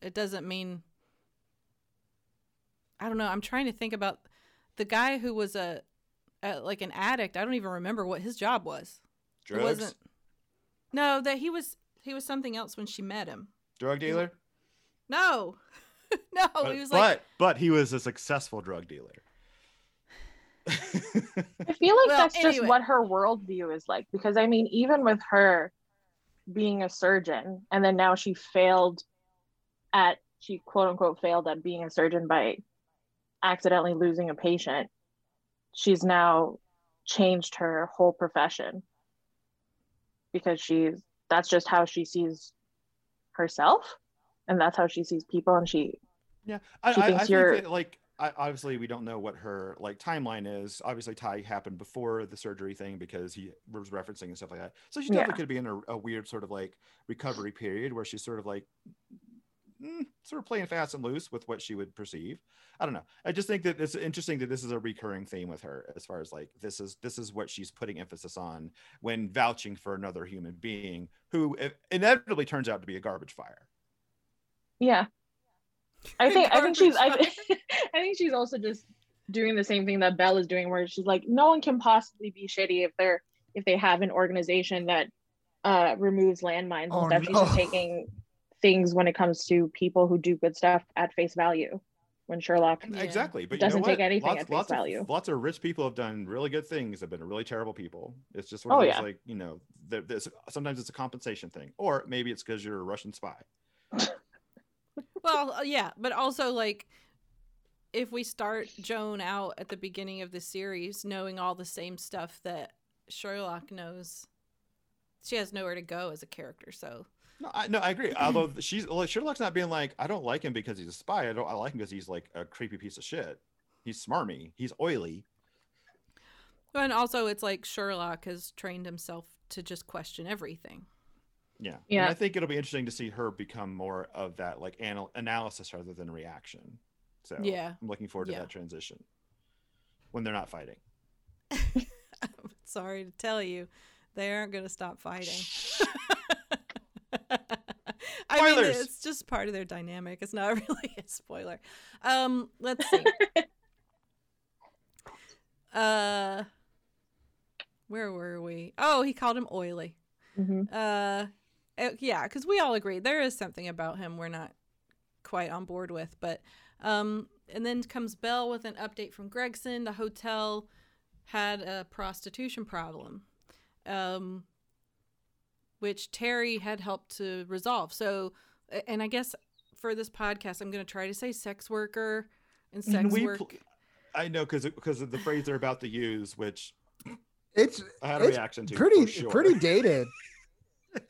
Speaker 5: It doesn't mean I don't know. I'm trying to think about the guy who was a, a like an addict. I don't even remember what his job was. It
Speaker 6: Drugs,
Speaker 5: wasn't No, that he was he was something else when she met him.
Speaker 6: drug dealer.
Speaker 5: No. no,
Speaker 6: but,
Speaker 5: Oh, he was like
Speaker 6: but but he was a successful drug dealer.
Speaker 8: I feel like
Speaker 5: Well,
Speaker 8: that's
Speaker 5: anyway.
Speaker 8: just what her worldview is like. Because I mean, even with her being a surgeon, and then now she failed at she quote unquote failed at being a surgeon by accidentally losing a patient. She's now changed her whole profession because she's that's just how she sees herself, and that's how she sees people, and she
Speaker 6: yeah, I,
Speaker 8: She
Speaker 6: I, I
Speaker 8: thinks
Speaker 6: think
Speaker 8: you're-
Speaker 6: that, like I, obviously we don't know what her like timeline is. Obviously, Ty happened before the surgery thing because he was referencing and stuff like that. So she
Speaker 8: Yeah.
Speaker 6: definitely could be in a, a weird sort of like recovery period where she's sort of like mm, sort of playing fast and loose with what she would perceive. I don't know. I just think that it's interesting that this is a recurring theme with her as far as like this is this is what she's putting emphasis on when vouching for another human being who eh, inevitably turns out to be a garbage fire.
Speaker 8: Yeah. I think I think she's I,
Speaker 5: Garbage
Speaker 8: thi- I think she's also just doing the same thing that Belle is doing where she's like no one can possibly be shitty if they're if they have an organization that uh removes landmines
Speaker 7: Oh,
Speaker 8: and stuff. She's just
Speaker 7: no.
Speaker 8: taking things when it comes to people who do good stuff at face value when Sherlock
Speaker 6: And-
Speaker 5: Yeah.
Speaker 6: Exactly, but
Speaker 8: Doesn't
Speaker 6: you know
Speaker 8: take
Speaker 6: what?
Speaker 8: anything
Speaker 6: lots,
Speaker 8: at face
Speaker 6: lots
Speaker 8: value.
Speaker 6: Of, lots of rich people have done really good things. Have been really terrible people. It's just
Speaker 8: Oh,
Speaker 6: one of those
Speaker 8: yeah.
Speaker 6: like you know, there, there's, sometimes it's a compensation thing, or maybe it's because you're a Russian spy.
Speaker 5: well uh, yeah but also like if we start joan out at the beginning of the series knowing all the same stuff that sherlock knows she has nowhere to go as a character so
Speaker 6: No, I, no, I agree. Although she's well, Sherlock's not being like, I don't like him because he's a spy. I don't. I like him because he's like a creepy piece of shit. He's smarmy. He's oily.
Speaker 5: and also it's like sherlock has trained himself to just question everything
Speaker 6: Yeah.
Speaker 8: Yeah.
Speaker 6: And I think it'll be interesting to see her become more of that like anal- analysis rather than reaction. So
Speaker 5: Yeah.
Speaker 6: I'm looking forward to
Speaker 5: Yeah.
Speaker 6: that transition when they're not fighting.
Speaker 5: i'm sorry to tell you they aren't going to stop fighting I I mean,
Speaker 6: Spoilers!
Speaker 5: it's just part of their dynamic. It's not really a spoiler. Um, let's see. uh, where were we? Oh, he called him oily.
Speaker 8: Mhm.
Speaker 5: Uh, uh, yeah, because we all agree there is something about him we're not quite on board with. But um, and then comes Bell with an update from Gregson. The hotel had a prostitution problem, um, which Terry had helped to resolve. So, a- and I guess for this podcast, I'm going to try to say sex worker and sex
Speaker 6: we
Speaker 5: work.
Speaker 6: pl- I know because because of the phrase they're about to use, which
Speaker 7: It's
Speaker 6: I had a
Speaker 7: It's
Speaker 6: reaction to.
Speaker 7: pretty
Speaker 6: for sure.
Speaker 7: pretty dated.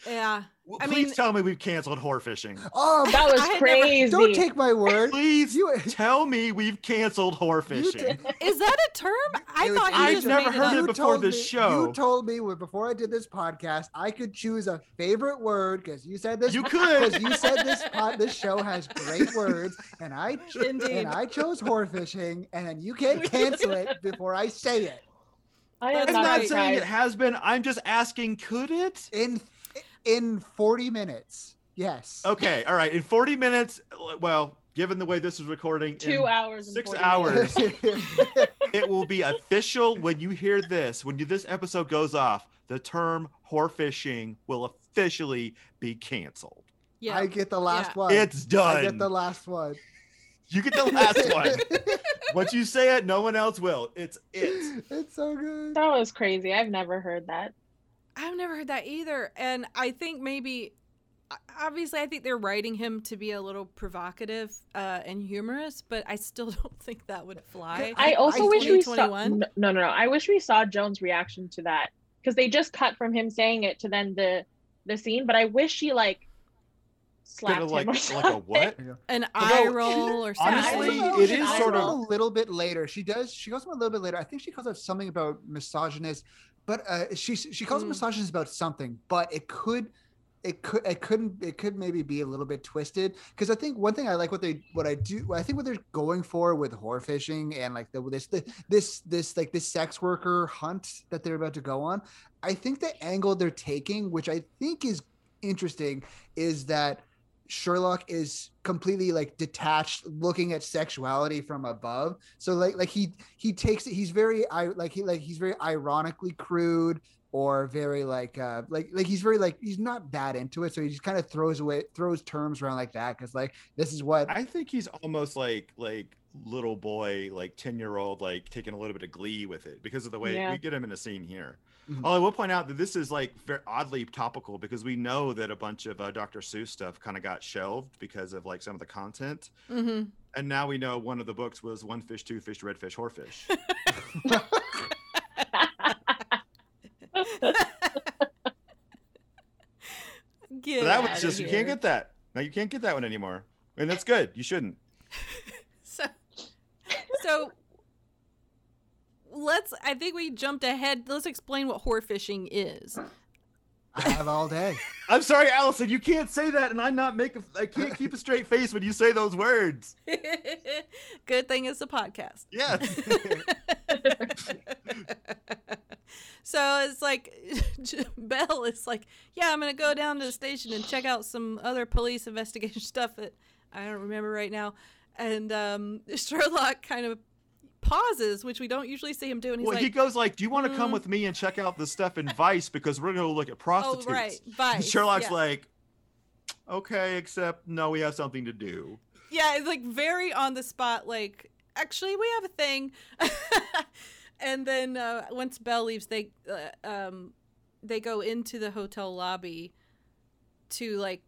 Speaker 5: yeah,
Speaker 6: Well,
Speaker 5: I
Speaker 6: Please
Speaker 5: mean-
Speaker 6: tell me we've canceled whore fishing.
Speaker 7: Oh,
Speaker 8: That
Speaker 5: I
Speaker 8: was
Speaker 5: had never-
Speaker 8: crazy.
Speaker 7: don't take my word.
Speaker 6: Please
Speaker 7: You-
Speaker 6: tell me we've canceled whore
Speaker 7: You
Speaker 6: fishing.
Speaker 7: ta-
Speaker 5: is that a term? I
Speaker 7: It was-
Speaker 5: thought you
Speaker 6: I've
Speaker 5: just
Speaker 6: never
Speaker 5: made it
Speaker 6: heard
Speaker 5: up.
Speaker 6: it
Speaker 7: you
Speaker 6: before
Speaker 7: told
Speaker 6: this
Speaker 7: me-
Speaker 6: show.
Speaker 7: You told me when- before I did this podcast, I could choose a favorite word because you said this.
Speaker 6: you
Speaker 7: Because
Speaker 6: could.
Speaker 7: you said this pod, this show has great words, and I ch-
Speaker 5: Indeed.
Speaker 7: and I chose whore fishing, and then you can't cancel it before I say it.
Speaker 8: I am
Speaker 5: That's
Speaker 6: I'm
Speaker 8: not,
Speaker 6: not
Speaker 5: right.
Speaker 6: saying it
Speaker 8: surprised.
Speaker 6: has been. I'm just asking, could it?
Speaker 7: In in forty minutes, yes.
Speaker 6: Okay, all right. In 40 minutes, well, given the way this is recording,
Speaker 8: Two
Speaker 6: in
Speaker 8: hours. and
Speaker 6: six
Speaker 8: 40
Speaker 6: hours.
Speaker 8: minutes.
Speaker 6: it will be official when you hear this. When you, this episode goes off, the term whore fishing will officially be canceled.
Speaker 5: Yeah,
Speaker 7: I get the last
Speaker 5: Yeah.
Speaker 7: one.
Speaker 6: It's done.
Speaker 7: I get the last one.
Speaker 6: you get the last one. Once you say it, no one else will. It's it.
Speaker 7: It's so good.
Speaker 8: That was crazy. I've never heard that.
Speaker 5: I've never heard that either. And I think maybe, o- obviously, I think they're writing him to be a little provocative uh, and humorous, but I still don't think that would fly.
Speaker 8: I also
Speaker 7: I-
Speaker 8: wish we saw.
Speaker 5: 2021?
Speaker 8: No, no, no. I wish we saw Joan's reaction to that because they just cut from him saying it to then the the scene. But I wish she like slapped
Speaker 6: Kinda
Speaker 8: him
Speaker 6: like
Speaker 8: or
Speaker 6: like
Speaker 8: something.
Speaker 6: a what?
Speaker 5: An eye
Speaker 6: Although,
Speaker 5: roll or something.
Speaker 6: honestly,
Speaker 8: Yeah, I
Speaker 6: it
Speaker 8: don't
Speaker 6: is
Speaker 8: know.
Speaker 6: sort
Speaker 7: a
Speaker 6: of.
Speaker 7: little bit later. She does. She calls him a little bit later. I think she calls out something about misogynist, but uh, she she calls him
Speaker 5: Mm.
Speaker 7: misogynist about something. But it could, it could, it couldn't, it could maybe be a little bit twisted. Because I think one thing I like what they what I do. I think what they're going for with whore fishing and like the, this this this like this sex worker hunt that they're about to go on. I think the angle they're taking, which I think is interesting, is that Sherlock is completely like detached, looking at sexuality from above. So like like he he takes it. He's very I like he like he's very ironically crude or very like uh like like he's very like he's not that into it. So he just kind of throws away throws terms around like that because like this is what
Speaker 6: I think he's almost like like little boy, like ten year old, like taking a little bit of glee with it because of the way
Speaker 8: Yeah.
Speaker 6: we get him in a scene here.
Speaker 7: Mhm.
Speaker 6: Although I will point out that this is like very oddly topical because we know that a bunch of uh, Dr. Seuss stuff kind of got shelved because of like some of the content,
Speaker 5: Mhm.
Speaker 6: and now we know one of the books was One Fish, Two Fish, Red Fish, Whorefish.
Speaker 5: Get
Speaker 6: So that
Speaker 5: outta
Speaker 6: was just you
Speaker 5: here.
Speaker 6: can't get that. Now you can't get that one anymore, and that's good. You shouldn't.
Speaker 5: so so let's i think we jumped ahead let's explain what whore fishing is
Speaker 7: I have all day.
Speaker 6: I'm sorry, Allison. You can't say that, and I'm not making. I can't keep a straight face when you say those words.
Speaker 5: good thing it's a podcast
Speaker 6: Yes.
Speaker 5: so it's like Belle is like, yeah, I'm gonna go down to the station and check out some other police investigation stuff that I don't remember right now. And um, Sherlock kind of pauses, which we don't usually see him do, and he's
Speaker 6: well,
Speaker 5: like,
Speaker 6: he goes like, "Do you want to come
Speaker 5: "Mm."
Speaker 6: with me and check out the stuff in Vice because we're gonna look at
Speaker 5: oh
Speaker 6: prostitutes?"
Speaker 5: right,
Speaker 6: And
Speaker 5: Vice.
Speaker 6: Sherlock's
Speaker 5: yeah.
Speaker 6: like, "Okay, except no, we have something to do."
Speaker 5: yeah, it's like very on the spot. Like, actually, we have a thing. and then uh, once Belle leaves, they uh, um, they go into the hotel lobby to like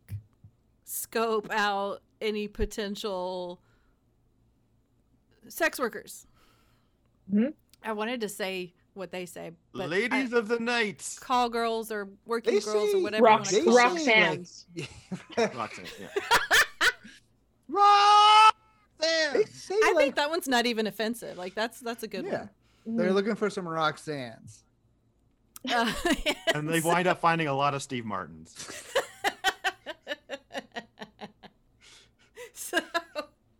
Speaker 5: scope out any potential sex workers.
Speaker 8: Mhm.
Speaker 5: I wanted to say what they say, but I-
Speaker 6: Ladies of the night.
Speaker 5: call girls or working
Speaker 7: They
Speaker 5: girls
Speaker 7: say
Speaker 5: or whatever. you
Speaker 8: Rox-
Speaker 5: wanna
Speaker 7: Roxy.
Speaker 5: call them.
Speaker 8: Roxanne's.
Speaker 6: Roxanne, yeah.
Speaker 7: They
Speaker 6: Roxanne!
Speaker 7: say
Speaker 5: I
Speaker 7: like
Speaker 5: think that one's not even offensive. Like that's that's a good Mm-hmm.
Speaker 7: yeah,
Speaker 5: one.
Speaker 7: they're looking for some Roxanne's.
Speaker 5: Uh,
Speaker 6: And they wind up finding a lot of Steve Martins.
Speaker 5: so,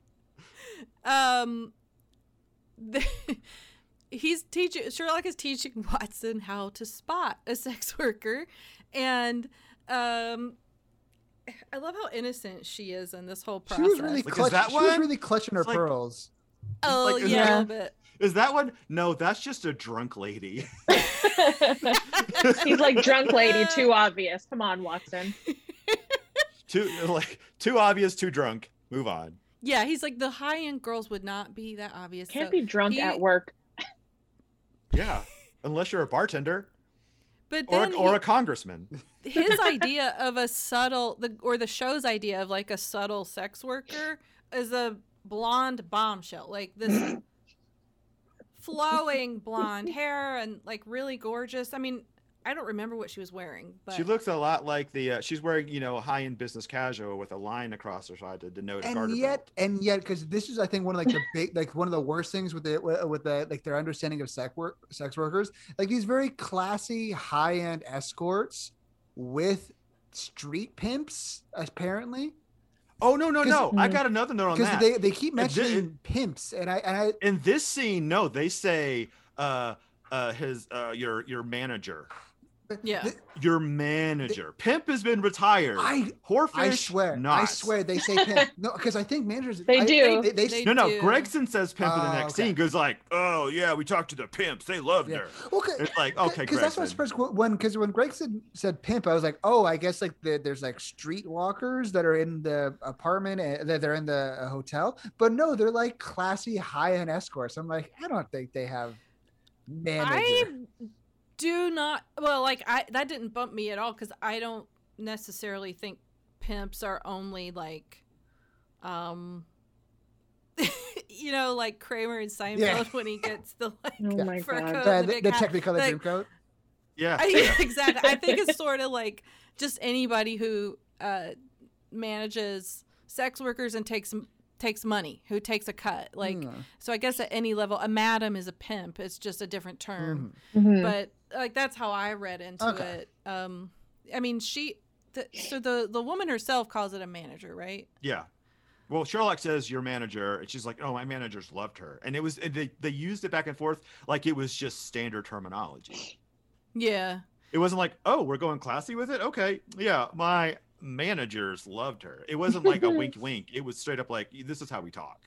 Speaker 5: um, the, he's teaching Sherlock is teaching Watson how to spot a sex worker, and um, I love how innocent she is in this whole
Speaker 7: She
Speaker 5: process.
Speaker 7: was really
Speaker 6: Like, is
Speaker 7: clutch.
Speaker 6: that
Speaker 7: she was
Speaker 6: one?
Speaker 7: really clutching her
Speaker 6: It's like-
Speaker 7: pearls.
Speaker 5: oh
Speaker 6: like, is
Speaker 5: yeah, a
Speaker 8: that-
Speaker 5: little bit.
Speaker 6: Is that one? No, that's just a drunk lady.
Speaker 8: He's like drunk lady, too obvious. Come on, Watson.
Speaker 6: too like too obvious, too drunk. Move on.
Speaker 5: Yeah, he's like the high end girls would not be that obvious.
Speaker 8: Can't
Speaker 5: so-
Speaker 8: be drunk
Speaker 5: he-
Speaker 8: at work.
Speaker 6: Yeah, unless you're a bartender
Speaker 5: But
Speaker 6: or
Speaker 5: then
Speaker 6: a, or
Speaker 5: he-
Speaker 6: a congressman.
Speaker 5: his idea of a subtle the or the show's idea of like a subtle sex worker is a blonde bombshell like this flowing blonde hair and like really gorgeous i mean i don't remember what she was wearing but
Speaker 6: She looks a lot like the. Uh, she's wearing you know high end business casual with a line across her side to denote a garter
Speaker 7: and yet
Speaker 6: belt.
Speaker 7: and yet because this is i think one of like the big like one of the worst things with the with the like their understanding of sex work sex workers like these very classy high-end escorts with street pimps apparently
Speaker 6: Oh no no
Speaker 7: 'Cause-
Speaker 6: no! I got another note on
Speaker 7: because
Speaker 6: that.
Speaker 7: they, they keep
Speaker 6: It did-
Speaker 7: mentioning pimps and i and i
Speaker 6: In this scene, no, they say uh uh his uh your your manager.
Speaker 5: yeah
Speaker 7: th-
Speaker 6: Your manager. Pimp has been retired.
Speaker 7: i
Speaker 6: Whorefish.
Speaker 7: I swear,
Speaker 6: Not.
Speaker 7: I swear they say pimp. No, because I think managers
Speaker 8: They
Speaker 7: I-
Speaker 8: do.
Speaker 7: They, they,
Speaker 5: They-
Speaker 6: No, no.
Speaker 5: do.
Speaker 6: Gregson says pimp in the
Speaker 7: Oh,
Speaker 6: next
Speaker 7: okay.
Speaker 6: scene. Goes like, oh yeah, we talked to the pimps. They loved
Speaker 7: Yeah.
Speaker 6: her.
Speaker 7: okay,
Speaker 6: It's like, okay,
Speaker 7: because that's what I
Speaker 6: Gregson.
Speaker 7: was first when because when Greg said said pimp, I was like, oh, I guess like the, there's like street walkers that are in the apartment and that they're in the uh, hotel, but no, they're like classy high end escorts. I'm like, I don't think they have manager.
Speaker 5: i do not well like i that didn't bump me at all because i don't necessarily think pimps are only like um you know like kramer and seinfeld when he gets the like
Speaker 8: Oh
Speaker 7: Yeah.
Speaker 8: my
Speaker 5: Fur
Speaker 8: god.
Speaker 5: coat.
Speaker 7: the,
Speaker 5: the
Speaker 7: the,
Speaker 5: big
Speaker 7: the
Speaker 5: hat,
Speaker 7: technicolor
Speaker 5: like-
Speaker 7: dream coat.
Speaker 6: yeah.
Speaker 5: I,
Speaker 6: yeah.
Speaker 5: exactly. I think it's sort of like just anybody who uh, manages sex workers and takes takes money, who takes a cut. Like
Speaker 7: Hmm.
Speaker 5: so, I guess at any level, a madam is a pimp. It's just a different term.
Speaker 8: Mhm.
Speaker 5: But like that's how I read into
Speaker 7: Mm-hmm. Okay.
Speaker 5: it. Um, I mean, she. The, so the the woman herself calls it a manager, right?
Speaker 6: Yeah. Well, Sherlock says your manager, and she's like, "Oh, my managers loved her," and it was and they they used it back and forth like it was just standard terminology.
Speaker 5: Yeah.
Speaker 6: It wasn't like, "Oh, we're going classy with it." Okay, yeah, my managers loved her. It wasn't like a wink, wink. It was straight up like, "This is how we talk."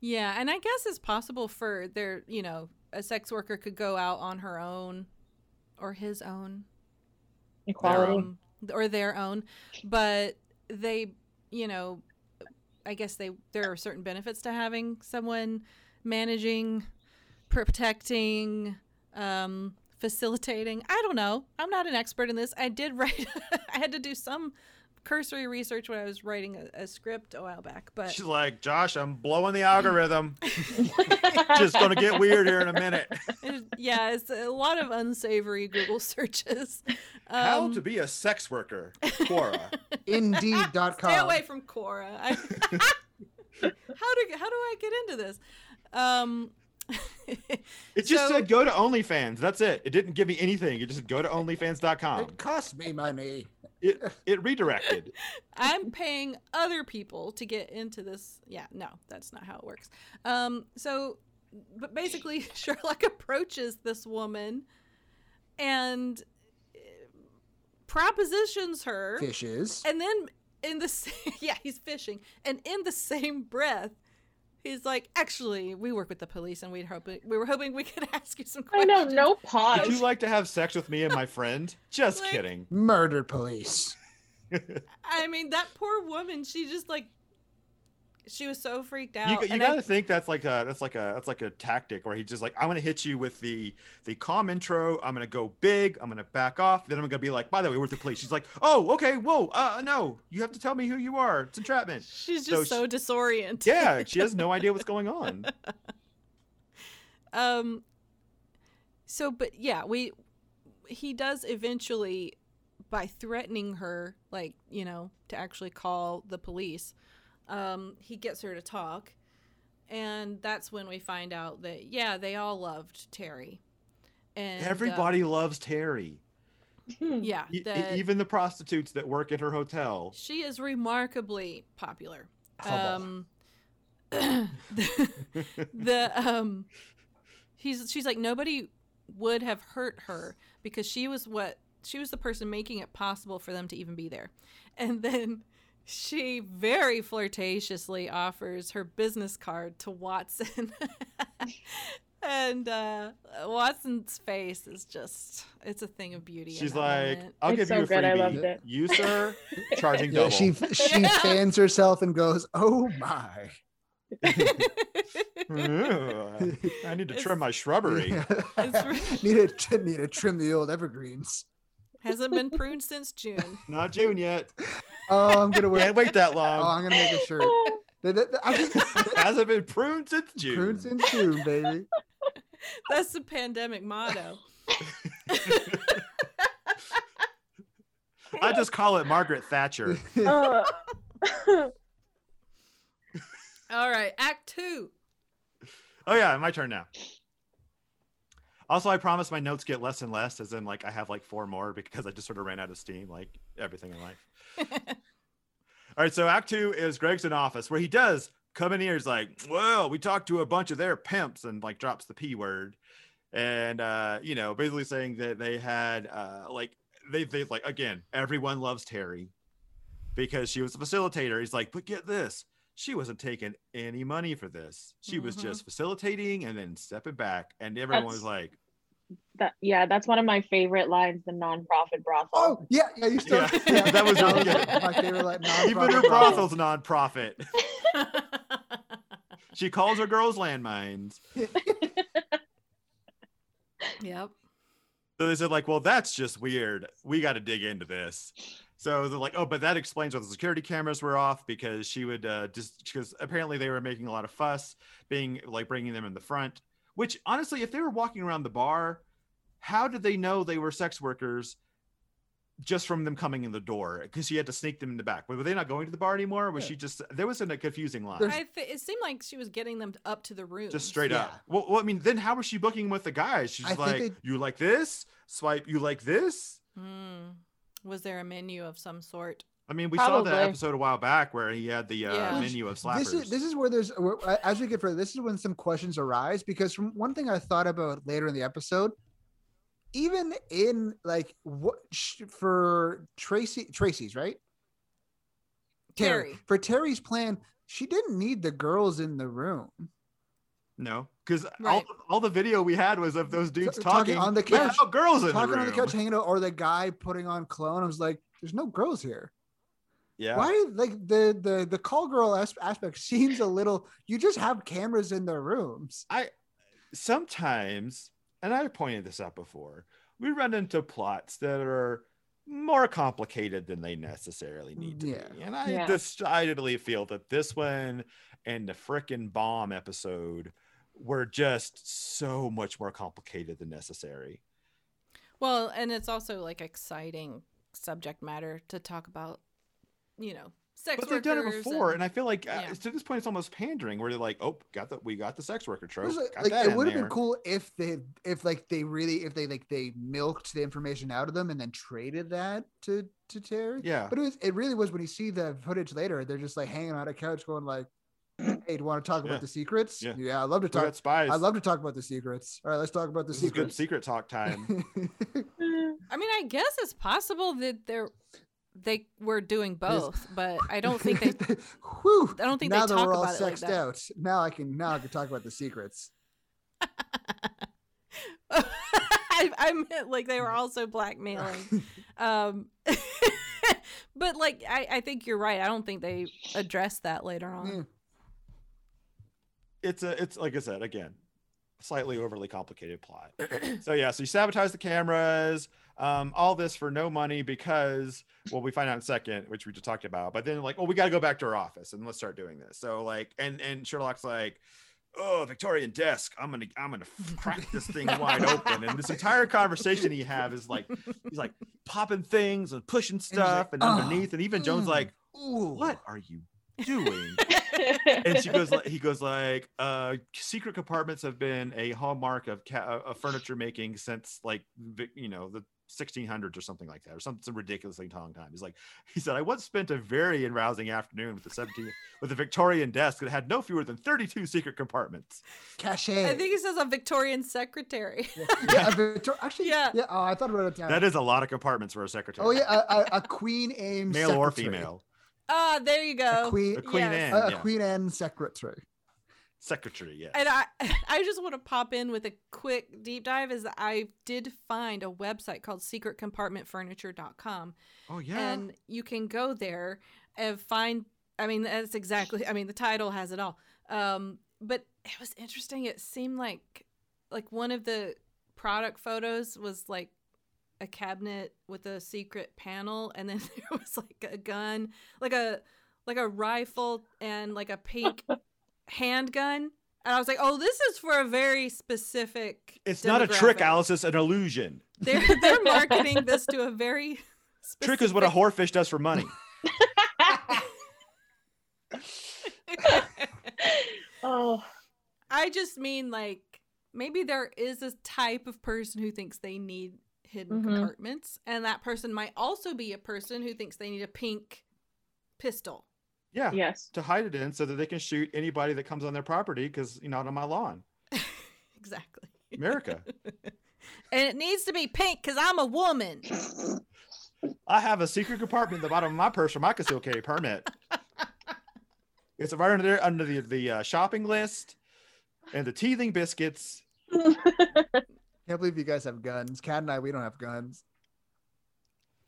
Speaker 5: Yeah, and I guess it's possible for their, you know, a sex worker could go out on her own or his own,
Speaker 8: Equality.
Speaker 5: um, or their own, but they, you know, I guess they there are certain benefits to having someone managing, protecting, um, facilitating. I don't know. I'm not an expert in this. I did write. I had to do some cursory research when I was writing a, a script a while back, but
Speaker 6: She's like, "Josh, I'm blowing the algorithm. Just gonna get weird here in a minute."
Speaker 5: It- yeah, it's a lot of unsavory Google searches. Um,
Speaker 6: how to be a sex worker, Quora.
Speaker 7: Indeed.com.
Speaker 5: Ah, Stay away from Quora. I, how do how do I get into this? Um,
Speaker 6: It just
Speaker 5: So-
Speaker 6: said go to OnlyFans. That's it. It didn't give me anything. It just said go to OnlyFans.com.
Speaker 7: It cost me money.
Speaker 6: It it redirected.
Speaker 5: I'm paying other people to get into this. Yeah, no, that's not how it works. Um, so, but basically, Sherlock approaches this woman and uh, propositions her.
Speaker 7: Fishes.
Speaker 5: And then in the sa- yeah, he's fishing, and in the same breath, he's like, "Actually, we work with the police, and we'd hoping we were hoping we could ask you some
Speaker 8: I
Speaker 5: questions."
Speaker 8: know, no pause.
Speaker 6: Would you like to have sex with me and my friend? Just
Speaker 5: Like-
Speaker 6: kidding.
Speaker 7: Murder police.
Speaker 5: I mean, that poor woman. She just like she was so freaked out.
Speaker 6: You, you
Speaker 5: and
Speaker 6: gotta
Speaker 5: I,
Speaker 6: think that's like a that's like a that's like a tactic where he's just like I'm gonna hit you with the the calm intro. I'm gonna go big. I'm gonna back off. Then I'm gonna be like, by the way, we're with the police. She's like, oh okay, whoa, uh no, you have to tell me who you are. It's entrapment.
Speaker 5: she's
Speaker 6: so
Speaker 5: just so,
Speaker 6: she-
Speaker 5: disoriented.
Speaker 6: Yeah, she has no idea what's going on.
Speaker 5: Um. So, but yeah, we he does eventually by threatening her, like you know, to actually call the police. Um, he gets her to talk, and that's when we find out that yeah, they all loved Terry. And uh,
Speaker 6: Everybody loves Terry.
Speaker 8: Hmm.
Speaker 5: yeah,
Speaker 6: E- e-
Speaker 5: that
Speaker 6: even the prostitutes that work at her hotel.
Speaker 5: she is remarkably popular.
Speaker 6: Hubble.
Speaker 5: Um, the, the, um, he's she's like nobody would have hurt her because she was what she was the person making it possible for them to even be there, And then she very flirtatiously offers her business card to Watson. and uh, Watson's face is just, it's a thing of beauty. in
Speaker 6: She's
Speaker 5: that
Speaker 6: like,
Speaker 5: moment.
Speaker 6: I'll
Speaker 8: It's
Speaker 6: give
Speaker 8: so
Speaker 6: you a
Speaker 8: good, I
Speaker 6: freebie.
Speaker 8: loved it.
Speaker 6: You, sir, charging
Speaker 7: Yeah,
Speaker 6: double.
Speaker 7: she she
Speaker 5: Yeah.
Speaker 7: fans herself and goes, "Oh my!"
Speaker 6: Hmm? Ooh, I need to trim my shrubbery.
Speaker 5: It's-
Speaker 7: need to need to trim the old evergreens.
Speaker 5: Hasn't been pruned since June.
Speaker 6: Not June yet.
Speaker 7: Oh, I'm gonna wear.
Speaker 6: Can't wait that
Speaker 7: oh,
Speaker 6: long.
Speaker 7: I'm gonna make a shirt.
Speaker 8: Oh,
Speaker 7: That- that- that- I just-
Speaker 6: Hasn't been Oh, pruned since June.
Speaker 7: Prunes in June, baby.
Speaker 5: That's the pandemic motto.
Speaker 6: I just call it Margaret Thatcher.
Speaker 8: Uh,
Speaker 5: All right, Act Two.
Speaker 6: Oh yeah, my turn now. Also, I promise my notes get less and less, as in like I have like four more because I just sort of ran out of steam, like everything in life. All right, so Act Two is Greg's in office where he does come in here. He's like, "Well, we talked to a bunch of their pimps," and like drops the p word, and uh, you know, basically saying that they had uh, like they they like again, everyone loves Terry because she was a facilitator. He's like, "But get this, she wasn't taking any money for this. She was
Speaker 5: Mhm.
Speaker 6: just facilitating and then stepping back." And everyone was
Speaker 8: That's-
Speaker 6: like,
Speaker 8: that, yeah, that's one of my favorite lines. The nonprofit brothel.
Speaker 7: Oh yeah, yeah. You still.
Speaker 6: Yeah,
Speaker 7: yeah,
Speaker 6: that was really
Speaker 5: good.
Speaker 7: my favorite. Like,
Speaker 6: "Even her
Speaker 7: nonprofit brothel.
Speaker 6: brothel's nonprofit." She calls her girls landmines.
Speaker 5: yep.
Speaker 6: So they said, like, well, that's just weird. We got to dig into this. So they're like, oh, but that explains why the security cameras were off because she would uh, just because apparently they were making a lot of fuss, being like bringing them in the front. Which honestly, if they were walking around the bar, how did they know they were sex workers? Just from them coming in the door, because she had to sneak them in the back. Were they not going to the bar anymore? Was
Speaker 7: Yeah.
Speaker 6: she just? There was a confusing line.
Speaker 7: There's-
Speaker 5: I th- it seemed like she was getting them up to the room.
Speaker 6: Just straight
Speaker 7: Yeah.
Speaker 6: up. Well, well, I mean, then how was she booking with the guys? She's
Speaker 7: I think
Speaker 6: like,
Speaker 7: they-
Speaker 6: you like this? Swipe. You like this?
Speaker 5: Mm. Was there a menu of some sort?
Speaker 6: I mean, we saw that
Speaker 8: Probably.
Speaker 6: episode a while back where he had the uh,
Speaker 5: Yeah. Which-
Speaker 6: menu of slappers.
Speaker 7: This is this is where there's where- as we get further. This is when some questions arise because from one thing I thought about later in the episode, even in like what sh- for Tracy Tracy's right
Speaker 5: Terry.
Speaker 7: for Terry's plan, she didn't need the girls in the room.
Speaker 6: no, because all,
Speaker 5: Right.
Speaker 6: all the video we had was of those dudes
Speaker 7: T-
Speaker 6: talking,
Speaker 7: talking on the couch.
Speaker 6: without girls in
Speaker 7: Talking
Speaker 6: the
Speaker 7: on
Speaker 6: room.
Speaker 7: the couch, hanging out, or the guy putting on cologne. I was like, "There's no girls here.
Speaker 6: Yeah,
Speaker 7: Why? did- Like the the the call girl as- aspect seems a little. You just have cameras in the rooms.
Speaker 6: sometimes, and I pointed this out before, we run into plots that are more complicated than they necessarily need to
Speaker 7: Yeah.
Speaker 6: be. And I
Speaker 8: Yeah.
Speaker 6: decidedly feel that this one and the frickin' bomb episode were just so much more complicated than necessary.
Speaker 5: Well, and it's also like exciting subject matter to talk about, you know, sex
Speaker 6: but they've done it
Speaker 5: workers
Speaker 6: before, and,
Speaker 5: and-
Speaker 6: I feel like
Speaker 5: yeah.
Speaker 6: uh, to this point it's almost pandering, where they're like, "Oh, got the we got the sex worker
Speaker 7: It
Speaker 6: trope."
Speaker 7: was like,
Speaker 6: got
Speaker 7: like,
Speaker 6: that
Speaker 7: it
Speaker 6: in
Speaker 7: would have been
Speaker 6: there."
Speaker 7: cool if they if like they really if they like they milked the information out of them and then traded that to to Terry.
Speaker 6: Yeah,
Speaker 7: But it was it really was when you see the footage later, they're just like hanging on a couch, going like, "Hey, do you want to talk
Speaker 6: Yeah.
Speaker 7: about the secrets?
Speaker 6: Yeah.
Speaker 7: I love to
Speaker 6: we
Speaker 7: talk.
Speaker 6: got spies.
Speaker 7: I love to talk about the secrets. All right, let's talk about the
Speaker 6: this is good
Speaker 7: secrets."
Speaker 6: secret talk time.
Speaker 8: Hmm.
Speaker 5: I mean, I guess it's possible that they're they were doing both, but I don't think they.
Speaker 7: Whew.
Speaker 5: I don't think
Speaker 7: now
Speaker 5: they
Speaker 7: that
Speaker 5: talk
Speaker 7: we're all
Speaker 5: about it like
Speaker 7: sexed
Speaker 5: that.
Speaker 7: out, now I can now I can talk about the secrets.
Speaker 5: I, I meant like they were also blackmailing. Um, but like I, I think you're right. I don't think they addressed that later
Speaker 7: Yeah.
Speaker 6: Mm.
Speaker 5: on.
Speaker 6: it's a it's like I said again, slightly overly complicated plot. so yeah, so you sabotage the cameras, um, all this for no money because well, we find out in a second, which we just talked about. But then like, oh, we got to go back to her office and let's start doing this. So like, and and Sherlock's like. Oh, Victorian desk! I'm gonna, I'm gonna crack this thing wide open. And this entire conversation he have is like, he's like popping things and pushing
Speaker 7: he's like,
Speaker 6: stuff and,
Speaker 7: "Ah,
Speaker 6: underneath. And even Jones
Speaker 7: mm,
Speaker 6: like,
Speaker 7: Ooh,
Speaker 6: what are you doing? and she goes like he goes like uh secret compartments have been a hallmark of ca- uh, of furniture making since like the- you know the 1600s or something like that or some, some ridiculously long time he's like he said i once spent a very arousing afternoon with the 17 with a victorian desk that had no fewer than 32 secret compartments
Speaker 7: Cachet.
Speaker 5: I think he says a Victorian secretary.
Speaker 7: yeah, a Victor- actually, yeah.
Speaker 5: Yeah.
Speaker 7: Oh, I thought about it. Down.
Speaker 6: that is a lot of compartments for a secretary
Speaker 7: Oh yeah, a, a, a Queen Anne.
Speaker 6: male or
Speaker 7: secretary.
Speaker 6: female
Speaker 5: Ah, there you
Speaker 7: A
Speaker 5: go.
Speaker 7: queen,
Speaker 6: a queen
Speaker 5: Yes.
Speaker 6: Anne,
Speaker 7: a, a
Speaker 6: yeah.
Speaker 7: Queen Anne secretary.
Speaker 6: secretary yeah
Speaker 5: And I, I just want to pop in with a quick deep dive. Is that I did find a website called secretcompartmentfurniture.com,
Speaker 6: oh yeah
Speaker 5: and you can go there and find. I mean, that's exactly. I mean, the title has it all. Um, but it was interesting. It seemed like, like one of the product photos was like a cabinet with a secret panel, and then there was like a gun, like a like a rifle, and like a pink handgun. And I was like, "Oh, this is for a very specific."
Speaker 6: it's not a trick
Speaker 5: demographic.
Speaker 6: alice it's an illusion
Speaker 5: They're they're marketing this to a very
Speaker 6: trick is what a
Speaker 5: specific-
Speaker 6: whorefish does for money
Speaker 8: oh,
Speaker 5: I just mean like maybe there is a type of person who thinks they need hidden
Speaker 8: Mhm.
Speaker 7: Mm-hmm.
Speaker 5: compartments, and that person might also be a person who thinks they need a pink pistol.
Speaker 6: yeah
Speaker 8: yes.
Speaker 6: to hide it in so that they can shoot anybody that comes on their property because you're not on my lawn.
Speaker 5: Exactly.
Speaker 6: America.
Speaker 5: And it needs to be pink because I'm a woman.
Speaker 6: I have a secret compartment at the bottom of my purse for my concealed carry permit. It's right under there, under the, the uh, shopping list and the teething biscuits.
Speaker 7: Can't believe you guys have guns. Kat and I, we don't have guns.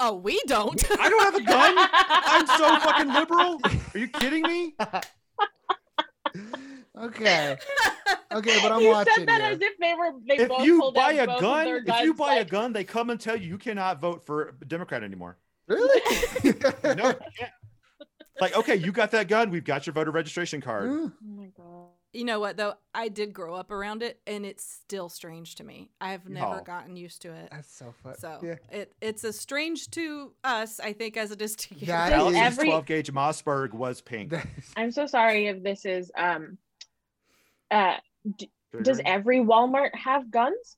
Speaker 5: Oh, we don't.
Speaker 6: I don't have a gun. I'm so fucking liberal. Are you kidding me?
Speaker 7: Okay. Okay, but I'm
Speaker 8: you
Speaker 7: watching
Speaker 8: said that
Speaker 7: you.
Speaker 8: as if they were. They
Speaker 6: If
Speaker 8: both
Speaker 6: you
Speaker 8: pulled out
Speaker 6: buy a
Speaker 8: both of
Speaker 6: gun,
Speaker 8: their
Speaker 6: if you
Speaker 8: guns,
Speaker 6: buy a
Speaker 8: like-
Speaker 6: gun, they come and tell you you cannot vote for Democrat anymore.
Speaker 7: Really?
Speaker 6: No, you can't. like okay, you got that gun. We've got your voter registration card.
Speaker 7: Mm.
Speaker 8: Oh my god.
Speaker 5: you know what though? I did grow up around it, and it's still strange to me. I have never
Speaker 6: No.
Speaker 5: gotten used to it.
Speaker 7: That's so funny.
Speaker 5: So
Speaker 7: Yeah.
Speaker 5: it it's as strange to us, I think, as it is to you.
Speaker 7: That
Speaker 8: Well,
Speaker 7: is-
Speaker 8: every-
Speaker 6: Alex's 12 gauge Mossberg was pink.
Speaker 8: I'm so sorry if this is. Um. Uh, does
Speaker 6: Triggering.
Speaker 8: every Walmart have guns?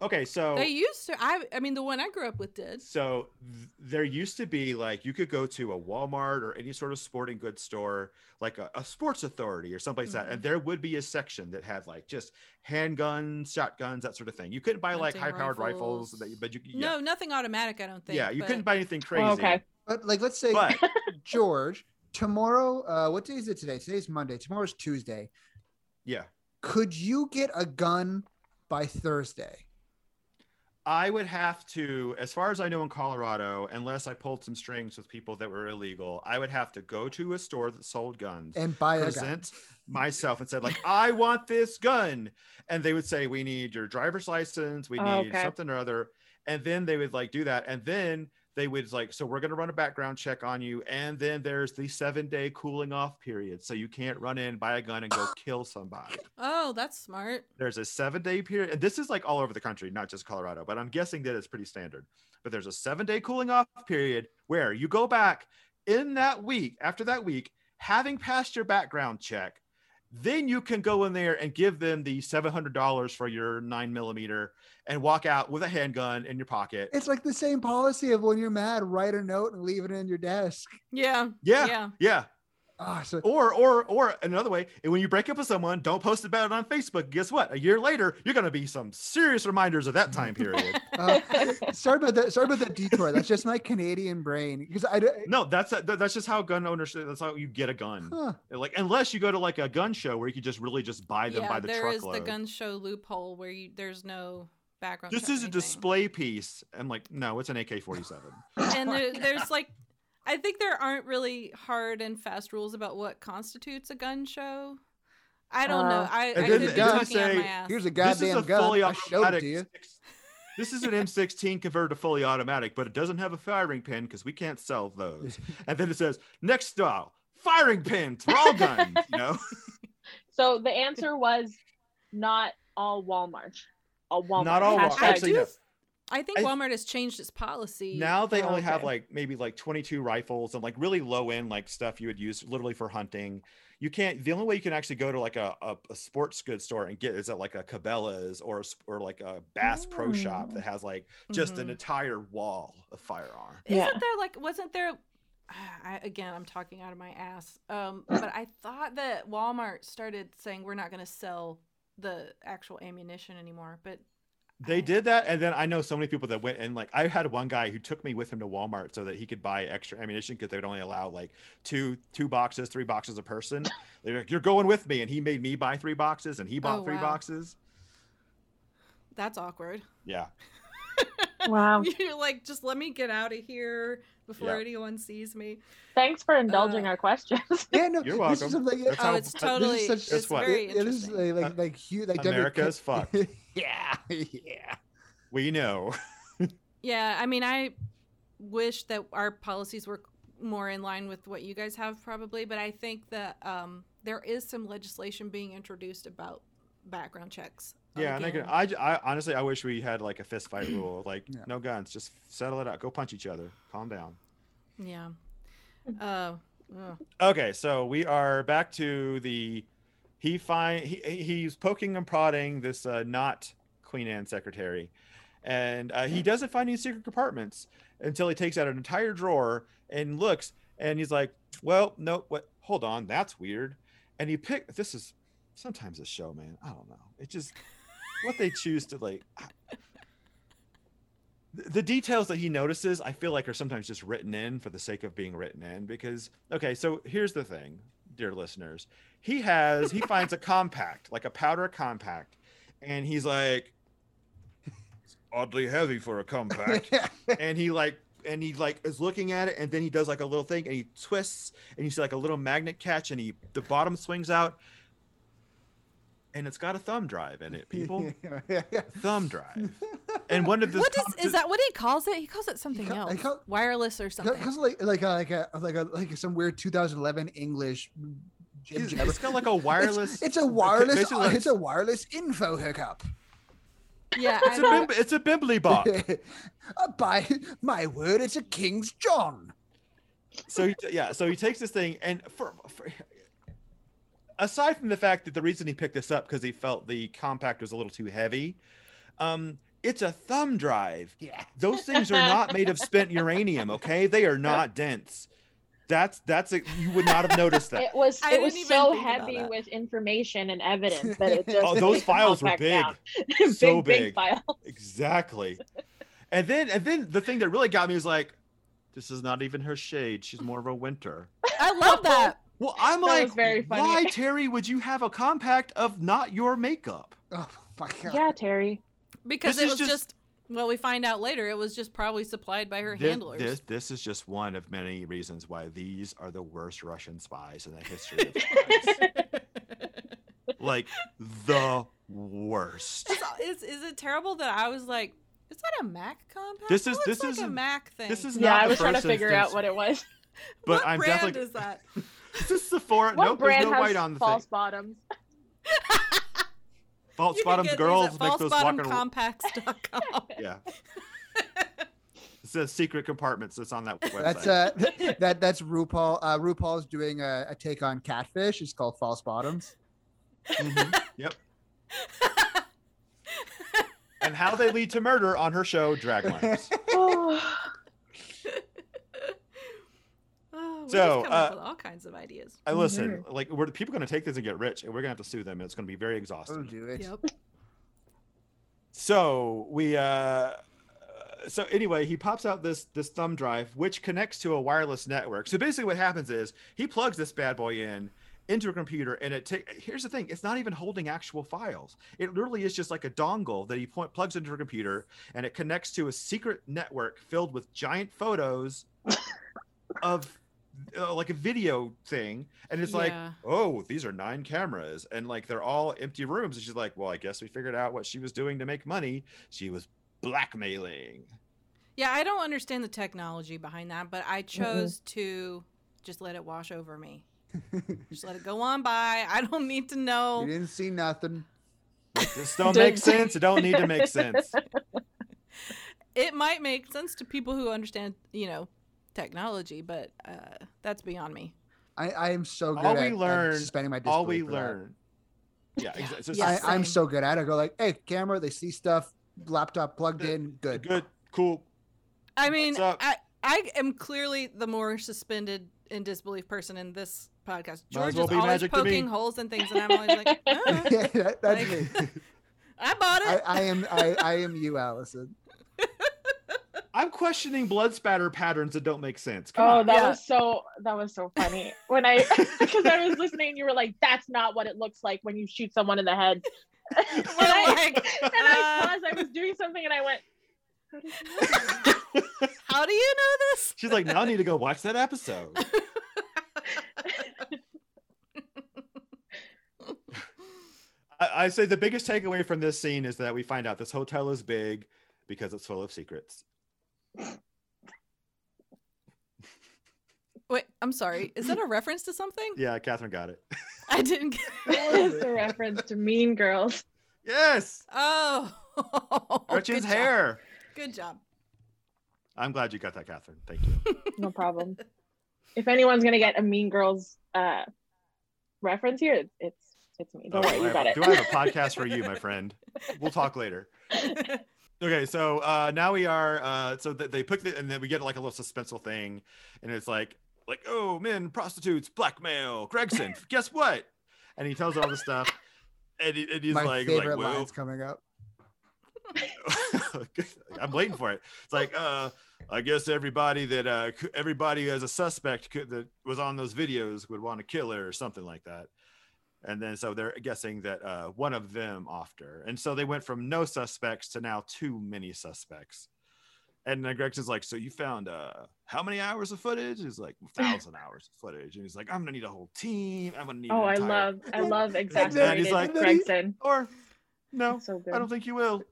Speaker 6: okay, so
Speaker 5: They used to. I I mean, the one I grew up with did.
Speaker 6: so th- there used to be like you could go to a Walmart or any sort of sporting goods store, like a, a sports authority or someplace that,
Speaker 5: Mm-hmm.
Speaker 6: and there would be a section that had like just handguns, shotguns, that sort of thing. You couldn't buy like high
Speaker 5: Hunting
Speaker 6: powered rifles,
Speaker 5: rifles.
Speaker 6: that you, but you yeah,
Speaker 5: No, nothing automatic. I don't think.
Speaker 6: yeah, you
Speaker 5: but-
Speaker 6: couldn't buy anything crazy.
Speaker 8: Oh, okay.
Speaker 7: But like, let's say
Speaker 6: But
Speaker 7: George tomorrow. Uh, what day is it today? Today's Monday. Tomorrow's Tuesday.
Speaker 6: yeah,
Speaker 7: Could you get a gun by Thursday?
Speaker 6: I would have to, as far as I know in Colorado, unless I pulled some strings with people that were illegal, I would have to go to a store that sold guns.
Speaker 7: And buy a gun.
Speaker 6: present myself and said like i want this gun and they would say we need your driver's license we
Speaker 8: Oh,
Speaker 6: need
Speaker 8: okay.
Speaker 6: something or other and then they would like do that and then they would like so we're going to run a background check on you and then there's the seven day cooling off period so you can't run in buy a gun and go kill somebody
Speaker 5: Oh, that's smart.
Speaker 6: there's a seven day period and this is like all over the country not just colorado but i'm guessing that it's pretty standard but there's a seven day cooling off period where you go back in that week after that week having passed your background check then you can go in there and give them the $700 for your nine millimeter and walk out with a handgun in your pocket
Speaker 7: It's like the same policy of when you're mad, write a note and leave it in your desk.
Speaker 5: Yeah.
Speaker 6: yeah yeah,
Speaker 5: Yeah.
Speaker 7: Ah, so
Speaker 6: Or, or, or another way, and when you break up with someone, don't post about it on Facebook. Guess what? A year later, you're going to be some serious reminders of that time period.
Speaker 7: uh, sorry about that. Sorry about that detour. That's just my Canadian brain because I. don't-
Speaker 6: No, that's that- that's just how gun ownership. That's how you get a gun.
Speaker 7: Huh.
Speaker 6: Like unless you go to like a gun show where you could just really just buy them by
Speaker 5: Yeah.
Speaker 6: the
Speaker 5: There is
Speaker 6: truckload.
Speaker 5: the gun show loophole where you there's no background.
Speaker 6: this
Speaker 5: check or
Speaker 6: is a
Speaker 5: anything.
Speaker 6: display piece. I'm like, no, it's an AK-47.
Speaker 5: And there, there's like, I think there aren't really hard and fast rules about what constitutes a gun show. I don't know.
Speaker 8: Uh,
Speaker 5: I,
Speaker 6: And
Speaker 5: I
Speaker 7: then
Speaker 5: could be
Speaker 7: it doesn't
Speaker 5: talking out of
Speaker 6: say-
Speaker 5: my ass.
Speaker 7: Here's a
Speaker 6: this is
Speaker 7: goddamn
Speaker 6: a
Speaker 7: gun.
Speaker 6: fully
Speaker 7: I showed it
Speaker 6: automatic.
Speaker 7: to you.
Speaker 6: six- This is an M16 converted to fully automatic, but it doesn't have a firing pin because we can't sell those. And then it says next style firing pins for all guns. You know,
Speaker 8: So the answer was not all Walmart. All Walmart.
Speaker 6: not all.
Speaker 5: Walmart.
Speaker 6: Actually,
Speaker 5: do-
Speaker 6: no.
Speaker 5: I think
Speaker 6: I-
Speaker 5: Walmart has changed its policy.
Speaker 6: Now they
Speaker 5: Oh,
Speaker 6: only have
Speaker 5: okay.
Speaker 6: like maybe like 22 rifles and like really low end like stuff you would use literally for hunting. You can't. The only way you can actually go to like a, a, a sports goods store and get is at like a Cabela's or a sp- or like a Bass Pro Shop
Speaker 5: Oh.
Speaker 6: that has like just an
Speaker 5: Mhm.
Speaker 6: entire wall of firearm.
Speaker 5: Isn't
Speaker 8: Yeah.
Speaker 5: there like wasn't there ah, I, again I'm talking out of my ass. Um but I thought that Walmart started saying we're not going to sell the actual ammunition anymore, but
Speaker 6: They
Speaker 5: I-
Speaker 6: did that, and then I know so many people that went and like I had one guy who took me with him to Walmart so that he could buy extra ammunition because they would only allow like two two boxes, three boxes a person. They're like, "You're going with me," and he made me buy three boxes, and he bought
Speaker 5: Oh,
Speaker 6: three
Speaker 5: wow.
Speaker 6: boxes.
Speaker 5: that's awkward.
Speaker 6: Yeah,
Speaker 8: Wow.
Speaker 5: You're like just let me get out of here before
Speaker 6: Yeah.
Speaker 5: anyone sees me.
Speaker 8: Thanks for indulging
Speaker 5: Uh,
Speaker 8: our questions.
Speaker 7: Yeah,
Speaker 6: You're
Speaker 7: no, this
Speaker 6: welcome.
Speaker 7: is something.
Speaker 6: That's
Speaker 5: Oh,
Speaker 6: how-
Speaker 5: it's
Speaker 6: uh,
Speaker 5: totally
Speaker 7: this is such-
Speaker 5: it's
Speaker 6: Guess what?
Speaker 5: very
Speaker 7: yeah, this is
Speaker 5: interesting.
Speaker 7: like like, like huge. Like W-
Speaker 6: America is fucked.
Speaker 7: yeah, yeah.
Speaker 6: we know.
Speaker 5: Yeah, I mean, I wish that our policies were more in line with what you guys have, probably, but I think that um, there is some legislation being introduced about background checks.
Speaker 6: Yeah, and I, can,
Speaker 5: again.
Speaker 6: I, j- I honestly I wish we had like a fist fight rule, like
Speaker 7: Yeah.
Speaker 6: no guns, just settle it out, go punch each other, calm down.
Speaker 5: yeah. Uh, ugh.
Speaker 6: Okay, so we are back to the he find he he- he's poking and prodding this uh, not Queen Anne secretary, and uh, he doesn't find any secret compartments until he takes out an entire drawer and looks, and he's like, "Well, no, what? Hold on, that's weird." And he picked. This is sometimes a show, man. I don't know. It just what they choose to like. I- The- the details that he notices, I feel like, are sometimes just written in for the sake of being written in. Because okay, so here's the thing, dear listeners. He has he finds a compact, like a powder compact, and he's like, "It's oddly heavy for a compact and he like and he like is looking at it and then he does like a little thing and he twists and you see like a little magnet catch and he the bottom swings out and it's got a thumb drive in it people thumb drive and one of the
Speaker 5: What is, is that what he calls it? He calls it something
Speaker 7: ca- I
Speaker 5: else.
Speaker 7: call-
Speaker 5: Wireless or something.
Speaker 7: Because like like a, like a like a like some weird 2011 English. jib
Speaker 6: it's,
Speaker 7: jabber.
Speaker 6: it's got like a
Speaker 7: It's-
Speaker 6: wireless
Speaker 7: It's, a wireless. uh,
Speaker 6: basically like-
Speaker 7: it's a wireless info hookup.
Speaker 5: yeah, I
Speaker 6: it's a,
Speaker 5: know.
Speaker 6: bim, it's a bimbly bop
Speaker 7: Uh, By my word, it's a King's John.
Speaker 6: so he, yeah so he takes this thing and for, for aside from the fact that the reason he picked this up because he felt the compact was a little too heavy um it's a thumb drive
Speaker 7: Yeah.
Speaker 6: those things are not made of spent uranium okay they are not dense that's that's a, you would not have noticed that
Speaker 8: It was
Speaker 5: I
Speaker 8: it was
Speaker 5: didn't even
Speaker 8: so
Speaker 5: think about
Speaker 8: heavy
Speaker 5: that.
Speaker 8: with information and evidence that it just
Speaker 6: oh those
Speaker 8: made the
Speaker 6: files were
Speaker 8: compact
Speaker 6: big
Speaker 8: down.
Speaker 6: So
Speaker 8: big,
Speaker 6: big.
Speaker 8: file.
Speaker 6: exactly and then and then the thing that really got me was like this is not even her shade she's more of a winter
Speaker 5: I love that.
Speaker 6: well i'm
Speaker 8: That was
Speaker 6: like
Speaker 8: very funny.
Speaker 6: why terry would you have a compact of not your makeup
Speaker 7: Oh my god.
Speaker 8: Yeah, Terry.
Speaker 5: Because
Speaker 6: This
Speaker 5: it
Speaker 6: is
Speaker 5: was just,
Speaker 6: just-
Speaker 5: well, we find out later, it was just probably supplied by her
Speaker 6: Thi-
Speaker 5: handlers.
Speaker 6: This, this is just one of many reasons why these are the worst Russian spies in the history of spies. like the worst.
Speaker 5: is, is it terrible that I was like, is that a Mac compact?
Speaker 6: This is-
Speaker 5: No, it's
Speaker 6: this
Speaker 5: like a
Speaker 6: isn't-
Speaker 5: Mac thing.
Speaker 6: This is
Speaker 8: Yeah,
Speaker 6: not
Speaker 8: I
Speaker 6: the
Speaker 8: was trying to
Speaker 6: first
Speaker 8: figure
Speaker 6: instance,
Speaker 8: out what it was.
Speaker 6: But
Speaker 5: what
Speaker 6: I'm
Speaker 5: brand
Speaker 6: definitely
Speaker 5: is that?
Speaker 6: this is Sephora.
Speaker 8: what
Speaker 6: nope,
Speaker 8: brand
Speaker 6: there's no
Speaker 8: has
Speaker 6: white on the
Speaker 8: false
Speaker 6: thing.
Speaker 8: bottoms?
Speaker 6: False
Speaker 5: You can
Speaker 6: bottoms
Speaker 5: get these
Speaker 6: girls
Speaker 5: at
Speaker 6: make those walk on.
Speaker 5: falsebottomcompacts.com.
Speaker 6: yeah. It's a secret compartments that's on that website.
Speaker 7: That's uh th- that that's RuPaul. Uh, RuPaul's doing a, a take on catfish. It's called False Bottoms.
Speaker 6: Mhm. Yep. and how they lead to murder on her show, Drag Lines.
Speaker 5: Oh, we're just
Speaker 6: So,
Speaker 5: coming up
Speaker 6: uh,
Speaker 5: with all kinds of ideas.
Speaker 6: I listen, like, we're people going to take this and get rich, and we're going to have to sue them, and it's going to be very
Speaker 7: Oh,
Speaker 6: exhausting.
Speaker 7: do it.
Speaker 5: Yep.
Speaker 6: so we uh so anyway he pops out this this thumb drive which connects to a wireless network so basically what happens is he plugs this bad boy in into a computer and it takes here's the thing it's not even holding actual files it literally is just like a dongle that he point, plugs into a computer and it connects to a secret network filled with giant photos of uh, like a video thing and it's like
Speaker 5: Yeah.
Speaker 6: oh these are nine cameras and like they're all empty rooms and she's like well i guess we figured out what she was doing to make money she was blackmailing
Speaker 5: Yeah, I don't understand the technology behind that, but I chose to just let it wash over me. just let it go on by. I don't need to
Speaker 7: You
Speaker 5: know.
Speaker 7: didn't see nothing.
Speaker 6: this don't make sense it don't need to make sense
Speaker 5: it might make sense to people who understand, you know, technology, but uh, that's beyond me.
Speaker 7: I, I am so good
Speaker 6: All
Speaker 7: at,
Speaker 6: we
Speaker 7: at
Speaker 6: learn-
Speaker 7: suspending my
Speaker 6: all we
Speaker 7: disbelief for that.
Speaker 6: learn. Yeah, exactly. So it's
Speaker 5: Yeah.
Speaker 7: I,
Speaker 6: just
Speaker 7: I'm
Speaker 5: same.
Speaker 7: so good at it. I go like, hey, camera, they see stuff, laptop plugged in,
Speaker 6: a
Speaker 7: good.
Speaker 6: good, cool.
Speaker 5: I mean,
Speaker 6: What's up?
Speaker 5: I I am clearly the more suspended in disbelief person in this podcast.
Speaker 6: Might
Speaker 5: George
Speaker 6: as well
Speaker 5: is
Speaker 6: be
Speaker 5: always
Speaker 6: magic to me.
Speaker 5: poking holes in things, and I'm always like, "Uh,
Speaker 7: yeah, that, that's me.
Speaker 5: like, I bought
Speaker 7: I,
Speaker 5: it.
Speaker 7: I am I, I am you, Allison.
Speaker 6: I'm questioning blood spatter patterns that don't make sense. Come
Speaker 8: Oh,
Speaker 6: on.
Speaker 8: that
Speaker 5: Yeah.
Speaker 8: was so that was so funny. When I because I was listening, you were like, "That's not what it looks like when you shoot someone in the head." and, I,
Speaker 5: like,
Speaker 8: and I
Speaker 5: uh,
Speaker 8: paused. I was doing something, and I went, "How did you know?"
Speaker 5: How do you know this?
Speaker 6: She's like, now I need to go watch that episode. I, I say the biggest takeaway from this scene is that we find out this hotel is big because it's full of secrets.
Speaker 5: Wait, I'm sorry. Is that a reference to something?
Speaker 6: Yeah, Catherine got it.
Speaker 5: I didn't get.
Speaker 8: It's a reference to Mean Girls.
Speaker 6: Yes,
Speaker 5: Oh,
Speaker 6: Gretchen's
Speaker 5: Good job.
Speaker 6: hair.
Speaker 5: Good job.
Speaker 6: I'm glad you got that, Catherine. Thank you.
Speaker 8: No problem. If anyone's gonna get a Mean Girls uh, reference here, it's it's, it's me. Don't
Speaker 6: Oh,
Speaker 8: worry,
Speaker 6: I
Speaker 8: you
Speaker 6: have-
Speaker 8: got it.
Speaker 6: Do I have a podcast for you, my friend? We'll talk later. Okay, so uh, now we are. Uh, so th- they put the, and then we get like a little suspenseful thing, and it's like, like, oh, men, prostitutes, blackmail, Gregson. guess what? And he tells her all this stuff, and, he, and he's
Speaker 7: my
Speaker 6: like, like,
Speaker 7: favorite
Speaker 6: well,
Speaker 7: lines coming up.
Speaker 6: I'm waiting for it. It's like, uh, I guess everybody that uh, c- everybody as a suspect could, that was on those videos would want to kill her or something like that. And then so they're guessing that uh, one of them offed her. And so they went from no suspects to now too many suspects. And then Greg's is like, so you found uh, how many hours of footage? He's like, thousand hours of footage. And he's like, I'm gonna need a whole team. I'm gonna need.
Speaker 8: Oh,
Speaker 6: an
Speaker 8: I
Speaker 6: entire-"
Speaker 8: love I love
Speaker 6: And then he's
Speaker 8: exaggerated
Speaker 6: like-
Speaker 8: Gregson.
Speaker 6: Or no,
Speaker 8: So good.
Speaker 6: I don't think you will.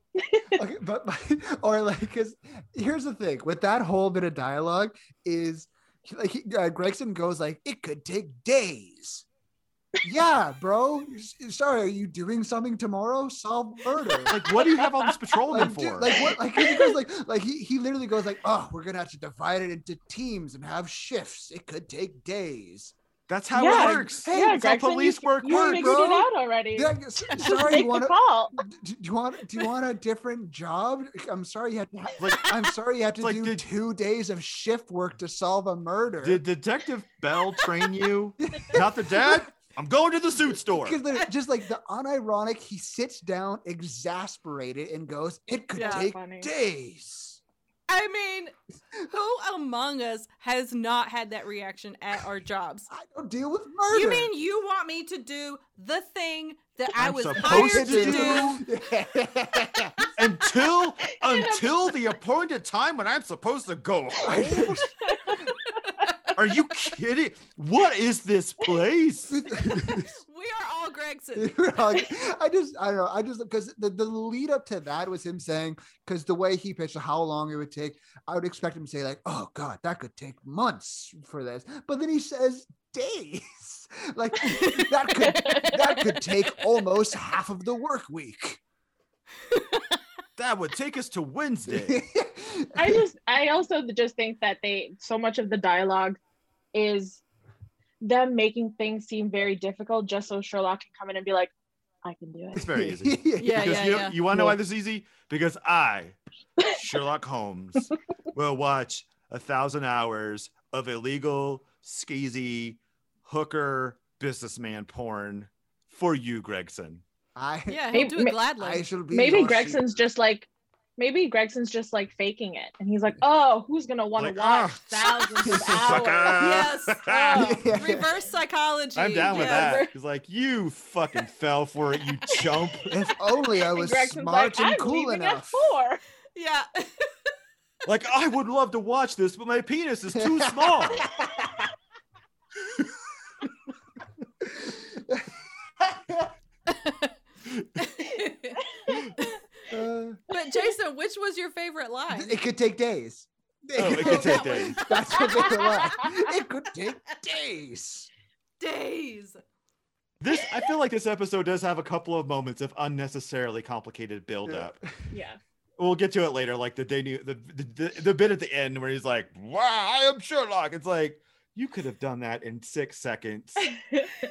Speaker 7: okay, but or like, because here's the thing with that whole bit of dialogue is like he- uh, Gregson goes like, it could take days. Yeah, bro. S- Sorry, are you doing something tomorrow? Solve murder.
Speaker 6: Like, what do you have all this patrolmen
Speaker 7: Like,
Speaker 6: for?
Speaker 7: dude, like what? Like he goes like like he, he literally goes like, oh, we're gonna have to divide it into teams and have shifts. It could take days.
Speaker 6: That's how
Speaker 8: Yeah.
Speaker 6: it works.
Speaker 7: Hey,
Speaker 8: yeah,
Speaker 6: that's how
Speaker 8: Gregson,
Speaker 6: police
Speaker 8: you,
Speaker 6: work
Speaker 8: you
Speaker 6: work,
Speaker 8: figured
Speaker 7: bro.
Speaker 8: it out already.
Speaker 7: Yeah, I guess-
Speaker 8: Just
Speaker 7: sorry,
Speaker 8: take
Speaker 7: you want
Speaker 8: the
Speaker 7: to,
Speaker 8: call.
Speaker 7: do you want do you want a different job? I'm sorry you had
Speaker 6: Like,
Speaker 7: I'm sorry you have to
Speaker 6: Like,
Speaker 7: do
Speaker 6: did-
Speaker 7: two days of shift work to solve a murder.
Speaker 6: did Detective Bell train you? Not the dad. I'm going to the suit store.
Speaker 7: because they're just like the unironic, he sits down exasperated and goes, "It could
Speaker 5: Yeah.
Speaker 7: take
Speaker 8: Funny.
Speaker 7: days."
Speaker 5: I mean, who among us has not had that reaction at our jobs?
Speaker 7: I don't deal with murder.
Speaker 5: You mean you want me to do the thing that I
Speaker 6: I'm
Speaker 5: was
Speaker 6: supposed
Speaker 5: hired to
Speaker 6: to.
Speaker 5: do?
Speaker 6: Until until the appointed time when I'm supposed to go home. Are you kidding? What is this place?
Speaker 5: We are all Gregson.
Speaker 7: I just, I don't know. I just because the, the lead up to that was him saying, because the way he pitched how long it would take, I would expect him to say like, "Oh God, that could take months for this," but then he says days, like that could that could take almost half of the work week.
Speaker 6: That would take us to Wednesday.
Speaker 7: I
Speaker 8: I just I also just think that they so much of the dialogue is them making things seem very difficult just so Sherlock can come in and be like, I can do
Speaker 6: It's
Speaker 8: it.
Speaker 6: very easy.
Speaker 5: Yeah,
Speaker 6: because
Speaker 5: yeah,
Speaker 6: you, know-
Speaker 5: yeah.
Speaker 6: you want to know
Speaker 8: Yeah.
Speaker 6: why this is easy? Because I, Sherlock Holmes, will watch a thousand hours of illegal, skeezy, hooker, businessman porn for you, Gregson.
Speaker 7: I,
Speaker 5: Yeah, he'll
Speaker 8: Maybe-
Speaker 5: do it
Speaker 8: may-
Speaker 5: gladly.
Speaker 7: I shall be.
Speaker 8: Maybe
Speaker 7: your
Speaker 8: Gregson's
Speaker 7: shooter.
Speaker 8: just like maybe Gregson's just like faking it. And he's like, Oh, who's gonna want to
Speaker 6: Like,
Speaker 8: watch
Speaker 6: "Ah,
Speaker 8: thousands of
Speaker 6: sucker."
Speaker 8: hours?
Speaker 5: Yes. uh,
Speaker 7: Yeah, yeah, yeah.
Speaker 5: Reverse psychology.
Speaker 6: I'm down with
Speaker 5: yes.
Speaker 6: that. He's like, you fucking fell for it, you chump.
Speaker 7: If only I
Speaker 8: And
Speaker 7: was
Speaker 8: Gregson's like,
Speaker 7: smart and
Speaker 8: I'm
Speaker 7: cool
Speaker 8: leaving at
Speaker 7: enough.
Speaker 8: four.
Speaker 5: Yeah.
Speaker 6: Like, I would love to watch this, but my penis is too small.
Speaker 7: Uh,
Speaker 5: but Jason, which was your favorite line?
Speaker 7: it could take days.
Speaker 6: Oh, it could take days.
Speaker 7: That's what they were like. It could take days.
Speaker 5: Days.
Speaker 6: This I feel like this episode does have a couple of moments of unnecessarily complicated buildup.
Speaker 8: Yeah.
Speaker 6: We'll get to it later. Like the day new the, the the- the bit at the end where he's like, "Wow, I am Sherlock." It's like you could have done that in six seconds.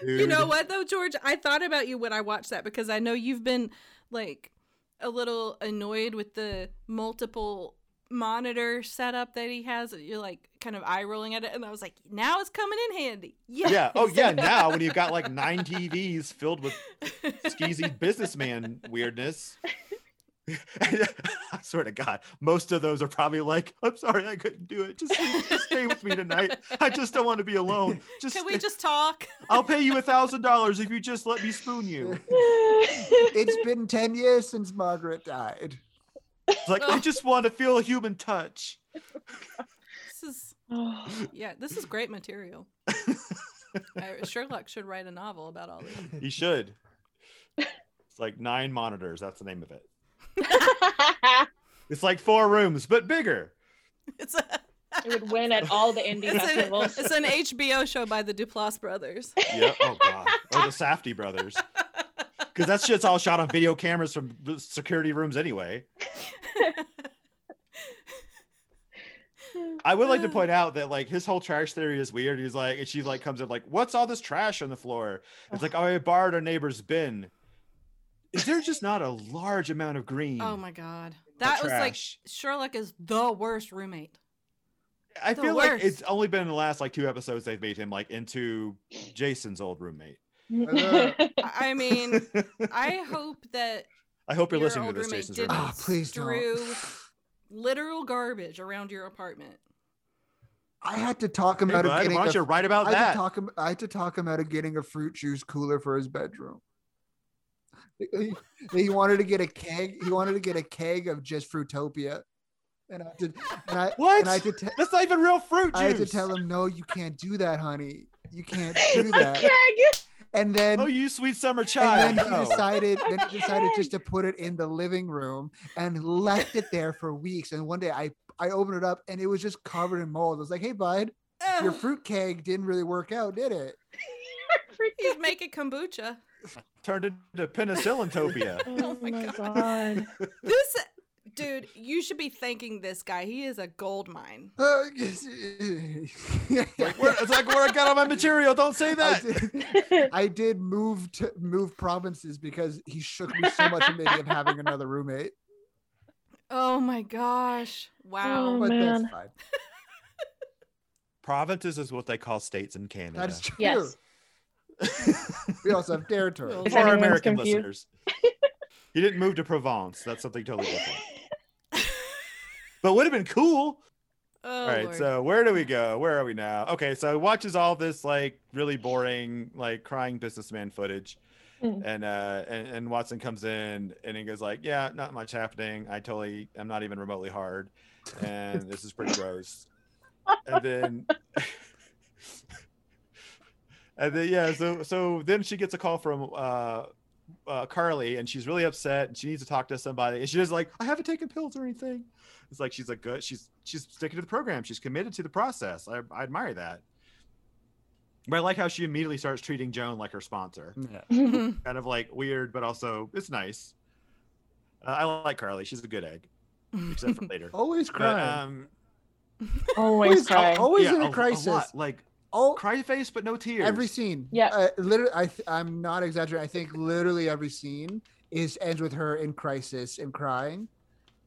Speaker 5: You know
Speaker 6: dude.
Speaker 5: what though, George? I thought about you when I watched that because I know you've been like a little annoyed with the multiple monitor setup that he has. You're like kind of eye rolling at it, and I was like, now it's coming in handy. Yes.
Speaker 6: Yeah. Oh yeah. Now when you've got like nine TVs filled with skeezy businessman weirdness. I swear to God, most of those are probably like, "I'm sorry, I couldn't do it. Just, just stay with me tonight. I just don't want to be alone. Just,
Speaker 5: Can we
Speaker 6: stay-
Speaker 5: just talk?
Speaker 6: I'll pay you a thousand dollars if you just let me spoon you."
Speaker 7: It's been 10 years since Margaret died.
Speaker 6: It's like I just want to feel a human touch.
Speaker 5: This is yeah, this is great material. I- Sherlock should write a novel about all this.
Speaker 6: He should. It's like nine monitors. That's the name of it. It's like four rooms, but bigger.
Speaker 5: It's a
Speaker 8: it would win at all the indie
Speaker 5: it's, an,
Speaker 8: festivals.
Speaker 5: it's an HBO show by the Duplass brothers.
Speaker 6: Yep. Oh god. Or the Safety brothers. Because that shit's all shot on video cameras from the security rooms anyway. I would like to point out that like his whole trash theory is weird. He's like, and she like comes in like, "What's all this trash on the floor?" It's like, "Oh, I borrowed our neighbor's bin." Is there just not a large amount of green?
Speaker 5: Oh my god.
Speaker 6: the
Speaker 5: That was like
Speaker 6: trash?
Speaker 5: Sherlock is the worst roommate.
Speaker 6: I
Speaker 5: the
Speaker 6: feel like
Speaker 5: worst.
Speaker 6: it's only been in the last like two episodes they've made him like into Jason's old roommate.
Speaker 5: I I mean, I hope that
Speaker 6: I hope you're
Speaker 5: your
Speaker 6: listening to
Speaker 5: old
Speaker 6: this,
Speaker 5: roommate
Speaker 6: Jason's
Speaker 5: didn't
Speaker 6: roommate.
Speaker 7: Ah, please don't.
Speaker 5: strew literal garbage around your apartment.
Speaker 7: I had to talk him
Speaker 6: Hey,
Speaker 7: out of
Speaker 6: bud,
Speaker 7: getting
Speaker 6: why don't you
Speaker 7: a,
Speaker 6: write about
Speaker 7: I had to
Speaker 6: that?
Speaker 7: talk him I had to talk him out of getting a fruit juice cooler for his bedroom. He, he wanted to get a keg. He wanted to get a keg of just Fruitopia, and I did. And I
Speaker 6: What?
Speaker 7: And I did. Te-
Speaker 6: That's not even real fruit juice.
Speaker 7: I had to tell him, no, you can't do that, honey. You can't do that. And then,
Speaker 6: Oh, you sweet summer child. Oh,
Speaker 7: and then he
Speaker 6: No.
Speaker 7: decided, then
Speaker 8: I
Speaker 7: he decided
Speaker 8: can't.
Speaker 7: just to put it in the living room and left it there for weeks. And one day, I I opened it up and it was just covered in mold. I was like, hey, bud, your
Speaker 5: Ugh,
Speaker 7: fruit keg didn't really work out, did it?
Speaker 5: he's making kombucha.
Speaker 6: Turned into penicillintopia.
Speaker 5: Oh my
Speaker 8: my
Speaker 5: God.
Speaker 8: god.
Speaker 5: This dude, you should be thanking this guy. He is a gold mine.
Speaker 7: Uh, yes.
Speaker 6: like, where, it's like where I got all my material. Don't say
Speaker 7: I
Speaker 6: that.
Speaker 7: did, I did move to move provinces because he shook me so much in the idea of having another roommate.
Speaker 5: Oh my gosh. Wow.
Speaker 8: Oh,
Speaker 7: But
Speaker 8: man.
Speaker 7: that's fine.
Speaker 6: Provinces is what they call states in Canada.
Speaker 7: That's true.
Speaker 8: Yes.
Speaker 7: We also have territory.
Speaker 5: Well,
Speaker 8: If
Speaker 6: For our
Speaker 8: anyone's
Speaker 6: American
Speaker 8: confused.
Speaker 6: listeners. he didn't move to Provence. That's something totally different. But would have been cool.
Speaker 5: Oh,
Speaker 6: all right,
Speaker 5: Lord.
Speaker 6: so where do we go? Where are we now? Okay, so he watches all this like really boring, like crying businessman footage,
Speaker 5: Hmm.
Speaker 8: Mm.
Speaker 6: and uh, and, and Watson comes in and he goes like, "Yeah, not much happening. I totally, I'm not even remotely hard, and this is pretty gross." and then, and then yeah, so so then she gets a call from uh, uh, Carly, and she's really upset, and she needs to talk to somebody, and she just like, "I haven't taken pills or anything." It's like she's like good. She's she's sticking to the program. She's committed to the process. I, I admire that. But I like how she immediately starts treating Joan like her sponsor.
Speaker 7: Yeah.
Speaker 5: Mhm.
Speaker 6: Kind of like weird, but also it's nice. Uh, I like Carly. She's a good egg, except for later.
Speaker 7: Always
Speaker 6: But,
Speaker 7: crying.
Speaker 6: um,
Speaker 8: Always
Speaker 7: Always-
Speaker 8: crying.
Speaker 7: Always
Speaker 6: yeah,
Speaker 7: in
Speaker 6: a-
Speaker 7: a
Speaker 6: a
Speaker 7: crisis.
Speaker 6: lot, like
Speaker 7: Al-
Speaker 6: cry face, but no tears.
Speaker 7: every scene.
Speaker 8: Yeah.
Speaker 7: Uh, literally, I th- I'm not exaggerating. I think literally every scene is ends with her in crisis and crying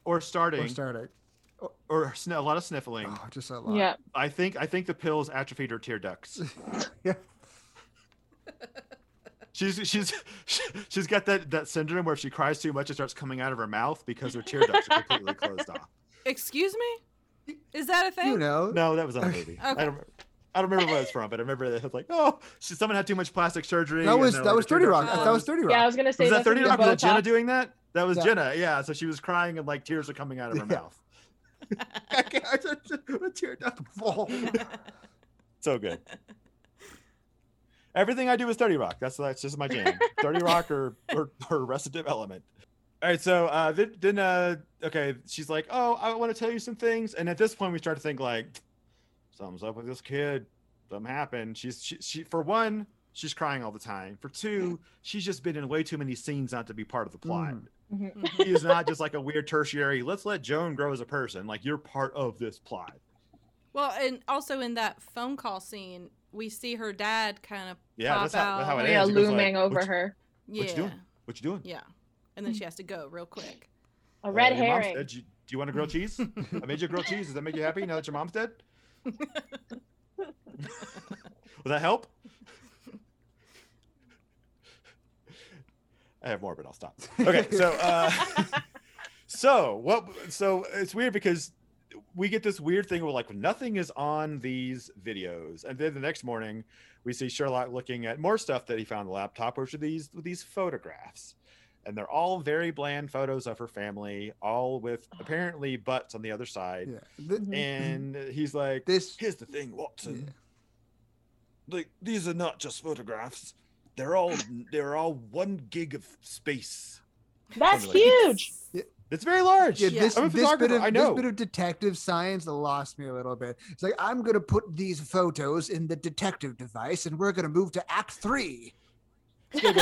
Speaker 6: or starting or,
Speaker 7: or starting.
Speaker 6: sn- a lot of sniffling.
Speaker 7: Oh, just a lot.
Speaker 8: Yeah.
Speaker 6: I think I think the pills atrophied her tear ducts.
Speaker 7: Yeah.
Speaker 6: She's she's she's got that that syndrome where if she cries too much, it starts coming out of her mouth because her tear ducts are completely closed off.
Speaker 5: Excuse me? Is that a thing?
Speaker 7: You know.
Speaker 6: No, that was on a movie. I don't. remember- I don't remember where it's from, but I remember that it was like, oh, she, someone had too much plastic surgery.
Speaker 7: That
Speaker 6: and
Speaker 7: was
Speaker 6: they're
Speaker 7: that
Speaker 6: like,
Speaker 7: was
Speaker 6: "Her
Speaker 7: Thirty
Speaker 6: tear
Speaker 7: Rock.
Speaker 6: ducts
Speaker 5: Uh,
Speaker 6: are
Speaker 7: that was Thirty
Speaker 8: Um,
Speaker 7: Rock.
Speaker 8: Yeah, I was gonna say
Speaker 6: was that
Speaker 8: that's what
Speaker 6: 30
Speaker 8: the
Speaker 6: Rock? Was that Jenna
Speaker 8: Botox-
Speaker 6: doing that? That was
Speaker 7: Yeah.
Speaker 6: Jenna. Yeah. So she was crying and like tears were coming out of her
Speaker 7: Yeah.
Speaker 6: mouth. I can't- I just- a tear duct fall. so good. Everything I do is 30 Rock. That's that's just my jam. 30 Rock or or, or Arrested Development. All right, so uh, then, then uh, okay, she's like, "Oh, I want to tell you some things," and at this point, we start to think like, "Something's up with this kid. Something happened." She's she, she for one, she's crying all the time. For two, she's just been in way too many scenes not to be part of the plot.
Speaker 7: Mm.
Speaker 5: Mm-hmm.
Speaker 6: He is not just like a weird tertiary. Let's let Joan grow as a person. Like you're part of this plot.
Speaker 5: Well, and also in that phone call scene, we see her dad kind of
Speaker 6: Yeah,
Speaker 5: pop
Speaker 6: that's how,
Speaker 5: out.
Speaker 6: that's how it
Speaker 8: yeah,
Speaker 6: ends. He goes like,
Speaker 8: looming over
Speaker 6: what you-
Speaker 8: her.
Speaker 5: yeah,
Speaker 6: What you doing? What you doing?
Speaker 5: yeah, and
Speaker 8: Hmm.
Speaker 5: then she has to go real quick.
Speaker 8: A red
Speaker 6: Uh, your mom's
Speaker 8: herring.
Speaker 6: dead. You- do you want a grilled cheese? I made you a grilled cheese. Does that make you happy now that your mom's dead? Will that help? I have more, but I'll stop. Okay, so uh, so what? So it's weird because we get this weird thing where like nothing is on these videos, and then the next morning we see Sherlock looking at more stuff that he found on the laptop, which are these these photographs, and they're all very bland photos of her family, all with apparently butts on the other side.
Speaker 7: Yeah. Th-
Speaker 8: Mm-hmm.
Speaker 6: And he's like,
Speaker 7: This
Speaker 6: Here's the thing, Watson. Like these are not just photographs. They're all they're all one gig of space.
Speaker 8: That's
Speaker 6: Something like that.
Speaker 8: huge.
Speaker 6: It's very large.
Speaker 7: Yeah, this,
Speaker 6: I'm a
Speaker 7: this bit
Speaker 6: photographer,
Speaker 7: of
Speaker 6: I
Speaker 7: this
Speaker 6: know.
Speaker 7: bit of detective science lost me a little bit. It's like I'm gonna put these photos in the detective device, and we're gonna move to Act Three.
Speaker 6: so
Speaker 7: so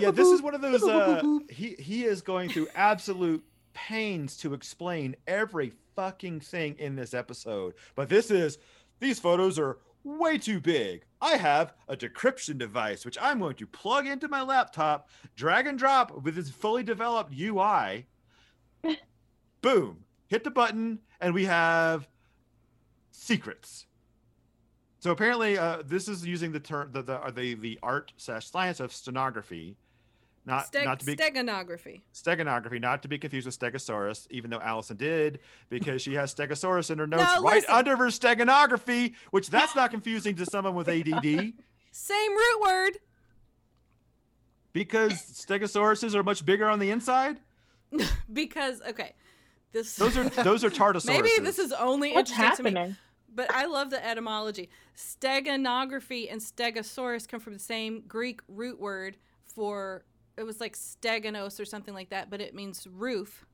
Speaker 6: yeah, this is one of those. Uh, he he is going through absolute pains to explain every fucking thing in this episode. But this is these photos are way too big. I have a decryption device which I'm going to plug into my laptop, drag and drop with its fully developed UI. Boom! Hit the button, and we have secrets. So apparently, uh, this is using the term the the, uh, the the art slash science of stenography, not
Speaker 5: Steg-
Speaker 6: not to be
Speaker 5: steganography.
Speaker 6: steganography, not to be confused with stegosaurus, even though Allison did because she has stegosaurus in her
Speaker 5: No,
Speaker 6: notes right
Speaker 5: listen.
Speaker 6: under her steganography, which that's not confusing to someone with ADD
Speaker 5: Same root word.
Speaker 6: because stegosauruses are much bigger on the inside.
Speaker 5: because okay, this
Speaker 6: Those are those are tartosauruses.
Speaker 5: maybe this is only
Speaker 8: What's
Speaker 5: interesting to me,
Speaker 8: happening?
Speaker 5: but I love the etymology. Steganography and stegosaurus come from the same Greek root word for it was like steganos or something like that, but it means roof.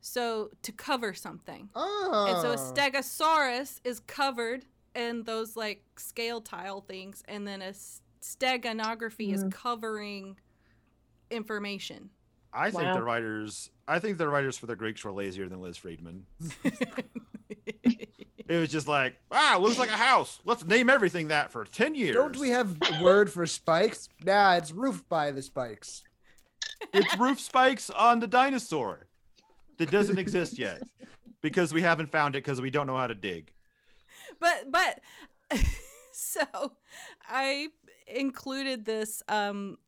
Speaker 5: So to cover something,
Speaker 7: Oh.
Speaker 5: and so a stegosaurus is covered in those like scale tile things, and then a s- steganography is covering information.
Speaker 6: I think the
Speaker 8: Wow.
Speaker 6: writers, I think the writers for the Greeks were lazier than Liz Friedman. It was just like, wow, looks like a house. Let's name everything that for ten years.
Speaker 7: Don't we have a word for spikes? Nah, it's roof by the spikes.
Speaker 6: it's roof spikes on the dinosaur that doesn't exist yet because we haven't found it because we don't know how to dig.
Speaker 5: but but so i included this um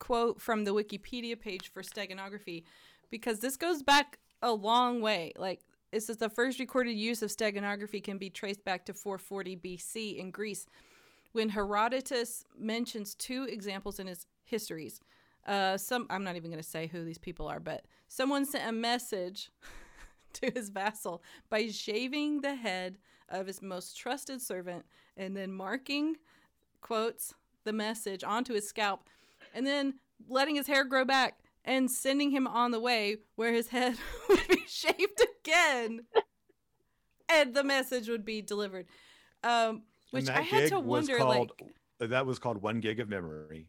Speaker 5: quote from the wikipedia page for steganography because this goes back a long way like it says the first recorded use of steganography can be traced back to 440 bc in greece when herodotus mentions two examples in his histories uh, some I'm not even going to say who these people are, but someone sent a message to his vassal by shaving the head of his most trusted servant and then marking quotes the message onto his scalp and then letting his hair grow back and sending him on the way where his head would be shaved again and the message would be delivered um
Speaker 6: And
Speaker 5: which
Speaker 6: that
Speaker 5: I had
Speaker 6: gig
Speaker 5: to
Speaker 6: was
Speaker 5: wonder
Speaker 6: called-
Speaker 5: like
Speaker 6: That was called one gig of memory.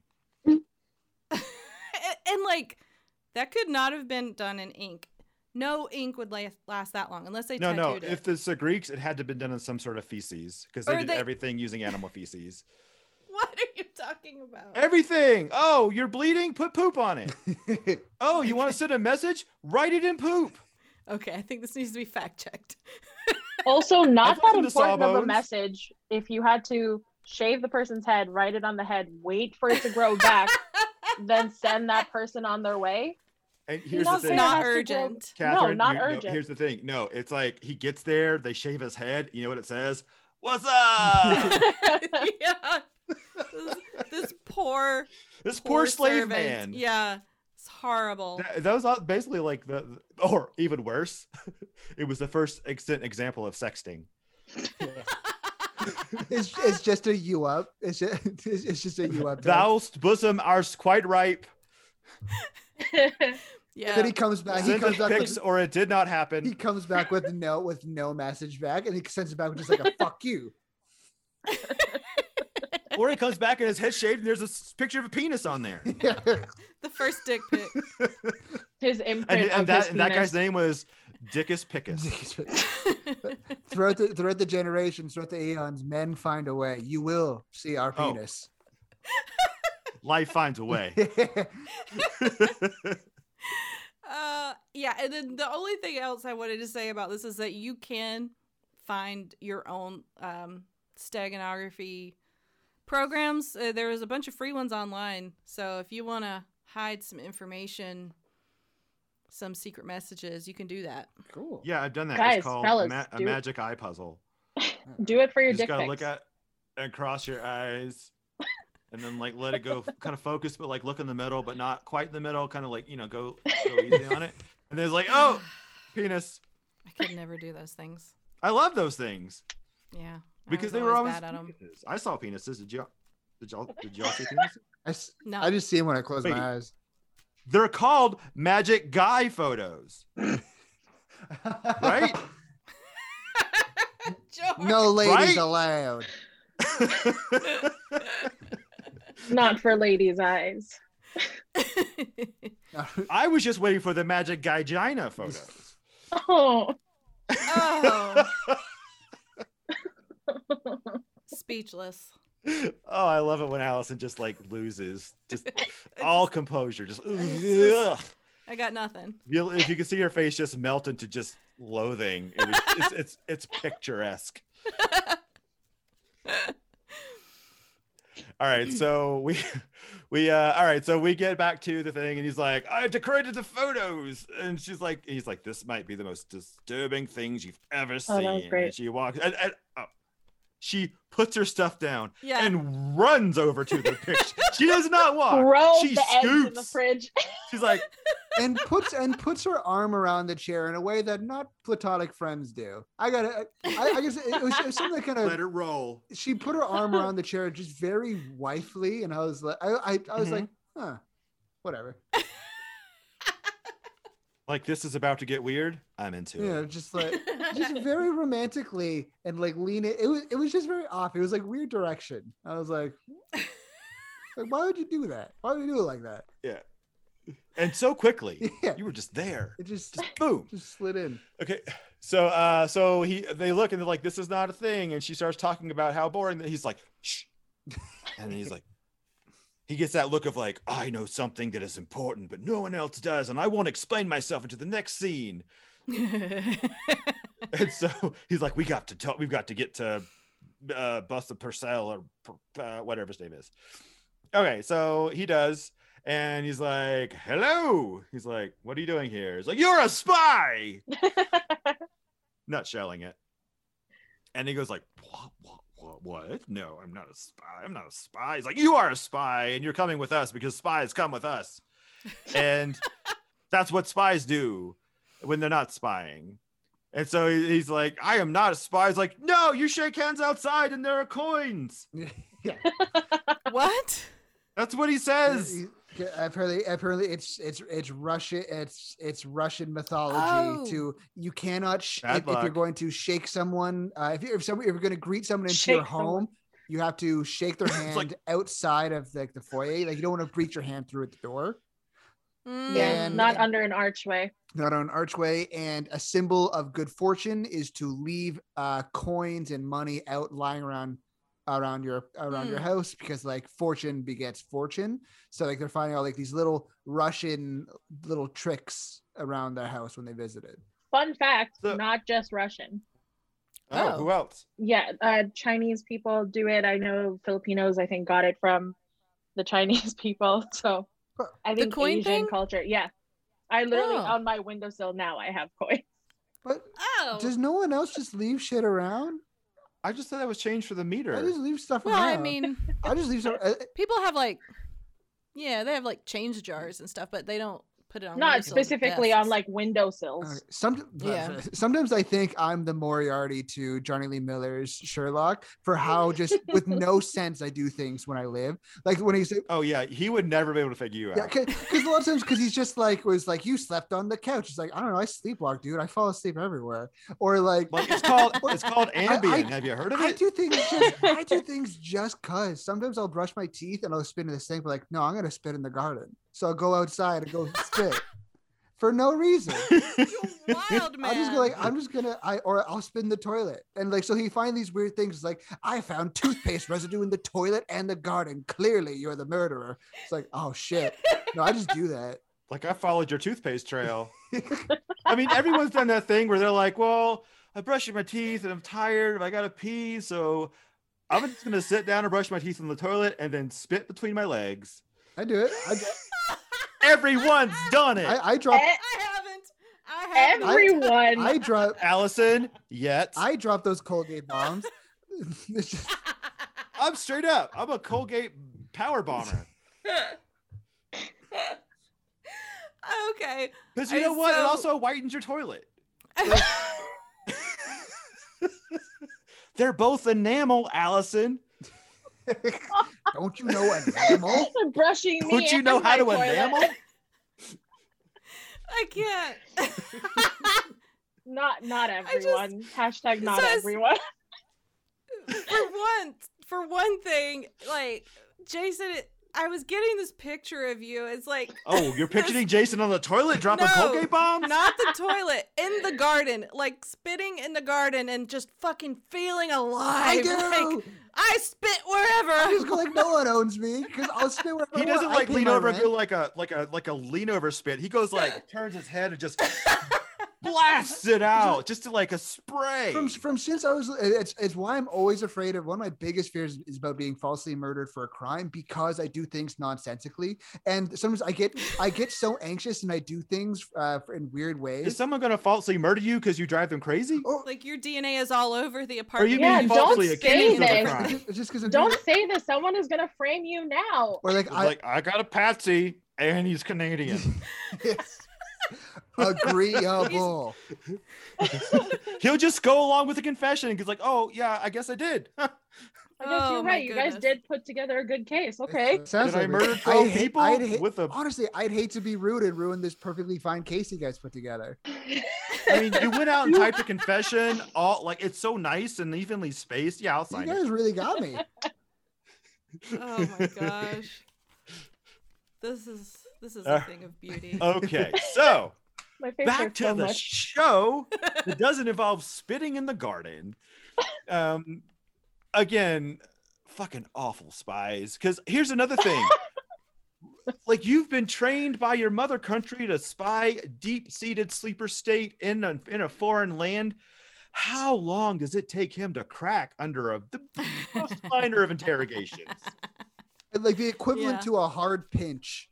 Speaker 5: and, and, like that could not have been done in ink. No ink would last, last that long unless they
Speaker 6: No, no.
Speaker 5: tattooed it.
Speaker 6: If it's the Greeks, it had to have been done in some sort of feces because they
Speaker 5: Or
Speaker 6: did
Speaker 5: they-
Speaker 6: everything using animal feces.
Speaker 5: what are you talking about?
Speaker 6: Everything. Oh, you're bleeding? Put poop on it. Oh, you want to send a message? Write it in poop.
Speaker 5: okay, I think this needs to be fact checked.
Speaker 8: Also, not
Speaker 6: I've listened to
Speaker 8: that important of a
Speaker 6: Sawbones.
Speaker 8: message. If you had to shave the person's head, write it on the head, wait for it to grow back, then send that person on their way.
Speaker 6: And here's
Speaker 8: Not
Speaker 6: the
Speaker 8: It
Speaker 6: thing.
Speaker 8: very has
Speaker 5: Not
Speaker 8: to grow-
Speaker 5: urgent.
Speaker 6: Catherine,
Speaker 8: not
Speaker 6: you- no,
Speaker 8: urgent.
Speaker 6: here's the thing. No, it's like he gets there, they shave his head. You know what it says? What's up?
Speaker 5: yeah. This, this poor,
Speaker 6: this
Speaker 5: poor
Speaker 6: poor slave
Speaker 5: servant.
Speaker 6: man.
Speaker 5: Yeah, it's horrible.
Speaker 6: That, that was all- basically like the, the- or even worse, it was the first extant example of sexting.
Speaker 7: It's, it's just a you up. It's just, it's, it's just a you up.
Speaker 6: Thou's bosom are quite ripe.
Speaker 5: yeah.
Speaker 7: Then he comes back. He
Speaker 6: Send us
Speaker 7: comes back.
Speaker 6: pics
Speaker 7: With,
Speaker 6: or it did not
Speaker 7: he
Speaker 6: happen.
Speaker 7: comes back with no with no message back, and he sends it back with just like a fuck you.
Speaker 6: or he comes back and his head shaved and there's a s- picture of a penis on there.
Speaker 5: the first dick pic.
Speaker 8: His imprint
Speaker 6: And,
Speaker 8: of
Speaker 6: and that
Speaker 8: his
Speaker 6: and that guy's
Speaker 8: penis.
Speaker 6: name was Dickus Pickus.
Speaker 7: throughout the throughout the generations, throughout the eons, men find a way. You will see our
Speaker 6: Oh.
Speaker 7: penis.
Speaker 6: Life finds a way.
Speaker 5: Uh, yeah, and then the only thing else I wanted to say about this is that you can find your own um, steganography programs. Uh, there was a bunch of free ones online, so if you want to hide some information, some secret messages, you can do that.
Speaker 7: cool.
Speaker 6: Yeah, I've done that.
Speaker 8: Guys,
Speaker 6: it's called
Speaker 8: fellas,
Speaker 6: ma- a
Speaker 8: do it.
Speaker 6: magic eye puzzle.
Speaker 8: Do it for your
Speaker 6: You just
Speaker 8: dick
Speaker 6: gotta
Speaker 8: pics.
Speaker 6: look at and cross your eyes, and then like let it go, kind of focus, but like look in the middle, but not quite in the middle. Kind of like you know go go easy on it. And then it's like oh, penis.
Speaker 5: I could never do those things.
Speaker 6: I love those things
Speaker 5: Yeah, I
Speaker 6: because
Speaker 5: was
Speaker 6: they were always.
Speaker 5: bad at 'em.
Speaker 6: penises. I saw penises. Did y'all? Did y'all? Did y'all see penises?
Speaker 7: I, s-
Speaker 5: No,
Speaker 7: I just see him when I close
Speaker 6: Wait.
Speaker 7: my eyes.
Speaker 6: They're called magic guy photos, right?
Speaker 5: George.
Speaker 7: no ladies
Speaker 6: Right?
Speaker 7: allowed.
Speaker 8: Not for ladies' eyes.
Speaker 6: I was just waiting for the magic guyina photos.
Speaker 8: Oh,
Speaker 5: oh, speechless.
Speaker 6: oh, I love it when Allison just like loses, just all composure. Just
Speaker 5: just-
Speaker 6: ugh.
Speaker 5: I got nothing.
Speaker 6: You'll- if you can see her face just melt into just loathing. It was, it's, it's it's picturesque. All right, so we we uh all right, so we get back to the thing and he's like, I decorated the photos. And she's like, he's like, this might be the most disturbing things you've ever
Speaker 8: Oh,
Speaker 6: seen.
Speaker 8: that was
Speaker 6: And
Speaker 8: great.
Speaker 6: she walks and, and oh, she puts her stuff down
Speaker 5: Yeah.
Speaker 6: and runs over to the picture. she does not walk.
Speaker 8: throw
Speaker 6: she
Speaker 8: the eggs in the
Speaker 6: scoops.
Speaker 8: fridge.
Speaker 6: She's like,
Speaker 7: and puts and puts her arm around the chair in a way that not platonic friends do. I gotta, I, I guess it was, it was something that kind of
Speaker 6: let it roll.
Speaker 7: she put her arm around the chair just very wifely, and I was like, I, I, I was
Speaker 6: Mhm.
Speaker 7: like, huh, whatever.
Speaker 6: Like this is about to get weird. I'm into
Speaker 7: You know,
Speaker 6: it.
Speaker 7: just like just very romantically and like lean it. It was it was just very off. It was like weird direction. I was like, like why would you do that? Why would you do it like that?
Speaker 6: And so quickly.
Speaker 7: Yeah,
Speaker 6: You were just there.
Speaker 7: it just
Speaker 6: Just boom.
Speaker 7: just slid in.
Speaker 6: Okay, so uh, so he they look and they're like, "This is not a thing," and she starts talking about how boring. that- He's like, "Shh," and he's like, he gets that look of like, "I know something that is important, but no one else does, and I won't explain myself into the next scene." And so he's like, "We got to talk. We've got to get to uh, Buster Purcell or Pur- uh, whatever his name is." Okay, so he does, and he's like, "Hello." He's like, "What are you doing here?" He's like, "You're a spy." nutshelling it. And he goes like, what, what, what, what? No, I'm not a spy. I'm not a spy. He's like, you are a spy, and you're coming with us because spies come with us. And that's what spies do when they're not spying. And so he- he's like, I am not a spy. He's like, no, you shake hands outside and there are coins.
Speaker 5: what?
Speaker 6: That's what he
Speaker 7: Yeah,
Speaker 6: says.
Speaker 7: you- yeah, Apparently, apparently, it's it's it's Russian. It's it's Russian mythology
Speaker 5: Oh.
Speaker 7: to you cannot sh-
Speaker 6: Bad
Speaker 7: if, if you're
Speaker 6: luck.
Speaker 7: going to shake someone. Uh, if you're if, somebody, if you're going to greet someone into your
Speaker 8: Shake someone.
Speaker 7: home, you have to shake their hand
Speaker 6: It's like-
Speaker 7: outside of like the foyer. Like you don't want to reach your hand through at the door,
Speaker 5: Mm.
Speaker 8: yeah,
Speaker 7: And-
Speaker 8: not under an archway.
Speaker 7: not on an archway. And a symbol of good fortune is to leave uh, coins and money out lying around around your around your
Speaker 5: Hmm.
Speaker 7: house because like fortune begets fortune. So like they're finding out like these little Russian little tricks around their house when they visited.
Speaker 8: Fun fact:
Speaker 6: So-
Speaker 8: not just Russian.
Speaker 6: Oh, who else?
Speaker 8: Yeah, uh, Chinese people do it. I know Filipinos. I think got it from the Chinese people. So
Speaker 7: Huh.
Speaker 8: I
Speaker 5: The
Speaker 8: think
Speaker 5: coin
Speaker 8: Asian
Speaker 5: thing?
Speaker 8: culture. Yeah, I literally
Speaker 5: Oh.
Speaker 8: on my windowsill now. I have coins.
Speaker 7: But
Speaker 5: Oh.
Speaker 7: does no one else just leave shit around?
Speaker 6: I just thought that was changed for the meter.
Speaker 7: I just leave stuff
Speaker 5: well, I
Speaker 7: around.
Speaker 5: mean,
Speaker 7: I just leave stuff. uh,
Speaker 5: people have like, yeah, they have like change jars and stuff, but they don't put it on.
Speaker 8: Not
Speaker 5: windowsills and
Speaker 8: specifically
Speaker 5: desks.
Speaker 8: on like windowsills.
Speaker 7: Okay. Some,
Speaker 5: Yeah.
Speaker 7: Sometimes I think I'm the Moriarty to Johnny Lee Miller's Sherlock for how just with no sense I do things when I live. Like when he's
Speaker 6: Oh yeah, he would never be able to figure you out.
Speaker 7: yeah, because a lot of times because he's just like was like you slept on the couch. It's like I don't know, I sleepwalk, dude. I fall asleep everywhere. Or like
Speaker 6: Like it's called
Speaker 7: Or-
Speaker 6: it's called
Speaker 7: I-
Speaker 6: Ambien. Have you heard of
Speaker 7: I
Speaker 6: it?
Speaker 7: do things just I do things just cause. Sometimes I'll brush my teeth and I'll spit in the sink, but like, no, I'm gonna spit in the garden. So I'll go outside and go spit for no reason.
Speaker 5: You wild man.
Speaker 7: I'm just gonna, like I'm just gonna I or I'll spin the toilet and like so he find these weird things like I found toothpaste residue in the toilet and the garden. Clearly you're the murderer. It's like oh shit. No, I just do that.
Speaker 6: like I followed your toothpaste trail. I mean, everyone's done that thing where they're like, "Well, I'm brushing my teeth and I'm tired. and I gotta pee, so I'm just gonna sit down and brush my teeth in the toilet and then spit between my legs."
Speaker 7: I do it. I,
Speaker 6: Everyone's done it,
Speaker 7: I, I drop
Speaker 8: E-
Speaker 5: I haven't. I haven't.
Speaker 8: Everyone.
Speaker 7: I drop
Speaker 6: Allison. Yet I,
Speaker 7: I drop those Colgate bombs. It's just-
Speaker 6: am straight up. I'm a Colgate power bomber.
Speaker 5: okay.
Speaker 6: Because you
Speaker 5: I-
Speaker 6: know what? it
Speaker 5: so-
Speaker 6: also whitens your toilet. They're both enamel, Allison.
Speaker 7: don't you know an animal?
Speaker 8: brushing me.
Speaker 6: Don't you
Speaker 8: and
Speaker 6: know how
Speaker 8: my
Speaker 6: to
Speaker 8: toilet.
Speaker 6: enamel?
Speaker 5: I can't.
Speaker 8: Not not
Speaker 5: just-
Speaker 8: everyone. Hashtag not
Speaker 5: So it's-
Speaker 8: everyone.
Speaker 5: for one, for one thing, like Jason, I was getting this picture of you. It's like
Speaker 6: Oh, you're picturing Jason on the toilet dropping
Speaker 5: No.
Speaker 6: Colgate bombs?
Speaker 5: not the toilet in the garden, like spitting in the garden and just fucking feeling alive.
Speaker 7: I do.
Speaker 5: Like I spit wherever.
Speaker 7: I just go like no one owns me because I'll spit wherever
Speaker 6: He
Speaker 7: I want.
Speaker 6: doesn't
Speaker 7: I
Speaker 6: like
Speaker 7: pay
Speaker 6: lean
Speaker 7: my
Speaker 6: over and
Speaker 7: rent.
Speaker 6: do like a like a like a lean over spit. He goes like turns his head and just blasts it out just to like a spray.
Speaker 7: from from since I was it's it's why I'm always afraid of one of my biggest fears is about being falsely murdered for a crime because I do things nonsensically and sometimes I get I get so anxious and I do things uh, in weird
Speaker 6: Is
Speaker 7: ways.
Speaker 6: someone gonna falsely murder you because you drive them crazy?
Speaker 7: Oh,
Speaker 5: like your DNA is all over the
Speaker 6: Or
Speaker 5: apartment.
Speaker 6: Oh, you
Speaker 8: Yeah,
Speaker 6: being
Speaker 8: don't
Speaker 6: falsely
Speaker 8: say
Speaker 6: accused of a
Speaker 8: this.
Speaker 6: crime?
Speaker 7: it's just because
Speaker 8: Don't say this. Someone is gonna frame you now.
Speaker 7: or like
Speaker 6: It's
Speaker 7: I
Speaker 6: like I got a patsy and he's Canadian.
Speaker 7: yes. agreeable.
Speaker 6: He'll just go along with the confession because like, oh yeah, I guess I did.
Speaker 8: I guess
Speaker 5: Oh,
Speaker 8: you're
Speaker 5: my
Speaker 8: right. You guys
Speaker 5: goodness.
Speaker 8: did put together a good case. Okay.
Speaker 7: It sounds
Speaker 6: Did I
Speaker 7: like it.
Speaker 6: murder
Speaker 7: I'd
Speaker 6: 12
Speaker 7: hate-
Speaker 6: people
Speaker 7: I'd hate-
Speaker 6: with a-
Speaker 7: honestly, I'd hate to be rude and ruin this perfectly fine case you guys put together.
Speaker 6: I mean, you went out and typed a confession, all like it's so nice and evenly spaced. Yeah, I'll
Speaker 7: You
Speaker 6: sign it.
Speaker 7: guys really got me.
Speaker 5: Oh my gosh. This is this is a
Speaker 6: Uh,
Speaker 5: thing of beauty.
Speaker 6: Okay, so
Speaker 8: My face
Speaker 6: back
Speaker 8: hurts
Speaker 6: to
Speaker 8: so
Speaker 6: the
Speaker 8: much.
Speaker 6: show that doesn't involve spitting in the garden. Um, again, fucking awful spies. Because here's another thing. Like you've been trained by your mother country to spy deep-seated sleeper state in a, in a foreign land. How long does it take him to crack under a the most minor of interrogations?
Speaker 7: Like the equivalent
Speaker 5: Yeah.
Speaker 7: to a hard pinch.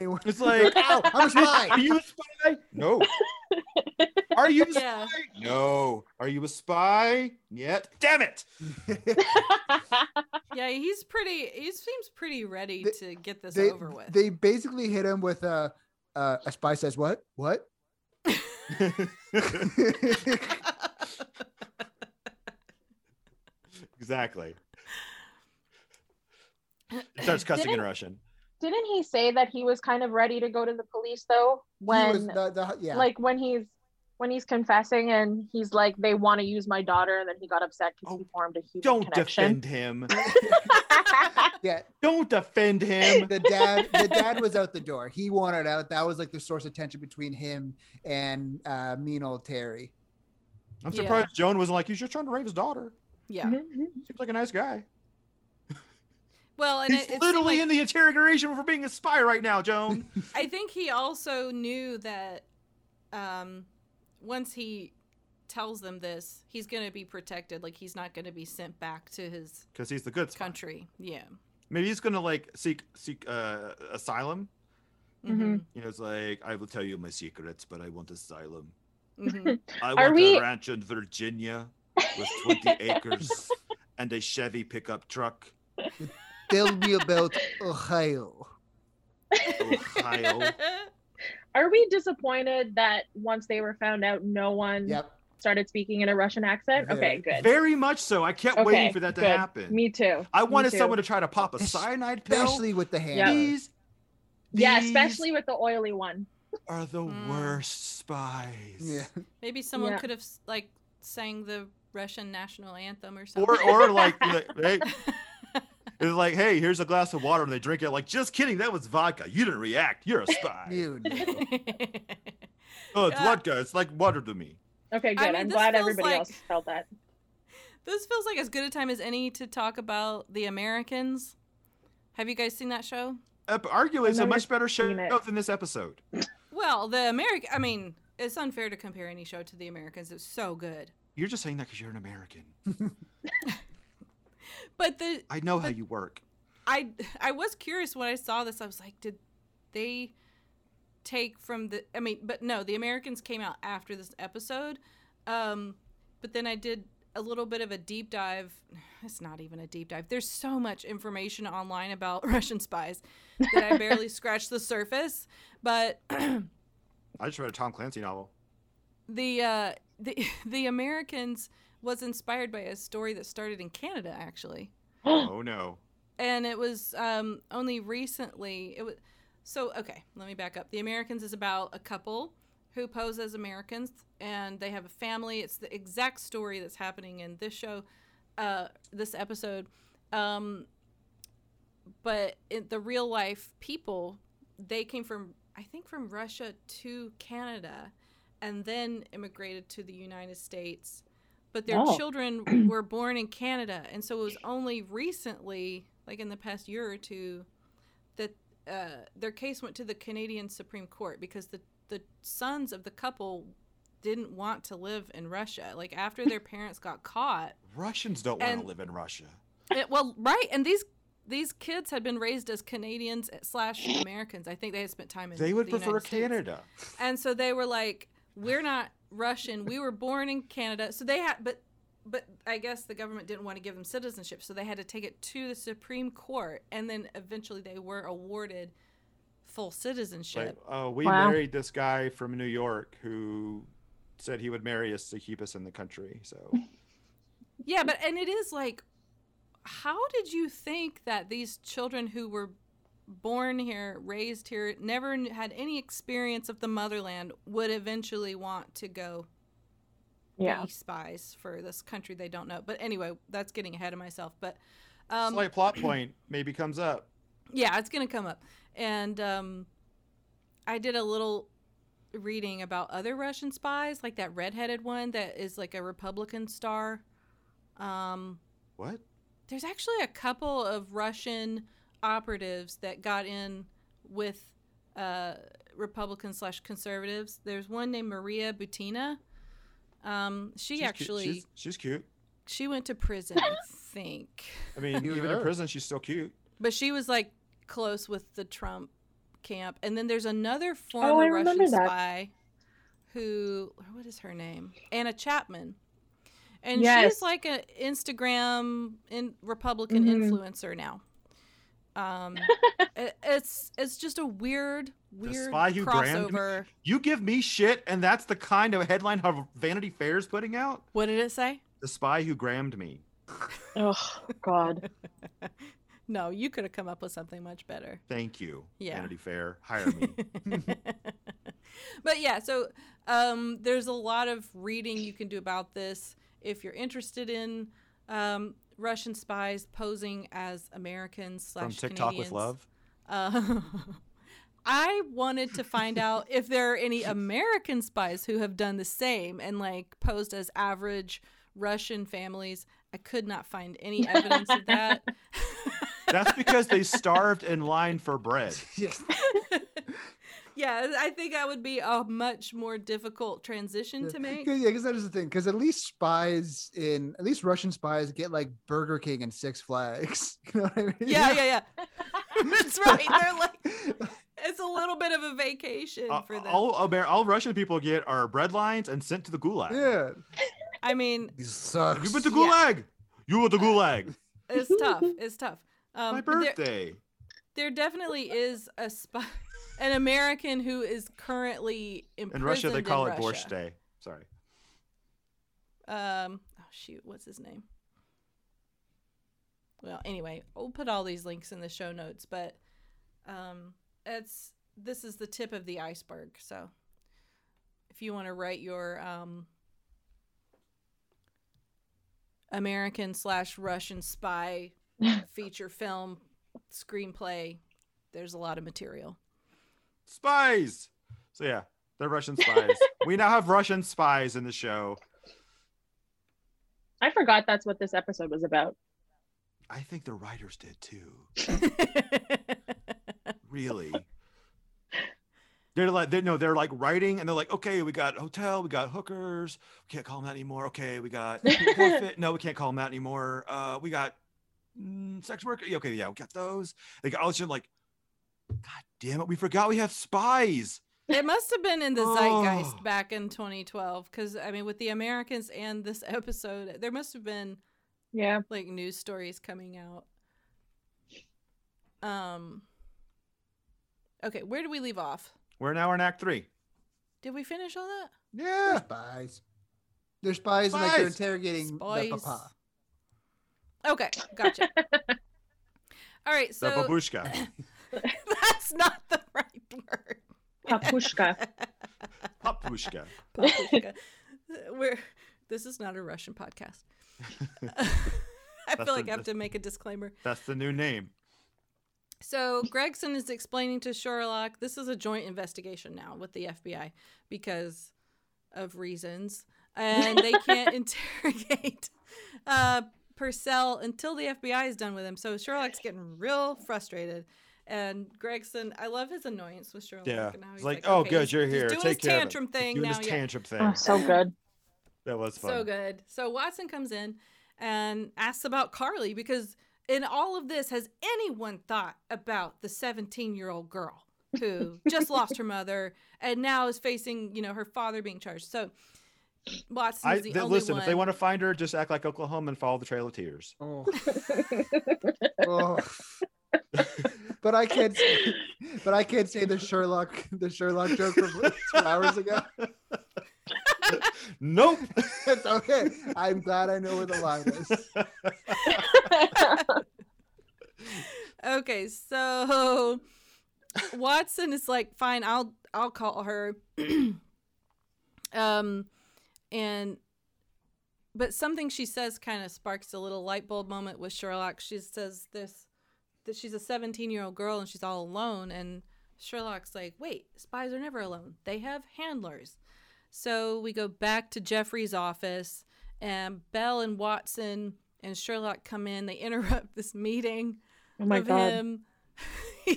Speaker 7: Anyway.
Speaker 6: It's like,
Speaker 7: Ow, I'm a spy.
Speaker 6: are you a spy? No. Are you a spy?
Speaker 5: yeah.
Speaker 6: No. Are you a spy? Yet. Damn it.
Speaker 5: Yeah, he's pretty he seems pretty ready to
Speaker 7: They-
Speaker 5: get this
Speaker 7: they,
Speaker 5: over with.
Speaker 7: they basically hit him with a uh, a spy says what what
Speaker 6: exactly. It starts cussing in
Speaker 8: Didn't-
Speaker 6: Russian.
Speaker 8: Didn't he say that he was kind of ready to go to the police though?
Speaker 7: He
Speaker 8: When
Speaker 7: was the- the- yeah
Speaker 8: like when he's when he's confessing and he's like they want to use my daughter and then he got upset because he
Speaker 6: Oh,
Speaker 8: formed a human
Speaker 6: Don't
Speaker 8: connection.
Speaker 6: defend him.
Speaker 7: yeah
Speaker 6: Don't defend him.
Speaker 7: the dad the dad was out the door he wanted out that was like the source of tension between him and uh mean old terry
Speaker 6: I'm
Speaker 5: Yeah.
Speaker 6: surprised Joan wasn't like, he's just trying to rape his daughter.
Speaker 5: yeah.
Speaker 8: Mm-hmm.
Speaker 6: Seems like a nice guy.
Speaker 5: Well, and
Speaker 6: he's
Speaker 5: it, it
Speaker 6: literally
Speaker 5: literally
Speaker 6: in the interrogation for being a spy right now, Joan.
Speaker 5: I think he also knew that um once he tells them this, he's going to be protected like he's not going to be sent back to his
Speaker 6: Because he's the good spy.
Speaker 5: country. Yeah.
Speaker 6: Maybe he's gonna like seek seek uh, asylum.
Speaker 8: Mm-hmm.
Speaker 5: Mhm.
Speaker 6: You know, it's like I will tell you my secrets, but I want asylum.
Speaker 5: Mhm.
Speaker 6: I
Speaker 8: Are
Speaker 6: want
Speaker 8: we-
Speaker 6: a ranch in Virginia with 20 acres and a Chevy pickup truck,
Speaker 7: tell me about ohio
Speaker 6: Ohio.
Speaker 8: Are we disappointed that once they were found out, no one
Speaker 7: Yep.
Speaker 8: started speaking in a Russian accent? Okay, good.
Speaker 6: Very much so. I kept
Speaker 8: Okay,
Speaker 6: waiting for that to
Speaker 8: good.
Speaker 6: happen.
Speaker 8: Me too.
Speaker 6: I
Speaker 8: Me
Speaker 6: wanted
Speaker 8: too.
Speaker 6: someone to try to pop a cyanide pill.
Speaker 7: Especially with the hand.
Speaker 8: Yeah.
Speaker 6: These,
Speaker 8: Yeah,
Speaker 6: these
Speaker 8: especially Hmm. with the oily one.
Speaker 6: are the
Speaker 5: Mm.
Speaker 6: worst spies.
Speaker 7: Yeah.
Speaker 5: Maybe someone
Speaker 8: Yeah.
Speaker 5: could have like sang the Russian national anthem or something.
Speaker 6: Or, or like, like, hey, it's like, hey, here's a glass of water, and they drink it. Like, just kidding, that was vodka. You didn't react. You're a spy.
Speaker 7: You know.
Speaker 6: oh, it's
Speaker 5: Yeah.
Speaker 6: vodka. It's like water to me.
Speaker 8: Okay, good.
Speaker 5: mean,
Speaker 8: I'm
Speaker 5: this
Speaker 8: glad
Speaker 5: feels
Speaker 8: everybody
Speaker 5: like-
Speaker 8: else felt that.
Speaker 5: this feels like as good a time as any to talk about the Americans. Have you guys seen that show?
Speaker 6: Ep- Uh, Arguably, it's a
Speaker 8: never
Speaker 6: much better show
Speaker 8: seen it.
Speaker 6: than this episode.
Speaker 5: Well, the American. I mean, it's unfair to compare any show to the Americans. It's so good.
Speaker 6: You're just saying that because you're an American.
Speaker 5: But the
Speaker 6: I know how you work.
Speaker 5: I I was curious when I saw this. I was like, did they take from the? I mean, but no, the Americans came out after this episode. Um, but then I did a little bit of a deep dive. It's not even a deep dive. There's so much information online about Russian spies that I barely scratched the surface. But
Speaker 6: I just read a Tom Clancy novel.
Speaker 5: the uh, the the Americans was inspired by a story that started in Canada actually.
Speaker 6: Oh no.
Speaker 5: and it was um, only recently it was so okay let me back up the americans is about a couple who pose as americans and they have a family it's the exact story that's happening in this show uh, this episode um, but in the real life people they came from i think from russia to canada and then immigrated to the united states but their
Speaker 8: Oh.
Speaker 5: children were born in canada and so it was only recently like in the past year or two that uh, their case went to the canadian supreme court because the, the sons of the couple didn't want to live in russia like after their parents got caught
Speaker 6: Russians don't want
Speaker 5: And-
Speaker 6: to live in Russia.
Speaker 5: it, well, right, and these these kids had been raised as Canadians slash Americans. I think they had spent time in.
Speaker 6: They would
Speaker 5: the
Speaker 6: prefer
Speaker 5: United States.
Speaker 6: Canada.
Speaker 5: and so they were like, "We're not Russian. We were born in Canada." So they had, but but I guess the government didn't want to give them citizenship, so they had to take it to the Supreme Court, and then eventually they were awarded full
Speaker 6: Like,
Speaker 5: citizenship.
Speaker 6: oh, we
Speaker 8: Wow.
Speaker 6: married this guy from New York who said he would marry us to keep us in the country. So
Speaker 5: Yeah, but and it is like, how did you think that these children who were born here, raised here, never kn- had any experience of the motherland would eventually want to go
Speaker 8: Yeah.
Speaker 5: be spies for this country they don't know? But anyway, that's getting ahead of myself. But um,
Speaker 6: slight plot point maybe comes up.
Speaker 5: yeah, it's gonna come up. And um, I did a little reading about other Russian spies, like that redheaded one that is like a Republican star. Um,
Speaker 6: What?
Speaker 5: there's actually a couple of Russian operatives that got in with uh, Republican slash conservatives. There's one named Maria Butina. Um, she
Speaker 6: She's cute-
Speaker 5: actually
Speaker 6: she's, she's cute.
Speaker 5: she went to prison, I think,
Speaker 6: I mean,
Speaker 7: Cute
Speaker 6: even in
Speaker 7: her.
Speaker 6: prison, she's still cute.
Speaker 5: but she was like close with the Trump camp. And then there's another
Speaker 8: Oh, I
Speaker 5: former Russian
Speaker 8: remember that.
Speaker 5: spy who what is her name? Anna Chapman. And she's
Speaker 8: Yes.
Speaker 5: like an Instagram in Republican
Speaker 8: Mhm.
Speaker 5: influencer now. Um, it- it's it's just a weird weird
Speaker 6: spy who
Speaker 5: crossover.
Speaker 6: Graham- You give me shit, and that's the kind of headline how Vanity Fair's putting out.
Speaker 5: What did it say?
Speaker 6: The spy who grammed me.
Speaker 8: Oh God.
Speaker 5: No, you could have come up with something much better.
Speaker 6: Thank you,
Speaker 5: Yeah.
Speaker 6: Vanity Fair. Hire me.
Speaker 5: but yeah, so um, there's a lot of reading you can do about this if you're interested in um, Russian spies posing as Americans
Speaker 6: From
Speaker 5: slash
Speaker 6: TikTok with
Speaker 5: Canadians.
Speaker 6: love.
Speaker 5: Uh, I wanted to find out if there are any American spies who have done the same and like posed as average Russian families. I could not find any evidence of that.
Speaker 6: That's because they starved in line for bread.
Speaker 7: Yes.
Speaker 5: yeah, I think that would be a much more difficult transition to make.
Speaker 7: Yeah, because that is the thing. Because at least spies in at least Russian spies get like Burger King and Six Flags. You know what I mean?
Speaker 5: Yeah, yeah, yeah. That's right. They're like, it's a little bit of a vacation
Speaker 6: Uh,
Speaker 5: for them.
Speaker 6: all, Amer- all Russian people get are bread lines and sent to the gulag.
Speaker 7: Yeah.
Speaker 5: I mean,
Speaker 7: These
Speaker 6: You
Speaker 7: sucks.
Speaker 6: went to
Speaker 5: Yeah.
Speaker 6: gulag. You went to gulag.
Speaker 5: it's tough. It's tough. Um,
Speaker 6: My
Speaker 5: but there-
Speaker 6: birthday.
Speaker 5: There, definitely is a spy. an American who is currently
Speaker 6: In
Speaker 5: imprisoned
Speaker 6: Russia, they call
Speaker 5: in
Speaker 6: it
Speaker 5: Russia.
Speaker 6: Borscht Day. Sorry.
Speaker 5: Um, oh shoot, what's his name? Well, anyway, we'll put all these links in the show notes, but um, it's this is the tip of the iceberg. So, if you want to write your um, American slash Russian spy feature film screenplay, there's a lot of material.
Speaker 6: Spies. So yeah, they're Russian spies. we now have Russian spies in the show.
Speaker 8: I forgot that's what this episode was about.
Speaker 6: I think the writers did too. Really. They're like, they no, they're like writing, and they're like, okay, we got hotel, we got hookers, we can't call them that anymore. Okay, we got forfeit, no, we can't call them that anymore. Uh, we got mm, sex worker, Yeah, okay, yeah, we got those. They got all this shit. I'm Like, god damn it, we forgot we have spies.
Speaker 5: It must have been in the
Speaker 6: Oh.
Speaker 5: zeitgeist back in 2012 because I mean, with the Americans and this episode, there must have been
Speaker 8: Yeah.
Speaker 5: like news stories coming out. Um. Okay, where did we leave off?
Speaker 6: We're now in Act Three.
Speaker 5: Did we finish all that?
Speaker 7: They're
Speaker 6: Yeah,
Speaker 7: spies. They're spies, and like they're
Speaker 6: Spies.
Speaker 7: interrogating
Speaker 5: Spies.
Speaker 7: the papa.
Speaker 5: Okay, gotcha. all right,
Speaker 6: the
Speaker 5: so
Speaker 6: babushka,
Speaker 5: that's not the right word.
Speaker 8: Papushka.
Speaker 6: papushka.
Speaker 5: Papushka. We're this is not a Russian podcast. I
Speaker 6: That's
Speaker 5: feel
Speaker 6: a-
Speaker 5: like I have
Speaker 6: that's-
Speaker 5: to make a disclaimer.
Speaker 6: That's the new name.
Speaker 5: So Gregson is explaining to Sherlock this is a joint investigation now with the FBI because of reasons, and they can't interrogate uh, Purcell until the FBI is done with him. So Sherlock's getting real frustrated. And Gregson, I love his annoyance with Sherlock.
Speaker 6: Yeah,
Speaker 5: and how
Speaker 6: it's
Speaker 5: he's
Speaker 6: like, oh,
Speaker 5: okay,
Speaker 6: good,
Speaker 5: he's-
Speaker 6: you're
Speaker 5: he's
Speaker 6: here.
Speaker 5: doing
Speaker 6: Take
Speaker 5: his
Speaker 6: care of it.
Speaker 5: tantrum
Speaker 6: He's
Speaker 5: thing
Speaker 6: doing
Speaker 5: now.
Speaker 6: his
Speaker 5: yeah.
Speaker 6: tantrum thing.
Speaker 8: Oh, so good.
Speaker 6: That was fun.
Speaker 5: So good. So Watson comes in and asks about Carly because in all of this, has anyone thought about the 17 year old girl who just lost her mother and now is facing, you know, her father being charged? So Watson
Speaker 6: I
Speaker 5: is the
Speaker 6: th-
Speaker 5: only
Speaker 6: listen.
Speaker 5: one.
Speaker 6: If they want to find her, just act like Oklahoma and follow the Trail of Tears.
Speaker 7: Oh. oh. but I can't. s- But I can't say the Sherlock, the Sherlock joke from two hours ago.
Speaker 6: Nope.
Speaker 7: It's okay. I'm glad I know where the line is.
Speaker 5: okay, so Watson is like, fine, I'll I'll call her. um and but something she says kind of sparks a little light bulb moment with Sherlock. She says this that she's a 17 year old girl and she's all alone and Sherlock's like, wait, spies are never alone. They have handlers. So we go back to Jeffrey's office and Bell and Watson and Sherlock come in. They interrupt this meeting
Speaker 8: Oh my
Speaker 5: of
Speaker 8: god.
Speaker 5: him.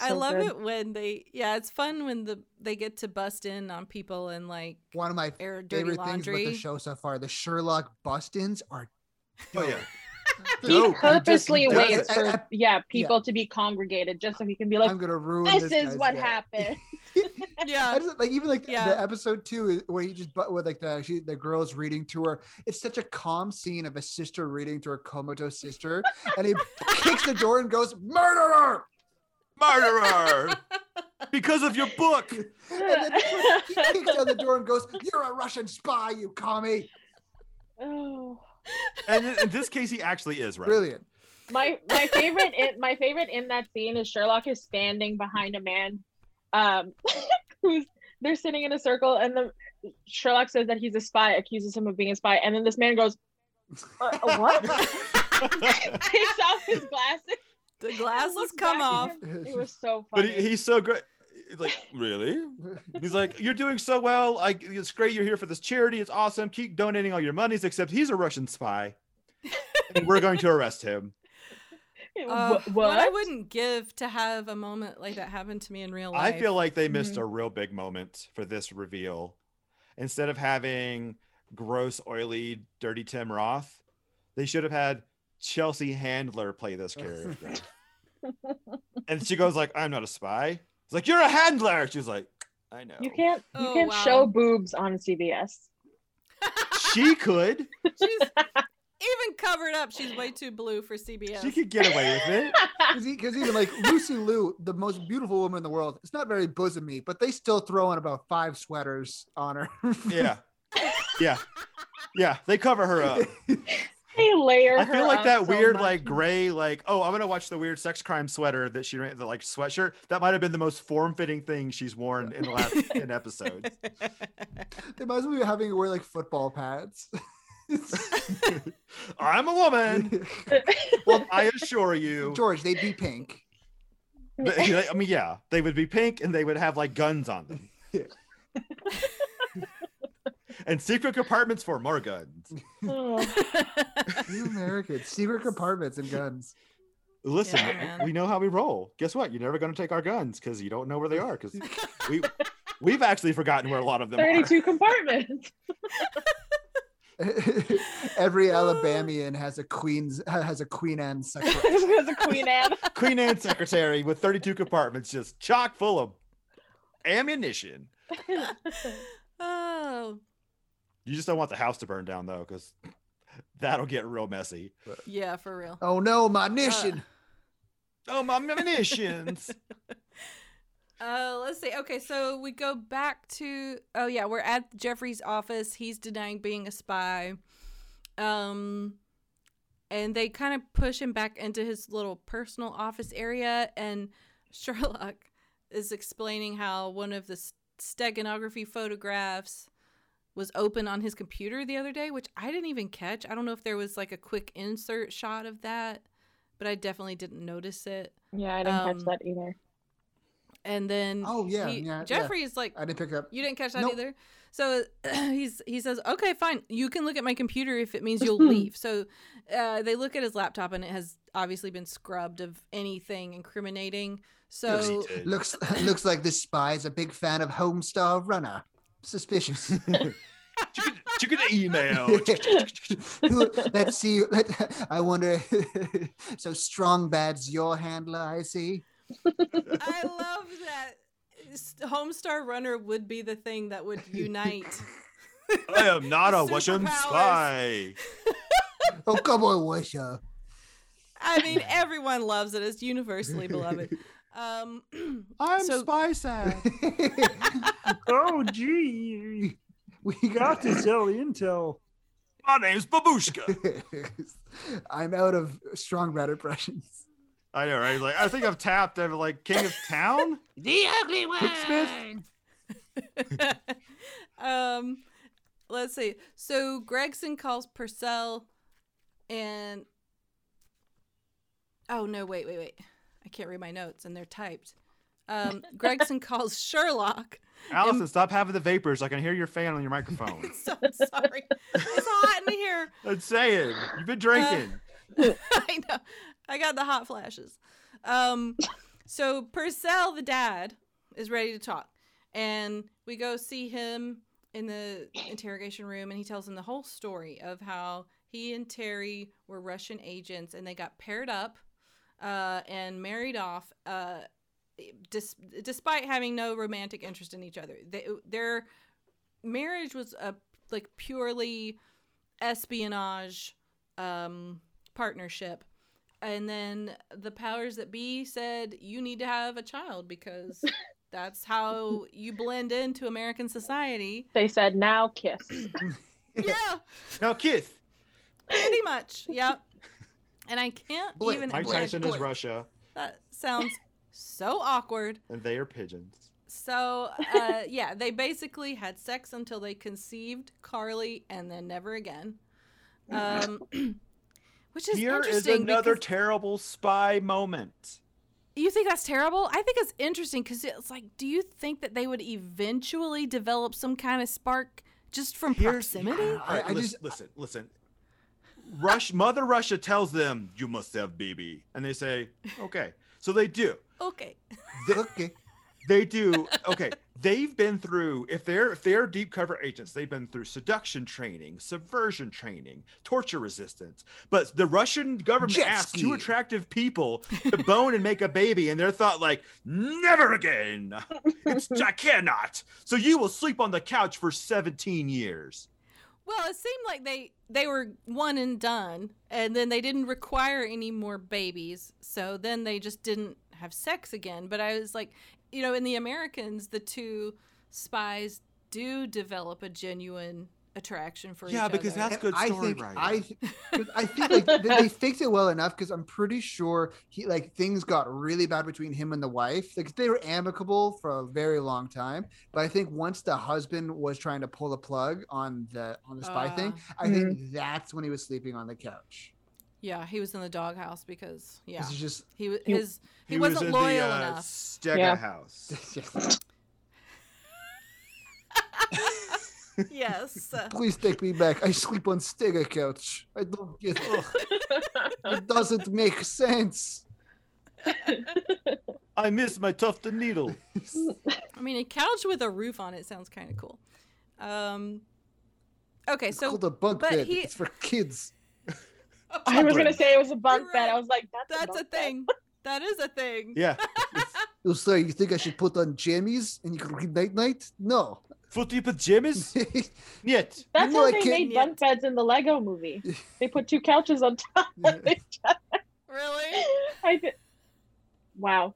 Speaker 5: I
Speaker 8: So
Speaker 5: love
Speaker 8: good.
Speaker 5: it when they yeah, it's fun when the they get to bust in on people and like
Speaker 7: One of my
Speaker 5: air dirty
Speaker 7: favorite things with the
Speaker 5: laundry.
Speaker 7: show so far: the Sherlock Bustins are.
Speaker 6: Oh yeah.
Speaker 8: He
Speaker 6: No, he
Speaker 8: purposely
Speaker 7: does
Speaker 8: waits
Speaker 7: it.
Speaker 8: for
Speaker 7: I- I-
Speaker 8: yeah people to be congregated just so he can be like,
Speaker 7: I'm gonna ruin.
Speaker 8: "This,
Speaker 7: this
Speaker 8: is
Speaker 7: guy's
Speaker 8: what
Speaker 7: day.
Speaker 8: happened."
Speaker 5: Yeah.
Speaker 7: I just, like even like the-
Speaker 5: Yeah.
Speaker 7: the episode two is where he just but with like the she, the girl's reading to her. It's such a calm scene of a sister reading to her comatose sister, and he kicks the door and goes murderer.
Speaker 6: Murderer. because of your book.
Speaker 7: And then it's like, he kicks down the door and goes, "You're a Russian spy, you commie!"
Speaker 8: oh.
Speaker 6: And in, in this case, he actually is right.
Speaker 7: Brilliant.
Speaker 8: My my favorite in, my favorite in that scene is Sherlock is standing behind a man, um, who's they're sitting in a circle, and the Sherlock says that he's a spy, accuses him of being a spy, and then this man goes, uh, "What?" Takes off his glasses.
Speaker 5: The
Speaker 8: and
Speaker 5: glasses
Speaker 8: looks
Speaker 5: come off.
Speaker 8: back at him. It was so
Speaker 6: But
Speaker 8: funny.
Speaker 6: he, he's so good. It's like really. He's like, you're doing so well. Like it's great. You're here for this charity. It's awesome. Keep donating all your monies. Except he's a Russian spy, and we're going to arrest him.
Speaker 5: Uh,
Speaker 8: Wh-
Speaker 5: what I wouldn't give to have a moment like that happen to me in real life.
Speaker 6: I feel like they missed
Speaker 8: Mm-hmm.
Speaker 6: a real big moment for this reveal. Instead of having gross, oily, dirty Tim Roth, they should have had Chelsea Handler play this character. and she goes like, "I'm not a spy." It's like, "You're a handler." She's like, "I know."
Speaker 8: You can't you
Speaker 5: Oh,
Speaker 8: can't
Speaker 5: wow.
Speaker 8: show boobs on CBS.
Speaker 6: She could.
Speaker 5: She's Even covered up, she's way too blue for CBS.
Speaker 6: She could get away with it.
Speaker 7: Because even like Lucy Liu, the most beautiful woman in the world, it's not very bosomy, but they still throw in about five sweaters on her.
Speaker 6: Yeah. Yeah. Yeah. They cover her up.
Speaker 8: They layer.
Speaker 6: I feel
Speaker 8: her
Speaker 6: like
Speaker 8: up
Speaker 6: that
Speaker 8: so
Speaker 6: weird,
Speaker 8: much.
Speaker 6: like gray, like oh, I'm gonna watch the weird sex crime sweater that she ran, the like sweatshirt. That might have been the most form fitting thing she's worn in the last ten episodes.
Speaker 7: they might as well be having her wear like football pads.
Speaker 6: I'm a woman. Well, I assure you.
Speaker 7: George, they'd be pink.
Speaker 6: They- I mean, yeah, they would be pink and they would have like guns on them.
Speaker 7: Yeah.
Speaker 6: and secret compartments for more guns.
Speaker 8: Mm.
Speaker 7: You Americans, secret compartments and guns.
Speaker 6: Listen,
Speaker 5: Yeah, man.
Speaker 6: we know how we roll. Guess what? You're never going to take our guns because you don't know where they are. Because we we've actually forgotten where a lot of them are.
Speaker 8: Thirty-two compartments.
Speaker 7: Every Alabamian has a queen's has a Queen Anne section.
Speaker 8: this was a Queen Anne.
Speaker 6: Queen Anne secretary with 32 compartments, just chock full of ammunition.
Speaker 5: oh,
Speaker 6: You just don't want the house to burn down though, because that'll get real messy.
Speaker 5: yeah, for real.
Speaker 7: Oh no, my mission.
Speaker 6: Oh my munitions!
Speaker 5: Uh, let's see. Okay, so we go back to. Oh yeah, we're at Jeffrey's office. He's denying being a spy. Um, and they kind of push him back into his little personal office area, and Sherlock is explaining how one of the s- steganography photographs was open on his computer the other day, which I didn't even catch. I don't know if there was like a quick insert shot of that, but I definitely didn't notice it.
Speaker 8: Yeah, I didn't
Speaker 5: Um,
Speaker 8: catch that either.
Speaker 5: And then
Speaker 7: Oh, yeah,
Speaker 5: he-
Speaker 7: yeah, yeah.
Speaker 5: Jeffrey is like
Speaker 7: I didn't pick up.
Speaker 5: you didn't catch that
Speaker 7: Nope.
Speaker 5: either. So he's he says, "Okay, fine. You can look at my computer if it means you'll leave." So uh, they look at his laptop, and it has obviously been scrubbed of anything incriminating. So
Speaker 7: Looks looks like this spy is a big fan of Homestar Runner. Suspicious.
Speaker 6: Chicka- chicka to email.
Speaker 7: Who- Let's see. Let, I wonder. so strong bad's your handler, I see.
Speaker 5: I love that s- Homestar Runner would be the thing that would unite.
Speaker 6: I am not a
Speaker 5: Superpowers.
Speaker 6: Russian spy.
Speaker 7: Oh come on, Wisha.
Speaker 5: I mean, everyone loves it. It's universally beloved. Um,
Speaker 6: I'm
Speaker 5: So-
Speaker 6: spy sad.
Speaker 7: oh gee, we got to sell intel.
Speaker 6: My name's Babushka.
Speaker 7: I'm out of strong bad impressions.
Speaker 6: I know, right? Like I think I've tapped. I'm like king of town.
Speaker 7: The ugly one.
Speaker 5: um, let's see. So Gregson calls Purcell, and oh no, wait, wait, wait. I can't read my notes, and they're typed. Um, Gregson calls Sherlock.
Speaker 6: Allison, stop having the vapors. I can hear your fan on your microphone.
Speaker 5: So sorry, it's hot in here.
Speaker 6: Let's say it. You've been drinking.
Speaker 5: I know. I got the hot flashes. Um, so Purcell, the dad, is ready to talk, and we go see him in the interrogation room, and he tells him the whole story of how he and Terry were Russian agents, and they got paired up uh, and married off. Uh, dis- despite having no romantic interest in each other, they, their marriage was a like purely espionage um, partnership. And then the powers that be said, you need to have a child because that's how you blend into American society.
Speaker 8: They said now kiss.
Speaker 5: Yeah,
Speaker 6: Now kiss.
Speaker 5: pretty much. Yep. And I can't
Speaker 7: Blip.
Speaker 5: even.
Speaker 6: Mike
Speaker 7: Blip,
Speaker 6: Tyson is
Speaker 7: blip.
Speaker 6: Russia,
Speaker 5: That sounds so awkward.
Speaker 6: and they are pigeons.
Speaker 5: So, uh, yeah, they basically had sex until they conceived Carly and then never again. Um, which is
Speaker 6: Here is
Speaker 5: interesting.
Speaker 6: another
Speaker 5: because-
Speaker 6: terrible spy moment.
Speaker 5: You think that's terrible? I think it's interesting because it's like, do you think that they would eventually develop some kind of spark just from proximity?
Speaker 6: All right,
Speaker 7: I
Speaker 6: listen,
Speaker 7: just-
Speaker 6: listen, listen. Rush, Mother Russia tells them, "You must have baby," and they say, "Okay." So they do.
Speaker 5: Okay.
Speaker 7: Okay.
Speaker 6: They do. Okay. They've been through if they're if they're deep cover agents, they've been through seduction training, subversion training, torture resistance. But the Russian government
Speaker 7: Jet
Speaker 6: asked
Speaker 7: ski.
Speaker 6: two attractive people to bone and make a baby, and they're thought like, never again. It's, I cannot. So you will sleep on the couch for 17 years.
Speaker 5: Well, it seemed like they they were one and done, and then they didn't require any more babies. So then they just didn't have sex again. But I was like, you know, in the Americans, the two spies do develop a genuine attraction for each
Speaker 6: yeah,
Speaker 5: other.
Speaker 6: because that's
Speaker 7: And
Speaker 6: good
Speaker 7: I
Speaker 6: story
Speaker 7: think
Speaker 6: writing.
Speaker 7: I, th- 'cause I think like they, they faked it well enough because I'm pretty sure he like things got really bad between him and the wife. Like they were amicable for a very long time, but I think once the husband was trying to pull the plug on the on the spy thing, I think that's when he was sleeping on the couch.
Speaker 5: yeah, he was in the doghouse because yeah,
Speaker 7: 'Cause he's just
Speaker 5: he wa-
Speaker 8: He-
Speaker 5: his he, wasn't
Speaker 6: in
Speaker 5: loyal
Speaker 6: the, uh,
Speaker 5: enough.
Speaker 6: Stega
Speaker 8: Yeah.
Speaker 6: house.
Speaker 5: yes.
Speaker 7: please take me back. I sleep on Stega couch. I don't get. Ugh, it doesn't make sense.
Speaker 6: I miss my tufted needle.
Speaker 5: I mean, a couch with a roof on it sounds kind of cool. Um, okay,
Speaker 7: It's
Speaker 5: so
Speaker 7: called a bunk
Speaker 5: but
Speaker 7: bed.
Speaker 5: he-
Speaker 7: It's for kids.
Speaker 8: I was gonna say it was a bunk
Speaker 5: You're
Speaker 8: bed.
Speaker 5: right.
Speaker 8: I was like, that's,
Speaker 5: that's a
Speaker 8: bunk bed.
Speaker 5: thing. That is a thing.
Speaker 6: Yeah,
Speaker 7: Oh, sorry, you think I should put on jammies and you can read night night? No.
Speaker 6: footy pajamas. Yet
Speaker 8: That's
Speaker 7: You
Speaker 8: how
Speaker 7: like
Speaker 8: they
Speaker 7: it?
Speaker 8: made bunk beds in the Lego movie. They put two couches on top of each
Speaker 5: Really?
Speaker 8: other. I thi- wow.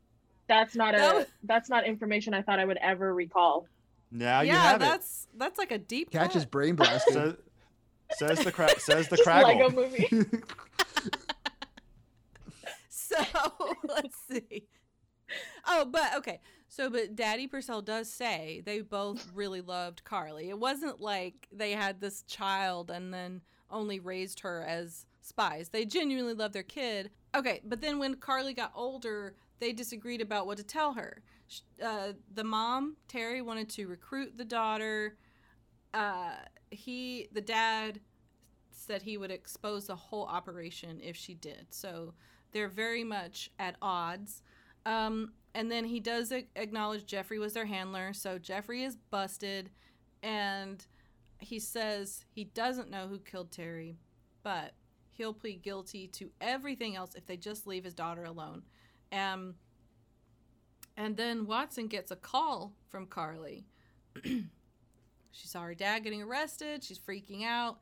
Speaker 8: That's not a
Speaker 5: That was-
Speaker 8: that's not information I thought I would ever recall.
Speaker 6: now you
Speaker 5: yeah,
Speaker 6: have it.
Speaker 5: that's that's like a deep
Speaker 7: Catch his
Speaker 5: cut.
Speaker 7: brain blasted.
Speaker 6: Says, says the cra- says the
Speaker 8: Just Lego
Speaker 6: craggle.
Speaker 8: movie.
Speaker 5: So let's see. Oh, but okay. So, but Daddy Purcell does say they both really loved Carly. It wasn't like they had this child and then only raised her as spies. They genuinely loved their kid. Okay, but then when Carly got older, they disagreed about what to tell her. Sh- Uh, the mom, Terry, wanted to recruit the daughter. Uh, he, the dad, said he would expose the whole operation if she did. So they're very much at odds. Um, and then he does a- acknowledge Jeffrey was their handler. So Jeffrey is busted. And he says he doesn't know who killed Terry, but he'll plead guilty to everything else if they just leave his daughter alone. Um, and then Watson gets a call from Carly. she saw her dad getting arrested. She's freaking out.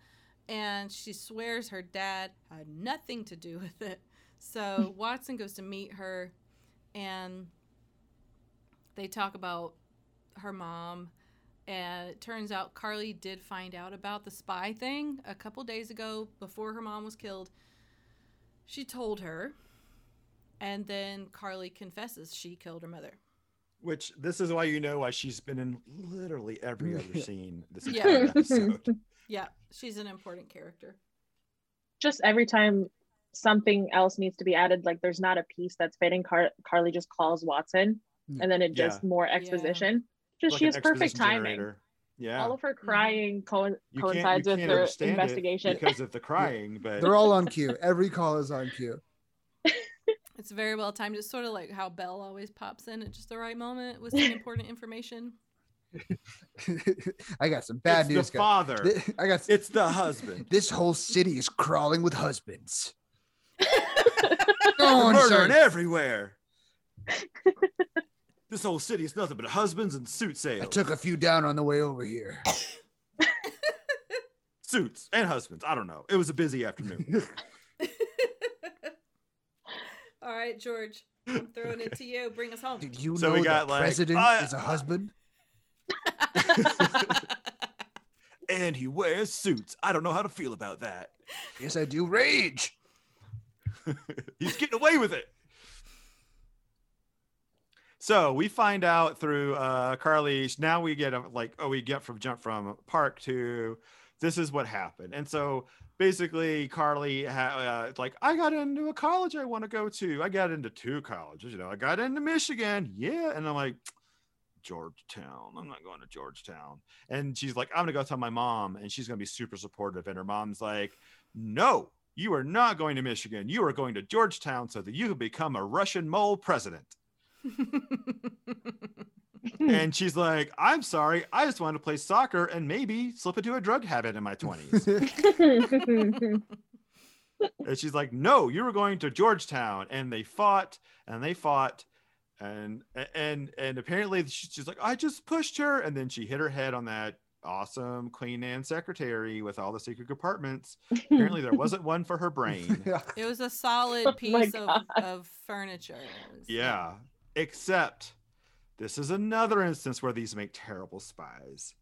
Speaker 5: And she swears her dad had nothing to do with it. So Watson goes to meet her, and they talk about her mom. And it turns out Carly did find out about the spy thing a couple days ago before her mom was killed. She told her, and then Carly confesses she killed her mother.
Speaker 6: Which this is why you know why she's been in literally every other scene this
Speaker 5: Yeah.
Speaker 6: entire episode.
Speaker 5: Yeah, she's an important character.
Speaker 8: Just every time something else needs to be added, like there's not a piece that's fitting, Car- Carly just calls Watson and then it just more exposition. Just
Speaker 6: Hmm. Like
Speaker 8: she
Speaker 6: an
Speaker 8: has perfect
Speaker 6: exposition
Speaker 8: timing.
Speaker 6: generator. Yeah.
Speaker 8: All of
Speaker 5: Hmm.
Speaker 8: her crying co-
Speaker 6: you can't- you
Speaker 8: coincides with
Speaker 6: can't
Speaker 8: her
Speaker 6: understand it
Speaker 8: investigation.
Speaker 6: because of the crying, but
Speaker 7: They're all on cue. Every call is on cue.
Speaker 5: It's very well timed. It's sort of like how Belle always pops in at just the right moment with some important information.
Speaker 7: I got some bad
Speaker 6: it's
Speaker 7: news.
Speaker 6: the
Speaker 7: guys.
Speaker 6: father.
Speaker 7: Th- I got s-
Speaker 6: It's the husband.
Speaker 7: This whole city is crawling with husbands.
Speaker 6: They're
Speaker 7: No one
Speaker 6: murdering
Speaker 7: serves-
Speaker 6: everywhere. this whole city is nothing but husbands and suit
Speaker 7: I
Speaker 6: sales.
Speaker 7: took a few down on the way over here.
Speaker 6: Suits and husbands. I don't know. It was a busy afternoon.
Speaker 5: All right, George, I'm throwing it to you. Bring us home.
Speaker 7: Did you
Speaker 6: So
Speaker 7: know
Speaker 6: we got,
Speaker 7: the
Speaker 6: like,
Speaker 7: president
Speaker 6: I-
Speaker 7: is a husband?
Speaker 6: and he wears suits. I don't know how to feel about that.
Speaker 7: Yes, I do. Rage.
Speaker 6: He's getting away with it. So we find out through uh, Carly. Now we get a, like, oh, we get from jump from Park to this is what happened. And so basically, Carly, ha- uh, it's like, I got into a college I want to go to. I got into two colleges, you know, I got into Michigan. Yeah. And I'm like, Georgetown. I'm not going to Georgetown. And she's like, I'm going to go tell my mom. And she's going to be super supportive. And her mom's like, no, you are not going to Michigan. You are going to Georgetown so that you can become a Russian mole president. and she's like, I'm sorry. I just want to play soccer and maybe slip into a drug habit in my 20s. and she's like, No, you were going to Georgetown. And they fought and they fought. And and and apparently she- she's like, I just pushed her. And then she hit her head on that awesome Queen Anne secretary with all the secret compartments. Apparently, there wasn't one for her brain.
Speaker 7: Yeah.
Speaker 5: It was a solid
Speaker 8: Oh my
Speaker 5: piece of,
Speaker 8: God.
Speaker 5: of furniture. It was-
Speaker 6: Yeah. Except this is another instance where these make terrible spies.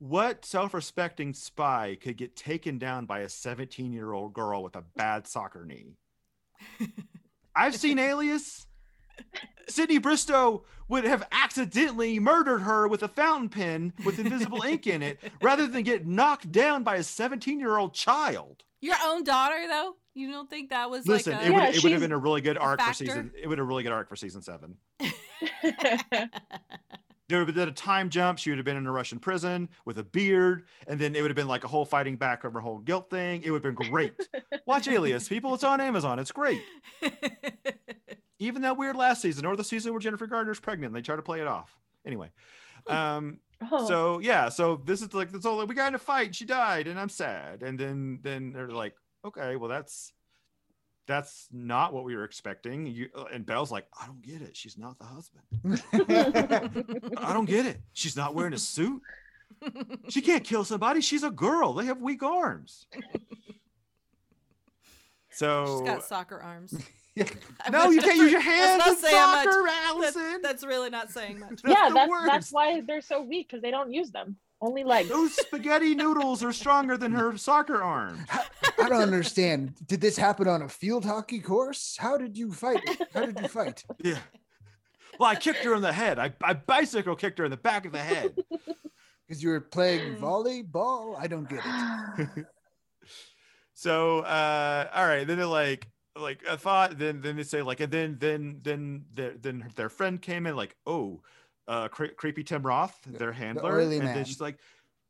Speaker 6: What self respecting spy could get taken down by a 17 year old girl with a bad soccer knee? I've seen Alias. Sydney Bristow would have accidentally murdered her with a fountain pen with invisible ink in it rather than get knocked down by a 17 year old child.
Speaker 5: Your own daughter, though? You don't think that was
Speaker 6: Listen,
Speaker 5: like
Speaker 6: it,
Speaker 5: a.
Speaker 6: would,
Speaker 8: Yeah,
Speaker 6: it would
Speaker 8: she's
Speaker 6: have been a really good
Speaker 5: a
Speaker 6: arc for
Speaker 5: factor.
Speaker 6: season. It would have really good arc for season seven. there would have been a time jump. She would have been in a Russian prison with a beard, and then it would have been like a whole fighting back over her whole guilt thing. It would have been great. Watch Alias, people. It's on Amazon. It's great. Even that weird last season or the season where Jennifer Gardner's pregnant, and they try to play it off. Anyway, um,
Speaker 8: Oh,
Speaker 6: so yeah, so this is like that's all like, we got in a fight. and She died, and I'm sad. And then then they're like, okay, well that's that's not what we were expecting. You and Belle's like, I don't get it. She's not the husband. I don't get it. She's not wearing a suit. She can't kill somebody. She's a girl. They have weak arms.
Speaker 5: She's
Speaker 6: So
Speaker 5: got soccer arms.
Speaker 7: Yeah.
Speaker 5: I
Speaker 6: no,
Speaker 5: was-
Speaker 6: you can't use your hands.
Speaker 5: not
Speaker 6: in
Speaker 5: saying much.
Speaker 6: soccer,
Speaker 5: That's,
Speaker 6: Allison.
Speaker 5: that's really not saying much.
Speaker 8: yeah,
Speaker 6: the
Speaker 8: that's
Speaker 6: worst.
Speaker 8: that's why they're so weak because they don't use them. Only legs.
Speaker 6: Those spaghetti noodles are stronger than her soccer arms.
Speaker 7: I don't understand. Did this happen on a field hockey course? How did you fight? How did you fight?
Speaker 6: Yeah. Well, I kicked her in the head. I, I bicycle kicked her in the back of the head.
Speaker 7: Because you were playing
Speaker 5: Mm.
Speaker 7: volleyball? I don't get it.
Speaker 6: So uh all right, then they're like like I thought then then they say like and then then then their then their friend came in like oh uh cre- creepy Tim Roth, their handler.
Speaker 7: oily
Speaker 6: and
Speaker 7: man.
Speaker 6: then she's like,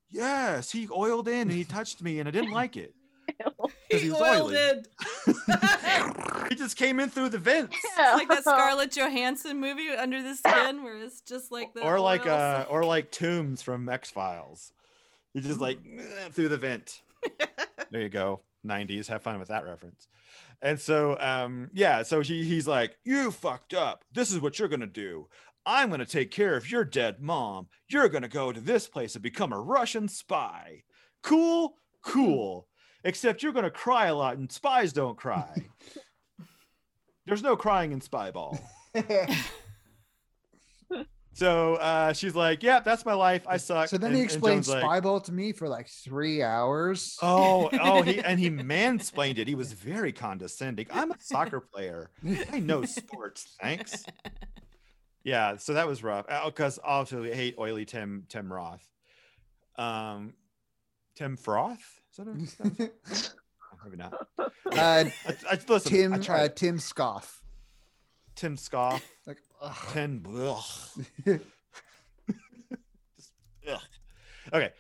Speaker 6: Yes, he oiled in and he touched me and I didn't like it. 'Cause
Speaker 5: he
Speaker 6: was
Speaker 5: oiled
Speaker 6: oily.
Speaker 5: it. it's
Speaker 6: He just came in through the vents.
Speaker 5: like that Scarlett Johansson movie Under the Skin, where it's just like the
Speaker 6: Or like
Speaker 5: oil
Speaker 6: uh or like tombs from X Files. He's just like through the vent. there you go 90s have fun with that reference and so um yeah so he, he's like you fucked up this is what you're gonna do i'm gonna take care of your dead mom you're gonna go to this place and become a russian spy cool cool except you're gonna cry a lot and spies don't cry there's no crying in spyball so uh she's like yeah that's my life i suck
Speaker 7: So then
Speaker 6: Uh, And-
Speaker 7: he
Speaker 6: and Joan's
Speaker 7: explained
Speaker 6: like,
Speaker 7: Spyball to me for like three hours.
Speaker 6: Oh, oh, he and he mansplained it. He was very condescending. I'm a soccer player. I know sports. Thanks. Yeah, so that was rough. Because also I hate oily Tim Tim Roth. Um, Tim Froth. Is that a, is that a- maybe not?
Speaker 7: uh,
Speaker 6: I, I, listen, Tim, I
Speaker 7: Tim
Speaker 6: tried.
Speaker 7: uh, Tim Scoff.
Speaker 6: Tim Scoff.
Speaker 7: Like, ugh.
Speaker 6: Ten. Ugh. Just, ugh. Okay.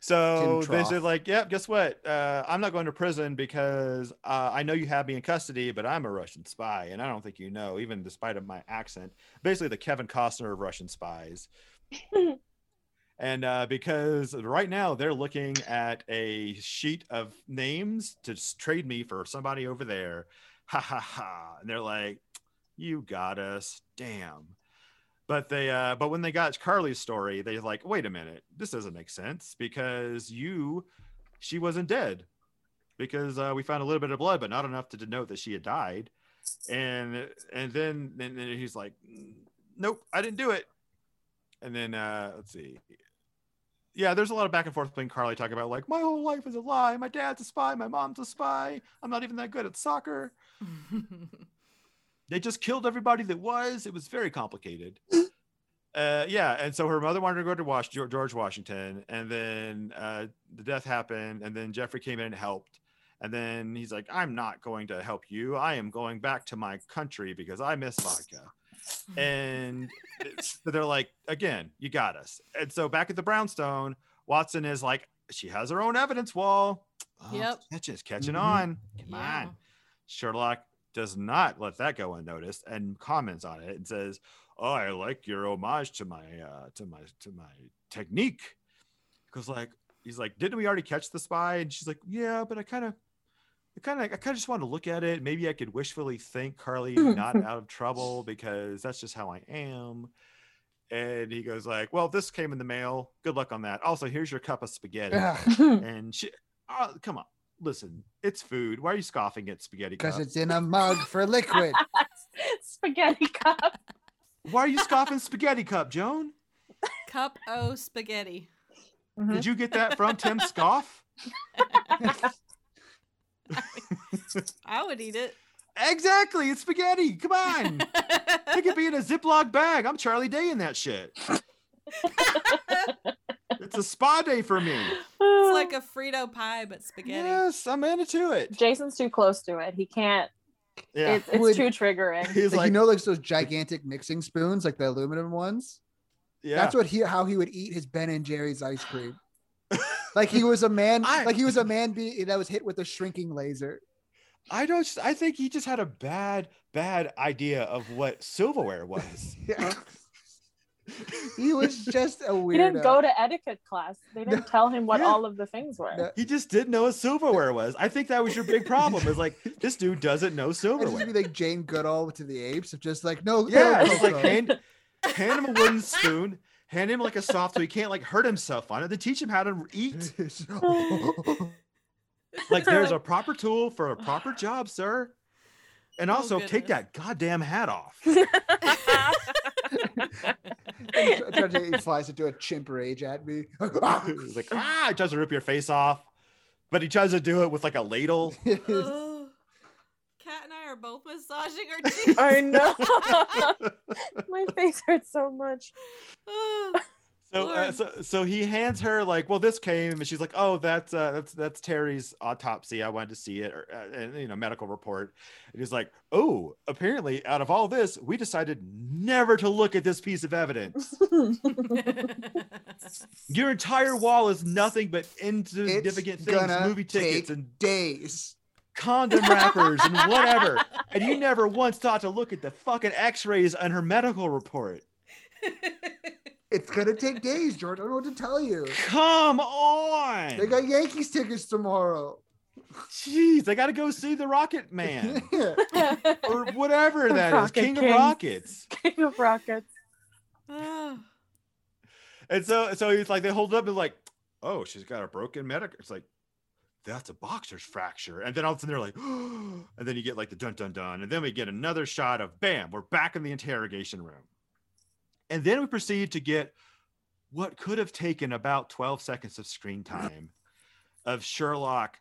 Speaker 6: So
Speaker 7: Tim
Speaker 6: they
Speaker 7: Trough.
Speaker 6: said, like, yep, guess what? Uh, I'm not going to prison because uh, I know you have me in custody, but I'm a Russian spy, and I don't think you know, even despite of my accent. Basically, the Kevin Costner of Russian spies. and uh, because right now they're looking at a sheet of names to s- trade me for somebody over there, ha ha ha! And they're like, "You got us, damn." but they uh but when they got carly's story they like wait a minute this doesn't make sense because you she wasn't dead because uh, we found a little bit of blood but not enough to denote that she had died and and then and then he's like nope i didn't do it and then uh let's see yeah there's a lot of back and forth between carly talking about like my whole life is a lie my dad's a spy my mom's a spy i'm not even that good at soccer they just killed everybody that was. It was very complicated. uh, yeah, and so her mother wanted to go to Wash- Geor- George Washington, and then uh, the death happened, and then Jeffrey came in and helped. And then he's like, "I'm not going to help you. I am going back to my country because I miss vodka." And it's- they're like, "Again, you got us." And so back at the Brownstone, Watson is like, "She has her own evidence wall." Oh, it's
Speaker 5: Yep.
Speaker 6: catching, it's catching
Speaker 7: Mhm.
Speaker 6: on. Come
Speaker 5: Yeah.
Speaker 6: on. Sherlock does not let that go unnoticed and comments on it and says, "Oh, I like your homage to my uh, to my to my technique." Because like he's like, "Didn't we already catch the spy?" And she's like, "Yeah, but I kind of." I kind of, I kind of just want to look at it. Maybe I could wishfully think Carly not out of trouble because that's just how I am. and he goes like, "Well, this came in the mail. Good luck on that. Also, here's your cup of spaghetti."
Speaker 7: Because
Speaker 6: and she, oh, come on, listen, it's food. Why are you scoffing at spaghetti? cup?
Speaker 7: it's in a mug for liquid.
Speaker 8: Spaghetti cup.
Speaker 6: Why are you scoffing spaghetti cup, Joan?
Speaker 8: Mm-hmm.
Speaker 5: Cup O spaghetti.
Speaker 8: Mhm.
Speaker 6: Did you get that from Tim Scoff?
Speaker 5: I would eat it.
Speaker 6: exactly, it's spaghetti. Come on, it could be in a Ziploc bag. I'm Charlie Day in that shit. It's a spa day for me.
Speaker 5: it's like a Frito pie, but spaghetti.
Speaker 6: Yes, I'm into it.
Speaker 8: Jason's too close to it. He can't.
Speaker 6: Yeah,
Speaker 8: It's, it's
Speaker 7: Would-
Speaker 8: too triggering.
Speaker 6: he's
Speaker 7: like,
Speaker 6: like,
Speaker 7: you know, like those gigantic mixing spoons, like the aluminum ones.
Speaker 6: yeah.
Speaker 7: That's what he how he would eat his Ben and Jerry's ice cream. like he was a man,
Speaker 6: I-
Speaker 7: like he was a man be, that was hit with a shrinking laser.
Speaker 6: I don't. I think he just had a bad, bad idea of what silverware was.
Speaker 7: Yeah. he was just a weirdo.
Speaker 8: He didn't
Speaker 6: uh,
Speaker 8: go to etiquette class. They didn't tell him what
Speaker 7: Yeah.
Speaker 8: all of the things were.
Speaker 7: No.
Speaker 6: he just didn't know what silverware was. I think that was your big problem. Is like this dude doesn't know
Speaker 7: It'd just
Speaker 6: silverware.
Speaker 7: be like Jane Goodall to the apes of just like no,
Speaker 6: Yeah,
Speaker 7: no
Speaker 6: just like
Speaker 7: Coco.
Speaker 6: hand, hand him a wooden spoon, hand him like a soft so he can't like hurt himself on it. Then teach him how to eat. Like there's a proper tool for a proper job, sir. And
Speaker 5: Oh,
Speaker 6: also take
Speaker 5: goodness.
Speaker 6: that goddamn hat off.
Speaker 7: I tried to eat flies to do a chimp rage at me.
Speaker 6: He's like, ah, he tries to rip your face off, but he tries to do it with like a ladle.
Speaker 5: Ugh. Kat and I are both massaging our cheeks.
Speaker 8: I know. My face hurts so much.
Speaker 5: Ugh.
Speaker 6: So, uh,
Speaker 5: Lord.
Speaker 6: so, so he hands her like, well, this came, and she's like, oh, that's uh, that's that's Terry's autopsy. I wanted to see it, or uh, and, you know, medical report. And he's like, oh, apparently, out of all this, we decided never to look at this piece of evidence. Your entire wall is nothing but insignificant
Speaker 7: It's
Speaker 6: things,
Speaker 7: gonna
Speaker 6: movie tickets
Speaker 7: take
Speaker 6: and
Speaker 7: days.
Speaker 6: condom wrappers and whatever. And you never once thought to look at the fucking X-rays on her medical report.
Speaker 7: It's gonna take days, George. I don't know what to tell you.
Speaker 6: Come on,
Speaker 7: They got Yankees tickets tomorrow.
Speaker 6: jeez, I got to go see the Rocket Man.
Speaker 7: Yeah.
Speaker 6: or whatever
Speaker 8: The
Speaker 6: that is,
Speaker 8: Rocket
Speaker 6: King
Speaker 8: King.
Speaker 6: of Rockets.
Speaker 8: King of Rockets.
Speaker 5: Ugh.
Speaker 6: And so, so he's like, they hold it up and like, oh, she's got a broken medic. It's like, that's a boxer's fracture. And then all of a sudden they're like, and then you get like the dun dun dun, and then we get another shot of bam, we're back in the interrogation room, and then we proceed to get what could have taken about twelve seconds of screen time of Sherlock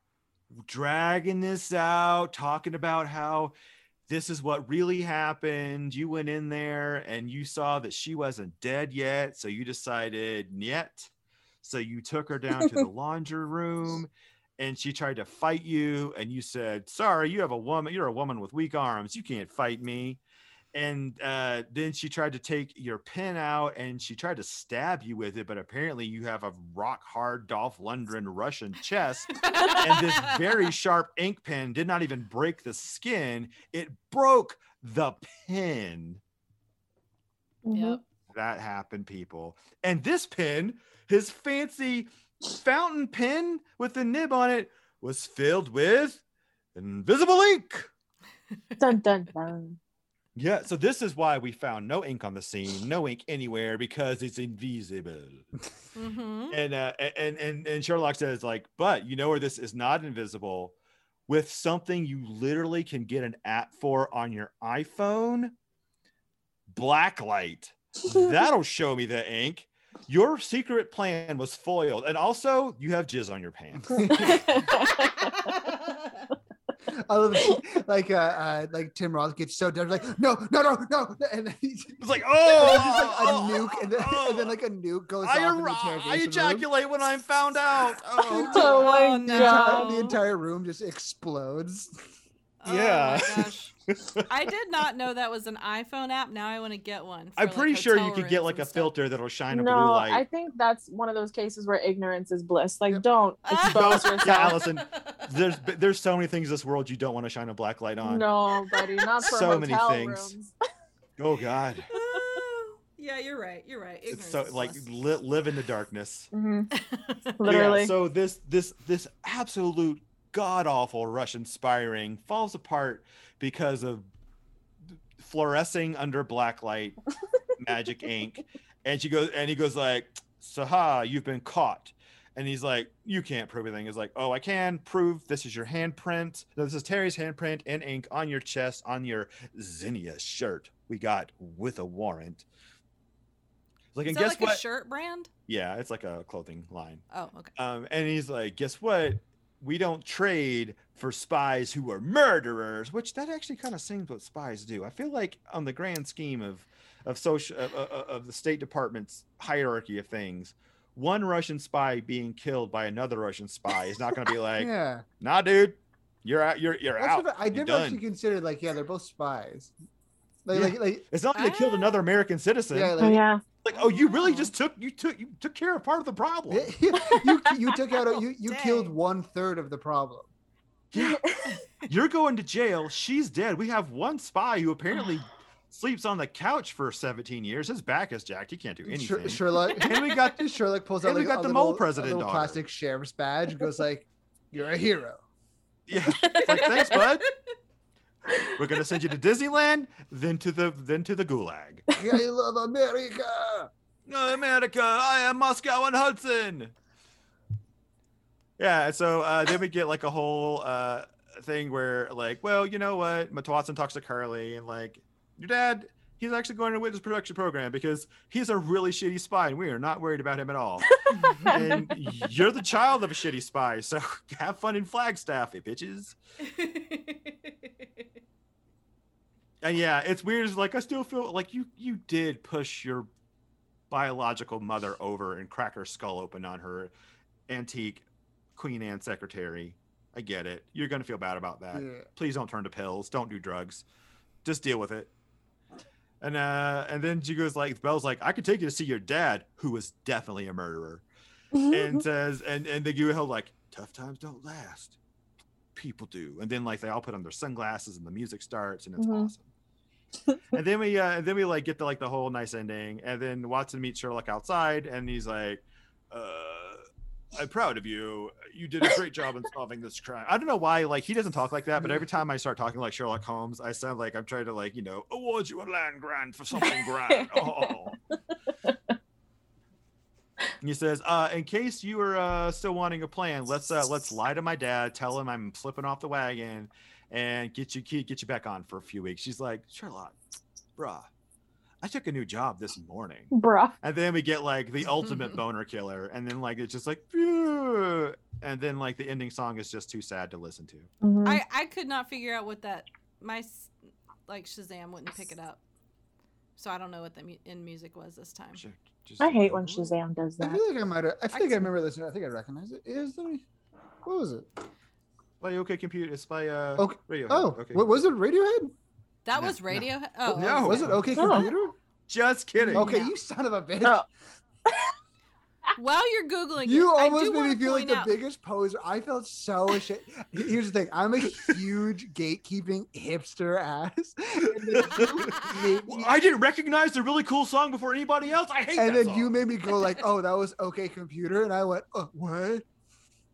Speaker 6: dragging this out, talking about how this is what really happened. You went in there and you saw that she wasn't dead yet. So you decided, yet. So you took her down to the laundry room and she tried to fight you. And you said, Sorry, you have a woman. You're a woman with weak arms. You can't fight me. And uh, then she tried to take your pin out and she tried to stab you with it. But apparently, you have a rock hard Dolph Lundgren Russian chest and this very sharp ink pen did not even break the skin it broke the pen
Speaker 5: Yep.
Speaker 6: that happened people and this pen his fancy fountain pen with the nib on it was filled with invisible ink
Speaker 8: Dun dun dun.
Speaker 6: yeah so this is why we found no ink on the scene no ink anywhere because it's invisible
Speaker 5: Mhm.
Speaker 6: and uh, a- and and and Sherlock says like, but you know where this is not invisible, with something you literally can get an app for on your iPhone, blacklight. That'll show me the ink. Your secret plan was foiled, and also you have jizz on your pants.
Speaker 7: I love it. like uh, uh like Tim Roth gets so done like no no no no and then he's
Speaker 6: It's like,
Speaker 7: there's
Speaker 6: oh,
Speaker 7: just like a nuke and then,
Speaker 6: oh,
Speaker 7: and then like a nuke goes
Speaker 6: I,
Speaker 7: off in
Speaker 6: ar-
Speaker 7: the
Speaker 6: I
Speaker 7: interrogation room.
Speaker 6: ejaculate when I'm found out. Oh,
Speaker 8: Oh my
Speaker 5: Oh,
Speaker 7: The
Speaker 5: no.
Speaker 7: entire,
Speaker 8: God.
Speaker 7: the entire room just explodes.
Speaker 5: Oh
Speaker 6: Yeah.
Speaker 5: my gosh. I did not know that was an iPhone app. Now I want to get one. for,
Speaker 6: I'm
Speaker 5: like,
Speaker 6: pretty sure you
Speaker 5: hotel
Speaker 6: could get
Speaker 5: rooms
Speaker 6: like a
Speaker 5: and stuff.
Speaker 6: filter that'll shine a blue
Speaker 8: No,
Speaker 6: light.
Speaker 8: I think that's one of those cases where ignorance is bliss. Like, don't
Speaker 5: Ah.
Speaker 8: expose
Speaker 6: Yeah,
Speaker 8: yourself.
Speaker 6: Allison, there's b- there's so many things in this world you don't want to shine a black light on.
Speaker 8: No, buddy, not for
Speaker 6: So
Speaker 8: hotel
Speaker 6: many things.
Speaker 8: rooms.
Speaker 6: Oh God,
Speaker 5: Oh, yeah, you're right. You're right.
Speaker 6: it's
Speaker 5: Ignorance
Speaker 6: so
Speaker 5: is
Speaker 6: like
Speaker 5: bliss.
Speaker 6: li- live in the darkness.
Speaker 8: Mhm.
Speaker 6: But
Speaker 8: Literally.
Speaker 6: Yeah, so this this this absolute god awful rush inspiring falls apart because of fluorescing under black light magic ink and she goes and he goes like saha you've been caught and he's like you can't prove anything he's like oh i can prove this is your handprint no, this is terry's handprint and ink on your chest on your zinnia shirt we got with a warrant He's like
Speaker 5: Is
Speaker 6: and
Speaker 5: that
Speaker 6: guess
Speaker 5: like
Speaker 6: what
Speaker 5: a shirt brand?
Speaker 6: yeah it's like a clothing line
Speaker 5: Oh, okay.
Speaker 6: um, and he's like, guess what? We don't trade for spies who are murderers, which that actually kind of seems what spies do. I feel like on the grand scheme of of social of, of- of the State Department's hierarchy of things, one Russian spy being killed by another Russian spy is not going to be like,
Speaker 7: yeah.
Speaker 6: nah, dude, you're out, you're you're
Speaker 7: That's
Speaker 6: out.
Speaker 7: what I, I
Speaker 6: You're
Speaker 7: never
Speaker 6: done."
Speaker 7: actually considered like, yeah, they're both spies. Like,
Speaker 6: Yeah.
Speaker 7: like, like,
Speaker 6: It's not like they killed
Speaker 5: Ah.
Speaker 6: another American citizen.
Speaker 7: yeah,
Speaker 8: Oh
Speaker 7: like,
Speaker 8: yeah.
Speaker 6: Like, oh, you really
Speaker 5: Oh.
Speaker 6: just took you took you took care of part of the problem.
Speaker 7: you, you took out, a, you, you
Speaker 5: Dang.
Speaker 7: killed one third of the problem.
Speaker 6: Yeah. You're going to jail. She's dead. We have one spy who apparently sleeps on the couch for 17 years. His back is jacked. He can't do anything.
Speaker 7: Sher- Sherlock,
Speaker 6: And we got the
Speaker 7: Sherlock pulls out
Speaker 6: and we
Speaker 7: like,
Speaker 6: got the
Speaker 7: a little,
Speaker 6: mole
Speaker 7: a
Speaker 6: president
Speaker 7: little
Speaker 6: daughter.
Speaker 7: plastic sheriff's badge, and goes like, "You're a hero."
Speaker 6: yeah. It's like, thanks, bud. We're gonna send you to Disneyland, then to the then to the gulag.
Speaker 7: I love America.
Speaker 6: America, I am Moscow and Hudson. Yeah, so uh, then we get like a whole uh, thing where like, well, you know what, Matwatson talks to Carly and like, your dad, he's actually going to witness protection program because he's a really shitty spy and we are not worried about him at all. and you're the child of a shitty spy, so have fun in Flagstaff, you bitches. And yeah, it's weird. it's Like I still feel like you you did push your biological mother over and crack her skull open on her antique Queen Anne secretary. I get it. You're gonna feel bad about that.
Speaker 7: Yeah.
Speaker 6: Please don't turn to pills. Don't do drugs. Just deal with it. And uh and then she goes like Belle's like, I could take you to see your dad, who was definitely a murderer. and says and and they give held like tough times don't last. People do. And then like they all put on their sunglasses and the music starts and it's
Speaker 8: Mhm.
Speaker 6: awesome and then we uh, and then we like get to like the whole nice ending and then watson meets sherlock outside and he's like uh i'm proud of you you did a great job in solving this crime i don't know why like he doesn't talk like that but every time i start talking like sherlock holmes i sound like i'm trying to like you know award you a land grant for something grand oh. And He says, uh, "In case you are uh, still wanting a plan, let's uh, let's lie to my dad, tell him I'm slipping off the wagon, and get you key, get you back on for a few weeks." She's like, "Sherlock, bruh, I took a new job this morning."
Speaker 8: Bruh.
Speaker 6: And then we get like the ultimate boner killer, and then like it's just like, "Phew," and then like the ending song is just too sad to listen to.
Speaker 8: Mhm.
Speaker 5: I I could not figure out what that my s- like Shazam wouldn't pick it up, so I don't know what the mu- end music was this time.
Speaker 6: Ju- just-
Speaker 8: I hate when Shazam does
Speaker 7: I
Speaker 8: that.
Speaker 7: feel like I might. have I think I remember this. I think I recognize it. Is there, what was it?
Speaker 6: Play OK Computer. It's by uh,
Speaker 7: Okay.
Speaker 6: Radiohead.
Speaker 7: Oh,
Speaker 6: OK
Speaker 7: what was it? Radiohead?
Speaker 5: That
Speaker 6: No,
Speaker 5: was
Speaker 6: no.
Speaker 5: radio. Oh,
Speaker 6: No.
Speaker 7: Was it OK
Speaker 8: No.
Speaker 7: Computer?
Speaker 6: Just kidding.
Speaker 7: Okay,
Speaker 5: No.
Speaker 7: you son of a bitch.
Speaker 8: No.
Speaker 5: While you're googling,
Speaker 7: You
Speaker 5: it, I do
Speaker 7: almost made me
Speaker 5: wanna
Speaker 7: feel like
Speaker 5: point
Speaker 7: the
Speaker 5: out-
Speaker 7: biggest poser. I felt so ashamed. Here's the thing: I'm a huge gatekeeping hipster ass.
Speaker 6: Well, I didn't recognize the really cool song before anybody else. I hate
Speaker 7: and
Speaker 6: that
Speaker 7: then you
Speaker 6: song.
Speaker 7: made me go like, "Oh, that was okay, computer," and I went, oh, "What?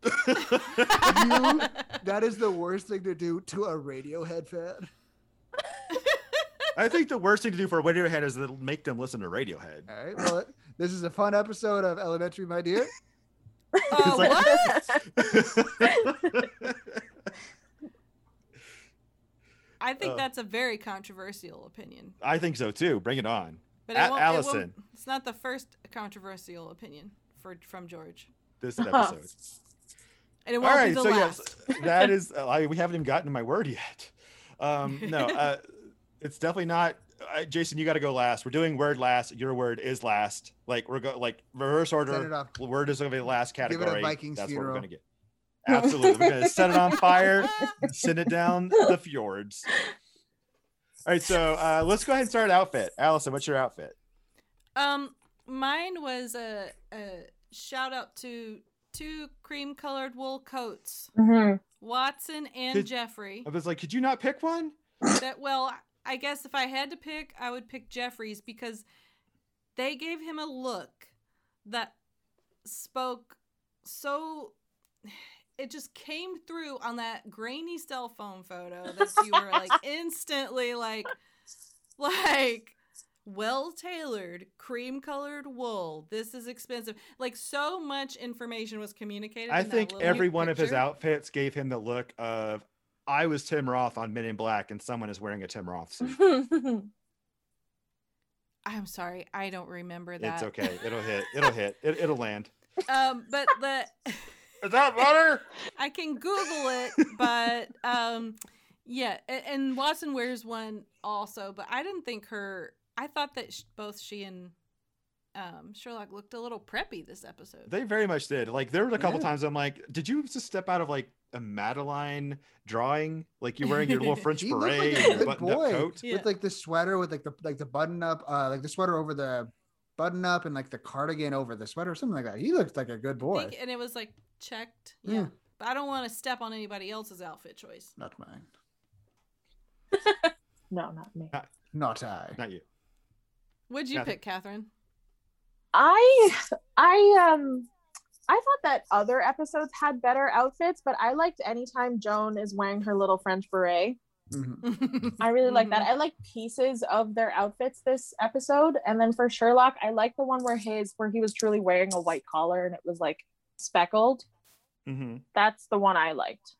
Speaker 7: That is the worst thing to do to a Radiohead fan."
Speaker 6: I think the worst thing to do for a Radiohead is to make them listen to Radiohead.
Speaker 7: All right, well, this is a fun episode of Elementary, my dear.
Speaker 5: Oh,
Speaker 6: like-
Speaker 5: what? I think
Speaker 6: Oh.
Speaker 5: that's a very controversial opinion.
Speaker 6: I think so too. Bring it on.
Speaker 5: But
Speaker 6: A-
Speaker 5: it won't, it won't,
Speaker 6: Allison.
Speaker 5: it's not the first controversial opinion for from George,
Speaker 6: This episode.
Speaker 5: and it
Speaker 6: All
Speaker 5: won't be
Speaker 6: right.
Speaker 5: the
Speaker 6: So
Speaker 5: last.
Speaker 6: yes, that is. uh, I, we haven't even gotten to my word yet. Um, no, uh, it's definitely not. I, Jason, you got to go last. We're doing word last. Your word is last. Like we're go like reverse
Speaker 7: Set it
Speaker 6: order.
Speaker 7: up.
Speaker 6: Word is going to be the last
Speaker 7: it a
Speaker 6: category.
Speaker 7: Vikings
Speaker 6: That's what
Speaker 7: funeral.
Speaker 6: we're going to get. Absolutely. We're going to set it on fire. send it down the fjords. All right, so uh, let's go ahead and start outfit. Allison, what's your outfit?
Speaker 5: Um, mine was a, a shout out to two cream colored wool coats,
Speaker 8: Mhm.
Speaker 5: Watson and
Speaker 6: Did-
Speaker 5: Jeffrey.
Speaker 6: I was like, could you not pick one?
Speaker 5: that well, I guess if I had to pick, I would pick Jeffrey's because they gave him a look that spoke so it just came through on that grainy cell phone photo that you were like instantly like like well tailored, cream colored wool. This is expensive. Like so much information was communicated.
Speaker 6: I
Speaker 5: in that
Speaker 6: think
Speaker 5: little
Speaker 6: every one of his
Speaker 5: picture.
Speaker 6: outfits gave him the look of I was Tim Roth on Men in Black and someone is wearing a Tim Roth suit.
Speaker 8: Mm-hmm.
Speaker 5: I'm sorry, I don't remember that.
Speaker 6: It's okay. It'll hit. It'll hit. It, it'll land.
Speaker 5: um, but the
Speaker 6: Is that butter?
Speaker 5: I can Google it, but um, yeah, and, and Watson wears one also. But I didn't think her. I thought that sh- both she and um, Sherlock looked a little preppy this episode.
Speaker 6: They very much did. Like there were a couple
Speaker 7: Yeah.
Speaker 6: times I'm like, did you just step out of like a Madeline drawing? Like you're wearing your little French
Speaker 7: He looked like
Speaker 6: beret
Speaker 7: a
Speaker 6: and your
Speaker 7: good
Speaker 6: buttoned up
Speaker 7: boy.
Speaker 6: coat.
Speaker 5: yeah.
Speaker 7: with like the sweater with like the like the button up, uh, like the sweater over the button up and like the cardigan over the sweater or something like that. He looked like a good boy.
Speaker 5: Think- and it was like checked.
Speaker 7: Mm.
Speaker 5: Yeah. But I don't want to step on anybody else's outfit choice.
Speaker 7: Not mine.
Speaker 8: no, not me.
Speaker 7: Not I.
Speaker 6: Not you.
Speaker 5: What'd you
Speaker 6: Yeah.
Speaker 5: pick, Catherine?
Speaker 8: I I um I thought that other episodes had better outfits, but I liked anytime Joan is wearing her little French beret.
Speaker 7: Mhm.
Speaker 5: Hmm,
Speaker 8: I really like that. I like pieces of their outfits this episode. And then for Sherlock, I like the one where his where he was truly wearing a white collar and it was like speckled.
Speaker 6: Mm-hmm.
Speaker 8: That's the one I liked.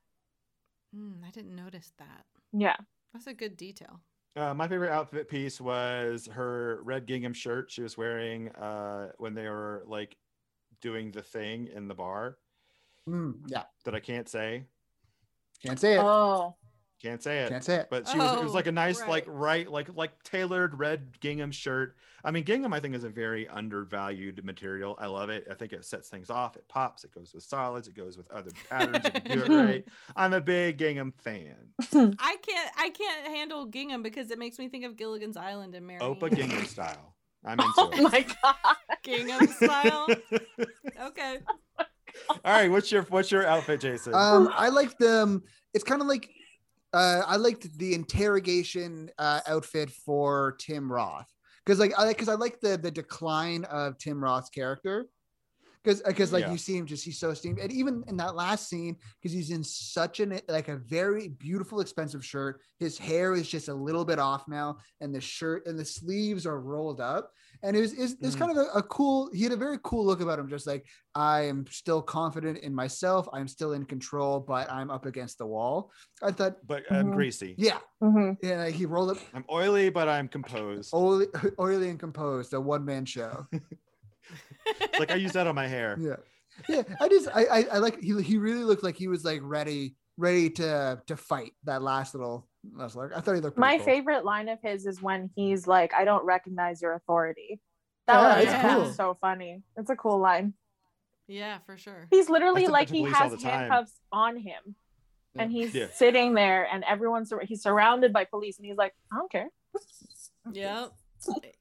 Speaker 5: Mm, I didn't notice that.
Speaker 8: Yeah.
Speaker 5: That's a good detail.
Speaker 6: Uh, my favorite outfit piece was her red gingham shirt she was wearing uh, when they were like doing the thing in the bar
Speaker 7: Mm, yeah.
Speaker 6: that I can't say.
Speaker 7: Can't say it.
Speaker 8: Oh.
Speaker 6: Can't say it.
Speaker 7: Can't say it.
Speaker 6: But she was, it was
Speaker 5: Oh,
Speaker 6: like a nice, like
Speaker 5: right.
Speaker 6: right, like like tailored red gingham shirt. I mean, gingham I think is a very undervalued material. I love it. I think it sets things off. It pops. It goes with solids. It goes with other patterns. It can do it right. I'm a big gingham fan.
Speaker 5: I can't I can't handle gingham because it makes me think of Gilligan's Island and Mary.
Speaker 6: Opa gingham style. I'm
Speaker 8: Oh
Speaker 6: into
Speaker 8: my god.
Speaker 5: gingham style.
Speaker 6: it.
Speaker 5: Okay.
Speaker 6: All right, what's your what's your outfit, Jason?
Speaker 7: Um, I like the. um, It's kind of like, uh, I liked the interrogation uh, outfit for Tim Roth because like I because I like the the decline of Tim Roth's character because because like
Speaker 6: Yeah.
Speaker 7: you see him just he's so esteemed and even in that last scene because he's in such an like a very beautiful expensive shirt his hair is just a little bit off now and the shirt and the sleeves are rolled up and it was is it's
Speaker 6: Mhm.
Speaker 7: kind of a, a cool he had a very cool look about him just like I am still confident in myself I'm still in control but I'm up against the wall I thought
Speaker 6: but I'm
Speaker 8: Mhm.
Speaker 6: greasy.
Speaker 7: yeah
Speaker 8: Mhm.
Speaker 7: yeah like, he rolled up
Speaker 6: I'm oily, but I'm composed.
Speaker 7: oily, oily and composed a one man show
Speaker 6: It's like I use that on my hair.
Speaker 7: yeah yeah i just i i, I like he, he really looked like he was like ready ready to to fight that last little last little, i thought he looked
Speaker 8: My
Speaker 7: pretty cool.
Speaker 8: favorite line of his is when he's like, I don't recognize your authority. That
Speaker 7: Yeah,
Speaker 8: line
Speaker 5: it's
Speaker 8: is kind of
Speaker 5: cool.
Speaker 8: so funny. It's a cool line.
Speaker 5: Yeah, for sure.
Speaker 8: He's
Speaker 6: I
Speaker 8: literally
Speaker 6: said that
Speaker 8: like
Speaker 6: to
Speaker 8: he
Speaker 6: police all
Speaker 8: has
Speaker 6: the time.
Speaker 8: handcuffs on him. And he's
Speaker 6: Yeah.
Speaker 8: sitting there and everyone's sur- he's surrounded by police and he's like, I don't care.
Speaker 5: Yeah.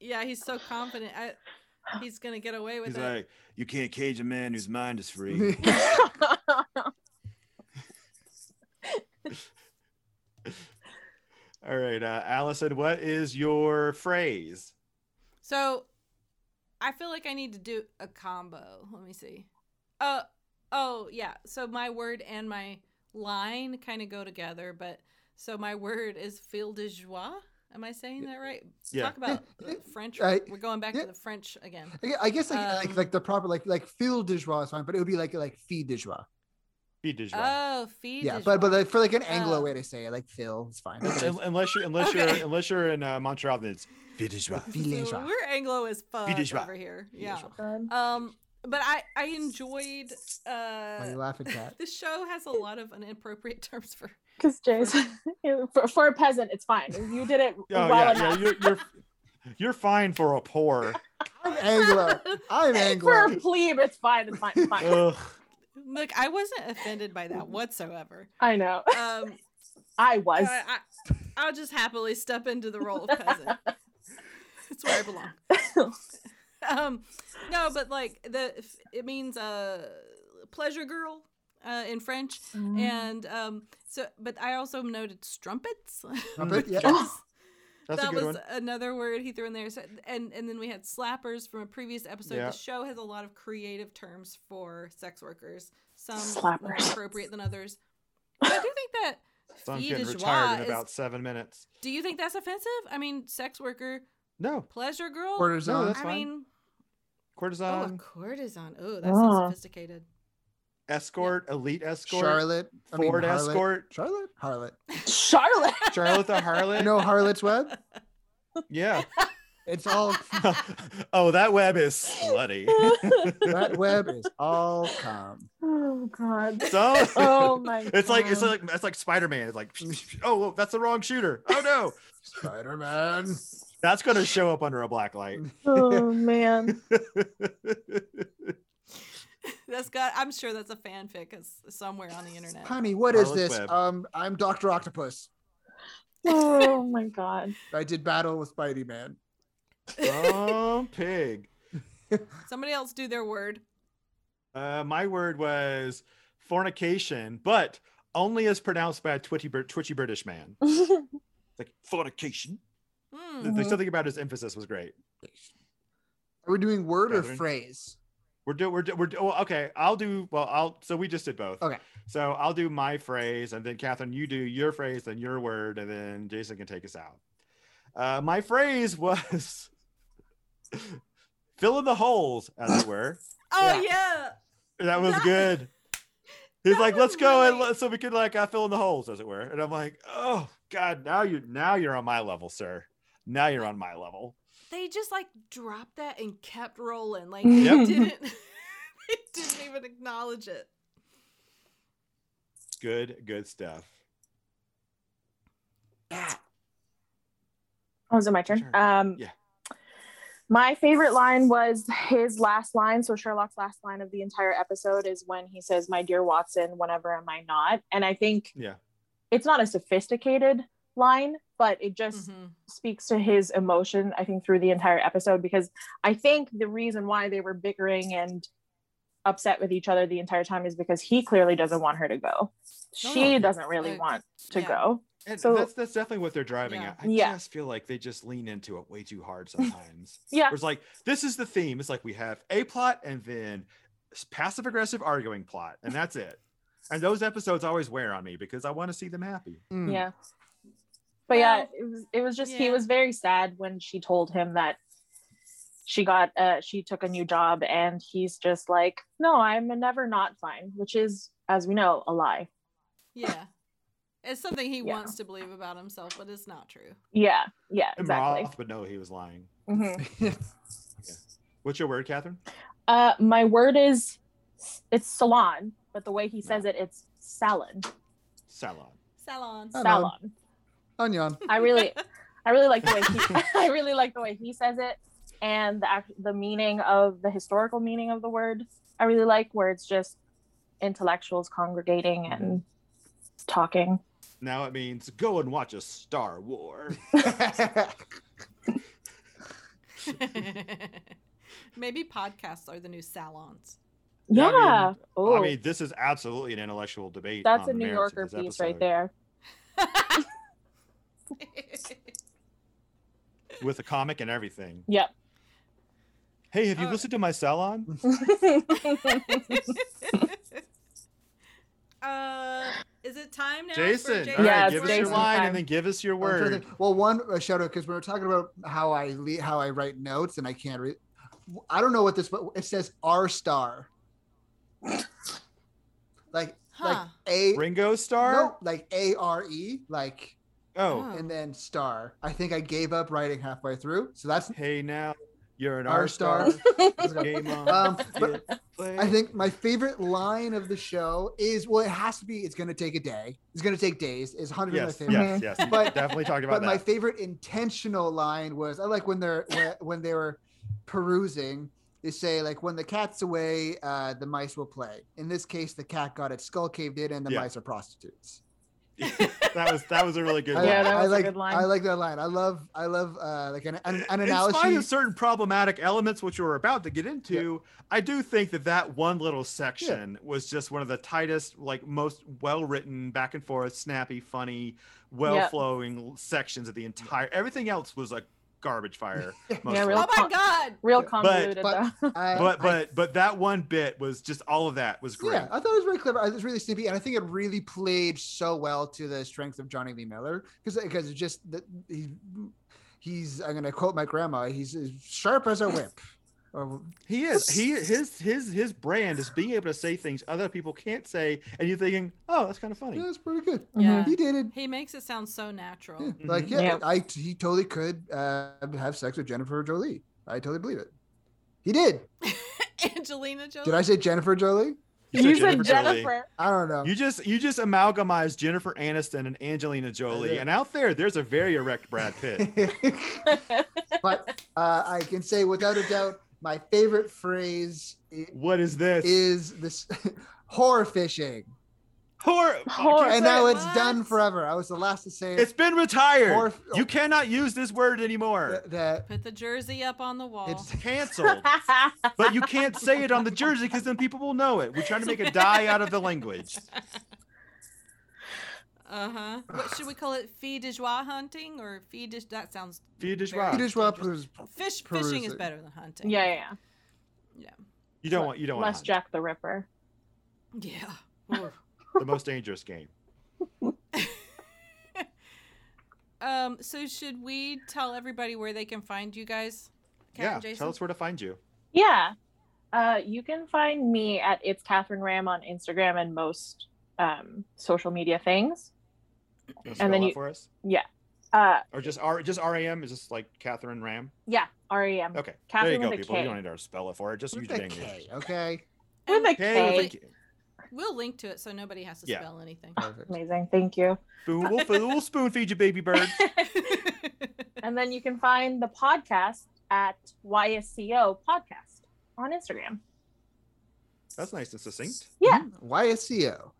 Speaker 5: Yeah, he's so confident. I, he's gonna get away with
Speaker 6: He's
Speaker 5: it.
Speaker 6: like, you can't cage a man whose mind is free. All right, uh, Allison, what is your phrase?
Speaker 5: So I feel like I need to do a combo. Let me see. Uh oh yeah. So my word and my line kind of go together, but so my word is fil de joie. Am I saying that right?
Speaker 6: Yeah.
Speaker 5: Talk about uh,
Speaker 7: Yeah.
Speaker 5: French.
Speaker 7: Right.
Speaker 5: We're going back
Speaker 7: Yeah.
Speaker 5: to the French again.
Speaker 7: I gue- I guess like, like
Speaker 5: Um,
Speaker 7: like the proper like like fil de joie is fine, but it would be like like fille de joie.
Speaker 6: Be de joie.
Speaker 5: Oh, fil
Speaker 7: Yeah,
Speaker 5: de
Speaker 7: but but
Speaker 5: joie.
Speaker 7: like, for like an Anglo
Speaker 5: Uh,
Speaker 7: way to say it, like Phil, it's fine.
Speaker 6: Un- unless you unless
Speaker 5: Okay.
Speaker 6: you're unless you're in uh, Montreal, then it's Oh, be de joie.
Speaker 7: fil de
Speaker 5: So
Speaker 7: joie.
Speaker 5: we're Anglo as fuck
Speaker 6: Fil de joie.
Speaker 5: over here.
Speaker 7: de
Speaker 5: Yeah.
Speaker 7: joie.
Speaker 5: Um but I I enjoyed
Speaker 7: Why are you
Speaker 5: uh
Speaker 7: laughing, Kat?
Speaker 5: the show has a lot of inappropriate terms for
Speaker 8: Because Jason, for, for a peasant, it's fine. You did it
Speaker 6: Oh
Speaker 8: well
Speaker 6: yeah, yeah,
Speaker 8: enough.
Speaker 6: you're you're you're fine for a poor.
Speaker 7: I'm Anglo. I'm
Speaker 8: For
Speaker 7: Anglo.
Speaker 8: a plebe, it's fine. It's fine. It's fine.
Speaker 6: Ugh.
Speaker 5: Look, I wasn't offended by that whatsoever.
Speaker 8: I know.
Speaker 5: Um,
Speaker 8: I
Speaker 5: I,
Speaker 8: was.
Speaker 5: I, I'll just happily step into the role of peasant. It's where I belong. Um, no, but like the it means uh, pleasure girl uh, in French,
Speaker 8: Mm-hmm.
Speaker 5: and um, so but I also noted strumpets.
Speaker 7: Trumpet, yeah.
Speaker 6: Oh.
Speaker 5: Yes.
Speaker 6: Mm, That's
Speaker 5: Oh, that
Speaker 6: a good
Speaker 5: was
Speaker 6: one.
Speaker 5: another word he threw in there. So, and and then we had slappers from a previous episode.
Speaker 6: Yeah.
Speaker 5: The show has a lot of creative terms for sex workers. Some more
Speaker 8: Slappers.
Speaker 5: appropriate than others. But I do think that.
Speaker 6: So I'm
Speaker 5: fille
Speaker 6: getting
Speaker 5: de joie
Speaker 6: retired in
Speaker 5: is-
Speaker 6: about seven minutes.
Speaker 5: Do you think that's offensive? I mean, sex worker
Speaker 6: No,
Speaker 5: Pleasure girl.
Speaker 7: Cortisone.
Speaker 6: No, that's
Speaker 5: I
Speaker 6: fine. Um,
Speaker 5: mean, oh, a
Speaker 6: courtesan,
Speaker 5: courtesan. Oh, that sounds
Speaker 8: Oh.
Speaker 5: sophisticated.
Speaker 6: escort, elite escort,
Speaker 7: Charlotte. I mean,
Speaker 6: Ford
Speaker 7: harlot.
Speaker 6: escort,
Speaker 7: Charlotte. Harlot.
Speaker 8: Charlotte.
Speaker 6: Charlotte the harlot.
Speaker 7: You know Harlot's Web?
Speaker 6: Yeah.
Speaker 7: It's all
Speaker 6: oh, that web is slutty.
Speaker 7: that web is all calm.
Speaker 8: Oh God.
Speaker 6: so
Speaker 8: Oh my.
Speaker 6: it's like it's
Speaker 8: God.
Speaker 6: like it's like Spider-Man. It's like, oh, whoa, that's the wrong shooter. Oh no,
Speaker 7: Spider Man.
Speaker 6: that's gonna show up under a black light.
Speaker 8: Oh man.
Speaker 5: That's got. I'm sure that's a fanfic is- somewhere on the internet.
Speaker 7: Honey, what is
Speaker 6: Harlot's
Speaker 7: this?
Speaker 6: Web.
Speaker 7: Um, I'm Doctor Octopus.
Speaker 8: Oh my God.
Speaker 7: I did battle with Spidey Man.
Speaker 6: oh, pig.
Speaker 5: Somebody else do their word.
Speaker 6: Uh, my word was fornication, but only as pronounced by a twitchy, Br- twitchy British man. It's like fornication.
Speaker 5: Hmm.
Speaker 8: Mm-hmm.
Speaker 6: Th- There's something about his emphasis was great.
Speaker 7: Are we doing word or
Speaker 6: Gathering.
Speaker 7: phrase?
Speaker 6: We're doing, we're, do- we're, do- well, okay. I'll do, well, I'll, so we just did both.
Speaker 7: Okay.
Speaker 6: So I'll do my phrase and then Catherine, you do your phrase, then your word, and then Jason can take us out. Uh, my phrase was fill in the holes, as it were.
Speaker 5: Oh yeah.
Speaker 6: That was
Speaker 5: That-
Speaker 6: good. He's
Speaker 5: that
Speaker 6: like,
Speaker 5: was
Speaker 6: let's go and
Speaker 5: really-
Speaker 6: let, so we could like uh, fill in the holes, as it were. And I'm like, oh God, now you now you're on my level, sir. Now you're on my level.
Speaker 5: They just like dropped that and kept rolling. Like
Speaker 6: Yep.
Speaker 5: they didn't. they didn't even acknowledge it.
Speaker 6: Good, good stuff.
Speaker 8: Oh, is it my turn?
Speaker 6: Sure.
Speaker 8: Um,
Speaker 6: Yeah.
Speaker 8: My favorite line was his last line. So Sherlock's last line of the entire episode is when he says, "My dear Watson, whenever am I not?" And I think
Speaker 6: Yeah.
Speaker 8: it's not a sophisticated line, but it just
Speaker 5: Mhm.
Speaker 8: speaks to his emotion. I think through the entire episode because I think the reason why they were bickering and upset with each other the entire time is because he clearly doesn't want her to go.
Speaker 6: No,
Speaker 8: She
Speaker 6: yeah.
Speaker 8: doesn't really
Speaker 5: Like,
Speaker 8: want to
Speaker 5: yeah.
Speaker 8: go.
Speaker 6: And
Speaker 8: So-
Speaker 6: that's that's definitely what they're driving
Speaker 5: Yeah.
Speaker 6: at. I
Speaker 8: Yeah.
Speaker 6: just feel like they just lean into it way too hard sometimes.
Speaker 8: Yeah.
Speaker 6: Where it's like this is the theme. It's like we have a plot and then passive aggressive arguing plot, and that's it. And those episodes always wear on me because I want to see them happy.
Speaker 7: Hmm.
Speaker 8: Yeah. But yeah,
Speaker 5: Well,
Speaker 8: it was it was just he
Speaker 5: yeah.
Speaker 8: was very sad when she told him that she got uh she took a new job and he's just like, No, I'm never not fine, which is, as we know, a lie.
Speaker 5: Yeah. It's something he
Speaker 8: Yeah.
Speaker 5: wants to believe about himself, but it's not true.
Speaker 8: Yeah, yeah,
Speaker 6: And
Speaker 8: exactly.
Speaker 6: Roth would know he was lying.
Speaker 5: Mm-hmm.
Speaker 8: Mhm.
Speaker 6: What's your word, Catherine?
Speaker 8: Uh my word is it's salon, but the way he says it, it's salon.
Speaker 6: Salon.
Speaker 5: Salon.
Speaker 7: Oh. Salon.
Speaker 8: Salon.
Speaker 7: Onion.
Speaker 8: I really I really like the way he I really like the way he says it and the act- the meaning of the historical meaning of the word. I really like where it's just intellectuals congregating and talking.
Speaker 6: Now it means go and watch a Star War.
Speaker 5: Maybe podcasts are the new salons.
Speaker 6: Yeah, I
Speaker 8: Yeah.
Speaker 6: mean-
Speaker 8: oh,
Speaker 6: I mean, this is absolutely an intellectual debate.
Speaker 8: that's
Speaker 6: on
Speaker 8: a
Speaker 6: the
Speaker 8: New
Speaker 6: merits of
Speaker 8: Yorker
Speaker 6: this
Speaker 8: piece right
Speaker 6: episode
Speaker 8: there.
Speaker 6: With a comic and everything.
Speaker 8: Yep.
Speaker 6: Hey, have you
Speaker 5: Uh,
Speaker 6: listened to my salon?
Speaker 5: uh, is it time now?
Speaker 6: Jason,
Speaker 5: for
Speaker 6: all right,
Speaker 8: Yes,
Speaker 6: give us
Speaker 8: Jason's
Speaker 6: your line
Speaker 8: time.
Speaker 6: and then give us your
Speaker 7: I'm trying to
Speaker 6: word.
Speaker 7: think- Well, one uh, shout out because we were talking about how I le- how I write notes and I can't read. I don't know what this, but it says R star. like
Speaker 5: Huh.
Speaker 7: like a
Speaker 6: Ringo
Speaker 7: no,
Speaker 6: Star?
Speaker 7: like A R E, like
Speaker 6: Oh,
Speaker 7: and then star. I think I gave up writing halfway through, so that's
Speaker 6: hey now, you're an
Speaker 7: R
Speaker 6: R star.
Speaker 7: star.
Speaker 6: Game on.
Speaker 7: um, but
Speaker 6: Get played.
Speaker 7: I think my favorite line of the show is well, it has to be. It's gonna take a day. It's gonna take days. Is hundred my
Speaker 6: yes,
Speaker 7: favorite.
Speaker 6: yes, yes. you
Speaker 7: Mm-hmm. But-
Speaker 6: definitely talked about
Speaker 7: But my
Speaker 6: that.
Speaker 7: favorite intentional line was I like when they're when- when they were perusing. They say like when the cat's away, uh, the mice will play. In this case, the cat got its skull caved in, and the
Speaker 6: Yeah.
Speaker 7: mice are prostitutes.
Speaker 6: that was that was a really good
Speaker 7: I,
Speaker 6: one.
Speaker 8: Yeah, that
Speaker 7: I
Speaker 8: was a
Speaker 7: like
Speaker 8: good line.
Speaker 7: I like that line. I love I love uh, like an an, an
Speaker 6: in spite of
Speaker 7: analogy.
Speaker 6: certain problematic elements which we're about to get into i do think that that one little section was just one of the tightest like most well written back and forth snappy funny well flowing sections of the entire everything else was a garbage fire mostly.
Speaker 8: Yeah, really.
Speaker 5: Oh my God.
Speaker 8: Real
Speaker 7: But-
Speaker 8: convoluted
Speaker 7: but-
Speaker 8: though.
Speaker 7: I-
Speaker 6: but
Speaker 7: I-
Speaker 6: but but that one bit was just all of that was great
Speaker 7: yeah, I thought it was very clever. It was really snippy, and I think it really played so well to the strength of Johnny Lee Miller because because just the, he he's I'm gonna quote my grandma. He's as sharp as a whip. Oh, Or,
Speaker 6: He is. He his his his brand is being able to say things other people can't say, and you're thinking, oh, that's kind of funny.
Speaker 7: yeah, that's pretty good.
Speaker 5: Yeah.
Speaker 7: He did it.
Speaker 5: He makes it sound so
Speaker 6: Oh,
Speaker 5: natural.
Speaker 6: mm-hmm.
Speaker 7: Yeah, Like,
Speaker 8: Mhm.
Speaker 7: yeah,
Speaker 8: Yeah.
Speaker 7: I he totally could uh, have sex with Jennifer Jolie. I totally believe it. He did.
Speaker 5: Angelina Jolie.
Speaker 7: Did I say Jennifer Jolie?
Speaker 8: You said
Speaker 6: Jolie.
Speaker 8: Jennifer.
Speaker 7: I don't know.
Speaker 6: You just you just amalgamized Jennifer Aniston and Angelina Jolie,
Speaker 7: did.
Speaker 6: and out there, there's a very erect Brad Pitt.
Speaker 7: but uh, I can say without a doubt, my favorite phrase i-
Speaker 6: what is this?
Speaker 7: is this horror fishing.
Speaker 6: Hor- I
Speaker 8: Hor-
Speaker 6: can't
Speaker 7: And
Speaker 6: say
Speaker 7: now
Speaker 6: it.
Speaker 7: it's done
Speaker 5: What?
Speaker 7: forever. I was the last to say it.
Speaker 6: it's been retired.
Speaker 7: Hor-
Speaker 6: you cannot use this word anymore.
Speaker 7: Th- that
Speaker 5: Put the jersey up on the wall.
Speaker 7: it's
Speaker 6: Canceled. but you can't say it on the jersey because then people will know it. We're trying to make a die out of the language.
Speaker 5: Uh huh. What should we call it? Fille de joie hunting or fille de? That sounds
Speaker 6: Fille de
Speaker 5: Very
Speaker 6: joie.
Speaker 7: Peter Schwab was
Speaker 5: fish. Fishing is
Speaker 7: Perusing.
Speaker 5: better than hunting.
Speaker 8: yeah, yeah,
Speaker 6: You don't want you
Speaker 8: yeah.
Speaker 6: don't
Speaker 8: Less
Speaker 6: want Jack.
Speaker 8: Jack the Ripper.
Speaker 5: Yeah. Oof.
Speaker 6: the most dangerous game.
Speaker 5: um. So should we tell everybody where they can find you guys? Kat
Speaker 6: yeah,
Speaker 5: and Jason?
Speaker 6: tell us where to find you.
Speaker 8: Yeah. Uh, you can find me at It's Catherine Ram on Instagram and most um, social media things.
Speaker 6: Wanna spell
Speaker 8: then
Speaker 6: that
Speaker 8: you-
Speaker 6: for us,
Speaker 8: Uh,
Speaker 6: or just R, just R A M is just like Catherine Ram.
Speaker 8: yeah, E R-E-M.
Speaker 6: Okay, there
Speaker 8: Catherine
Speaker 6: you go,
Speaker 8: with a
Speaker 6: people. You
Speaker 8: K.
Speaker 6: don't need to spell it for it. Just use
Speaker 7: with
Speaker 6: your
Speaker 7: a
Speaker 6: dang
Speaker 7: K.
Speaker 6: English.
Speaker 7: Okay.
Speaker 8: With a
Speaker 5: And
Speaker 6: K
Speaker 8: K.
Speaker 6: with a K.
Speaker 5: we'll link to it so nobody has to
Speaker 6: Yeah.
Speaker 5: spell anything.
Speaker 7: Perfect.
Speaker 8: Amazing. Thank you.
Speaker 6: Spoon, we'll, f- we'll spoon feed you, baby bird.
Speaker 8: And then you can find the podcast at YSCO Podcast on Instagram.
Speaker 6: That's nice and succinct.
Speaker 8: Yeah.
Speaker 7: Mhm. YSCO.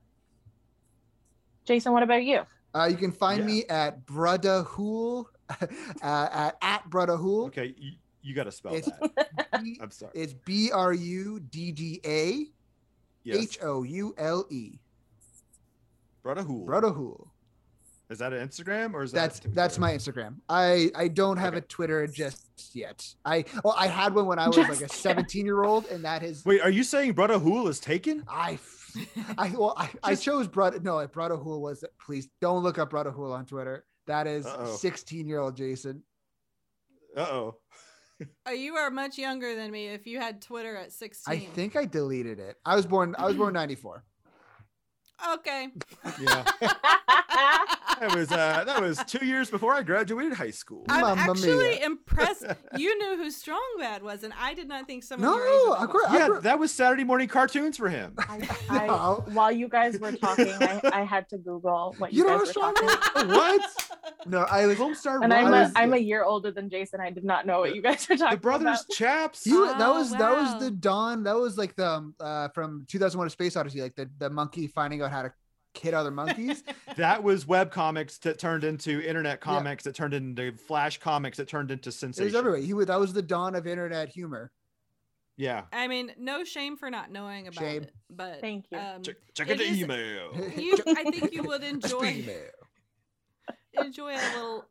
Speaker 8: Jason, what about you?
Speaker 7: Uh, you can find
Speaker 6: Yeah.
Speaker 7: me at Brudahool, uh, at, at Brudahool.
Speaker 6: Okay, you, you got to spell
Speaker 7: It's-
Speaker 6: that.
Speaker 7: B-
Speaker 6: I'm sorry.
Speaker 7: It's B R U D D A
Speaker 6: Yes,
Speaker 7: H O U L E.
Speaker 6: Brudahool.
Speaker 7: Brudahool.
Speaker 6: Is that an Instagram or is that
Speaker 7: That's that's my Instagram. I I don't have a Twitter just yet. I well I had one when I was like
Speaker 8: Just
Speaker 7: a
Speaker 8: yet.
Speaker 7: 17 year old, and that is
Speaker 6: Wait, are you saying Brudahool is taken?
Speaker 7: I f- I well I, I
Speaker 6: Just-
Speaker 7: chose Brud no Brudahool was please don't look up Brudahool on Twitter. That is
Speaker 6: Uh-oh.
Speaker 7: 16 year old Jason.
Speaker 6: Uh oh.
Speaker 5: oh, you are much younger than me. If you had Twitter at sixteen,
Speaker 7: I think I deleted it. I was born I was born 94.
Speaker 5: Okay.
Speaker 6: Yeah, that was uh, that was two years before I graduated high school.
Speaker 5: I'm
Speaker 7: Mamma
Speaker 5: actually
Speaker 7: mia.
Speaker 5: impressed. You knew who Strong Bad was, and I did not think someone.
Speaker 7: No,
Speaker 5: your age would
Speaker 7: of
Speaker 5: know.
Speaker 7: course. I
Speaker 6: yeah,
Speaker 7: grew-
Speaker 6: that was Saturday morning cartoons for him.
Speaker 8: I-
Speaker 7: No.
Speaker 8: While you guys were talking, I, I had to Google what you,
Speaker 7: You know
Speaker 8: guys were
Speaker 7: what's wrong
Speaker 8: talking about.
Speaker 6: what?
Speaker 7: No, I was
Speaker 6: Lone Star
Speaker 8: And I'm
Speaker 7: I
Speaker 8: a,
Speaker 7: was-
Speaker 8: I'm a year older than Jason. I did not know what you guys were talking
Speaker 6: the brothers
Speaker 8: about.
Speaker 6: Chaps.
Speaker 7: You, that
Speaker 5: Oh,
Speaker 7: was that
Speaker 5: wow.
Speaker 7: was the dawn. That was like the um, uh, from 2001: A Space Odyssey, like the, the monkey finding out how to hit other monkeys.
Speaker 6: That was web comics that turned into internet comics that turned into flash comics that turned into
Speaker 7: it was
Speaker 6: sensation.
Speaker 7: everywhere. He was that was the dawn of internet humor.
Speaker 6: Yeah.
Speaker 5: I mean, no shame for not knowing about
Speaker 7: Shame.
Speaker 5: it, but
Speaker 8: Thank you.
Speaker 5: um,
Speaker 6: Check, check
Speaker 5: It
Speaker 6: out the
Speaker 5: is-
Speaker 6: email.
Speaker 5: you, I think you would
Speaker 7: Speaking
Speaker 5: enjoy
Speaker 7: of-
Speaker 5: enjoy a little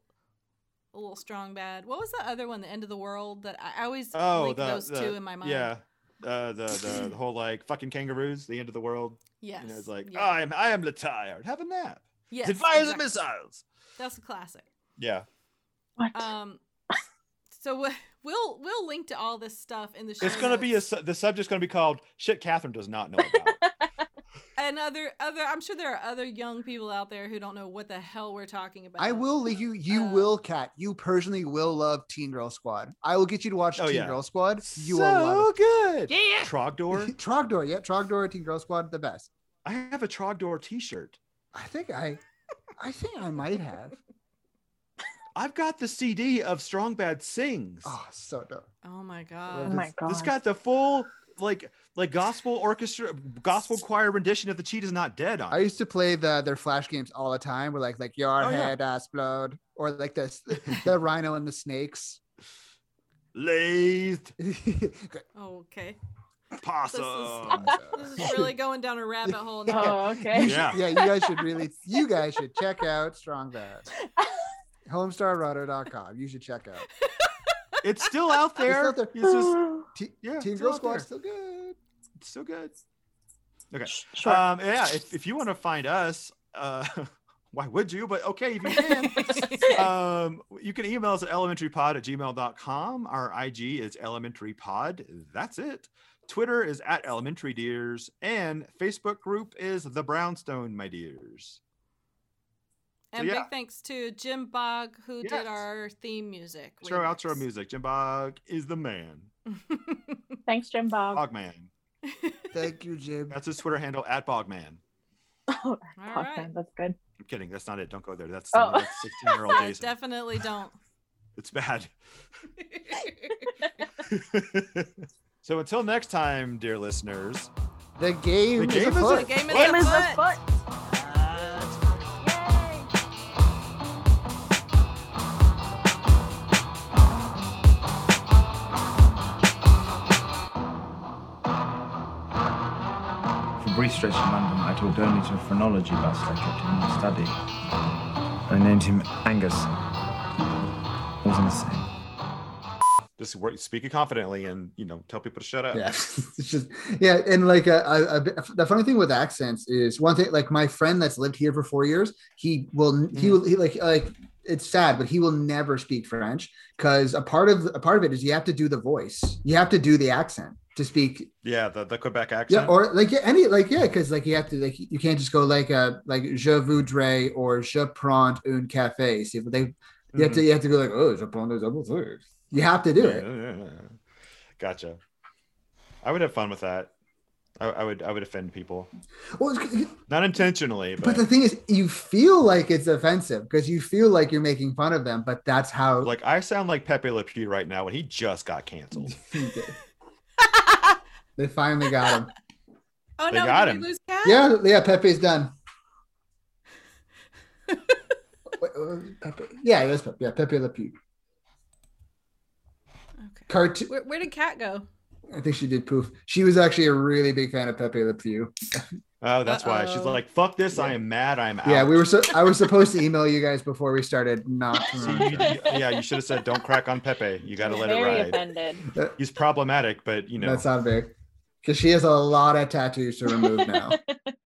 Speaker 5: a little Strong Bad. What was the other one? The End of the World. That I I always
Speaker 6: Oh,
Speaker 5: link
Speaker 6: the-
Speaker 5: those two
Speaker 6: the-
Speaker 5: in my mind.
Speaker 6: Yeah. Uh, the, the the whole like fucking kangaroos, the end of the world.
Speaker 5: Yes.
Speaker 6: You know, it's like
Speaker 5: yeah.
Speaker 6: I am I am retired. Have a nap.
Speaker 5: yes,
Speaker 6: Yes, fires
Speaker 5: exactly.
Speaker 6: and missiles.
Speaker 5: That's a classic.
Speaker 6: Yeah.
Speaker 8: what?
Speaker 5: Um, so we- we'll we'll link to all this stuff in the show.
Speaker 6: It's gonna be a
Speaker 5: notes.
Speaker 6: su- the subject's gonna be called shit. Catherine does not know about.
Speaker 5: and other other. I'm sure there are other young people out there who don't know what the hell we're talking about.
Speaker 7: I will leave you. You
Speaker 5: Uh,
Speaker 7: will, Kat. You personally will love Teen Girl Squad. I will get you to watch
Speaker 6: Oh,
Speaker 7: Teen
Speaker 6: yeah.
Speaker 7: Girl Squad. You
Speaker 6: so
Speaker 7: will love
Speaker 6: good.
Speaker 8: yeah.
Speaker 6: Trogdor.
Speaker 7: it. Trogdor, yeah, Trogdor, Teen Girl Squad, the best.
Speaker 6: I have a Trogdor T-shirt.
Speaker 7: I think I, I think I might have.
Speaker 6: I've got the CD of Strong Bad sings.
Speaker 7: Oh, so dope.
Speaker 5: Oh my
Speaker 8: Oh
Speaker 5: god.
Speaker 8: my god.
Speaker 6: This got the full like like gospel orchestra, gospel choir rendition of "The Cheetah's Not Dead" on.
Speaker 7: I
Speaker 6: it.
Speaker 7: used to play the their flash games all the time. We're like like your
Speaker 6: Oh, yeah.
Speaker 7: head explode or like this the rhino and the snakes.
Speaker 6: Lathed
Speaker 5: Oh, okay.
Speaker 6: possum.
Speaker 5: This is really going down a rabbit hole now.
Speaker 8: Oh,
Speaker 7: You
Speaker 8: okay.
Speaker 7: should-
Speaker 6: Yeah.
Speaker 7: yeah, you guys should really you guys should check out Strong Bad. Homestarroto.com. You should check out.
Speaker 6: It's still out there.
Speaker 7: out there.
Speaker 6: It's just
Speaker 7: T-
Speaker 6: yeah.
Speaker 7: Teen
Speaker 6: it's
Speaker 7: Girl
Speaker 6: out there.
Speaker 7: Squad's still good.
Speaker 6: It's still good. Okay.
Speaker 8: Sure.
Speaker 6: Um, yeah. If, if you want to find us, uh, Why would you? But okay, if you can. um, you can email us at elementarypod at gmail.com. Our IG is elementarypod. That's it. Twitter is at elementary dears, and Facebook group is the brownstone, my dears.
Speaker 5: And
Speaker 6: yeah.
Speaker 5: big thanks to Jim Bog who
Speaker 6: Yes.
Speaker 5: did our theme music.
Speaker 6: Show
Speaker 5: remix.
Speaker 6: outro music. Jim Bog is the man.
Speaker 8: Thanks, Jim Bob.
Speaker 6: Bogman.
Speaker 7: Thank you, Jim.
Speaker 6: That's his Twitter handle at Bogman.
Speaker 8: All
Speaker 5: All
Speaker 8: Fuck,
Speaker 5: right.
Speaker 8: man, that's good.
Speaker 6: I'm kidding. That's not it. Don't go there. That's
Speaker 8: Oh.
Speaker 6: 16 year old
Speaker 5: I
Speaker 6: Jason.
Speaker 5: definitely don't.
Speaker 6: It's bad. so until next time, dear listeners,
Speaker 7: The
Speaker 6: The
Speaker 7: game. is
Speaker 6: game is
Speaker 7: afoot.
Speaker 5: the game is
Speaker 6: What?
Speaker 5: afoot.
Speaker 8: Is the foot. Yay.
Speaker 9: For brief stretch in London, I talked only to a phrenology bust I kept in my study. I named him Angus. Wasn't the same.
Speaker 6: just work, speak it confidently and, you know, tell people to shut up.
Speaker 7: yeah it's just yeah and like uh, I- I- the funny thing with accents is one thing like my friend that's lived here for four years he will he will he like like it's sad but he will never speak french because a part of a part of it is you have to do the voice you have to do the accent to speak
Speaker 6: Yeah, the, the Quebec accent.
Speaker 7: yeah or like yeah, any like yeah because like you have to like you can't just go like uh like je voudrais or je prends un café see but they you have to you have to go like oh je prends deux double thirds you have to do
Speaker 6: Mm. Yeah,
Speaker 7: it
Speaker 6: yeah, yeah, yeah. Gotcha. I would have fun with that. I, I would I would offend people.
Speaker 7: well it's-
Speaker 6: Not intentionally, but,
Speaker 7: But the thing is, you feel like it's offensive because you feel like you're making fun of them, but that's how.
Speaker 6: like I sound like Pepe Le Pew right now when he just got canceled.
Speaker 7: they finally got him.
Speaker 5: oh
Speaker 6: They
Speaker 5: no,
Speaker 6: got
Speaker 5: did
Speaker 6: him.
Speaker 5: we lose Kat?
Speaker 7: Yeah, yeah, Pepe's done. Wait, uh, Pepe. Yeah, that's Pepe. Yeah, Pepe Le Pew.
Speaker 5: Okay.
Speaker 7: Cartoon.
Speaker 5: Where, where did Cat go?
Speaker 7: I think she did poof. She was actually a really big fan of Pepe Le Pew.
Speaker 6: Oh, that's why she's
Speaker 5: Uh-oh.
Speaker 6: like, "Fuck this! I am mad. I'm out."
Speaker 7: Yeah, we were. So, I was supposed to email you guys before we started. Not. to
Speaker 6: See,
Speaker 7: remember.
Speaker 6: you- you- yeah, you should have said, "Don't crack on Pepe. You got to let it
Speaker 8: Very
Speaker 6: ride."
Speaker 8: offended.
Speaker 6: He's problematic, but you know,
Speaker 7: That's not big. Because she has a lot of tattoos to remove now.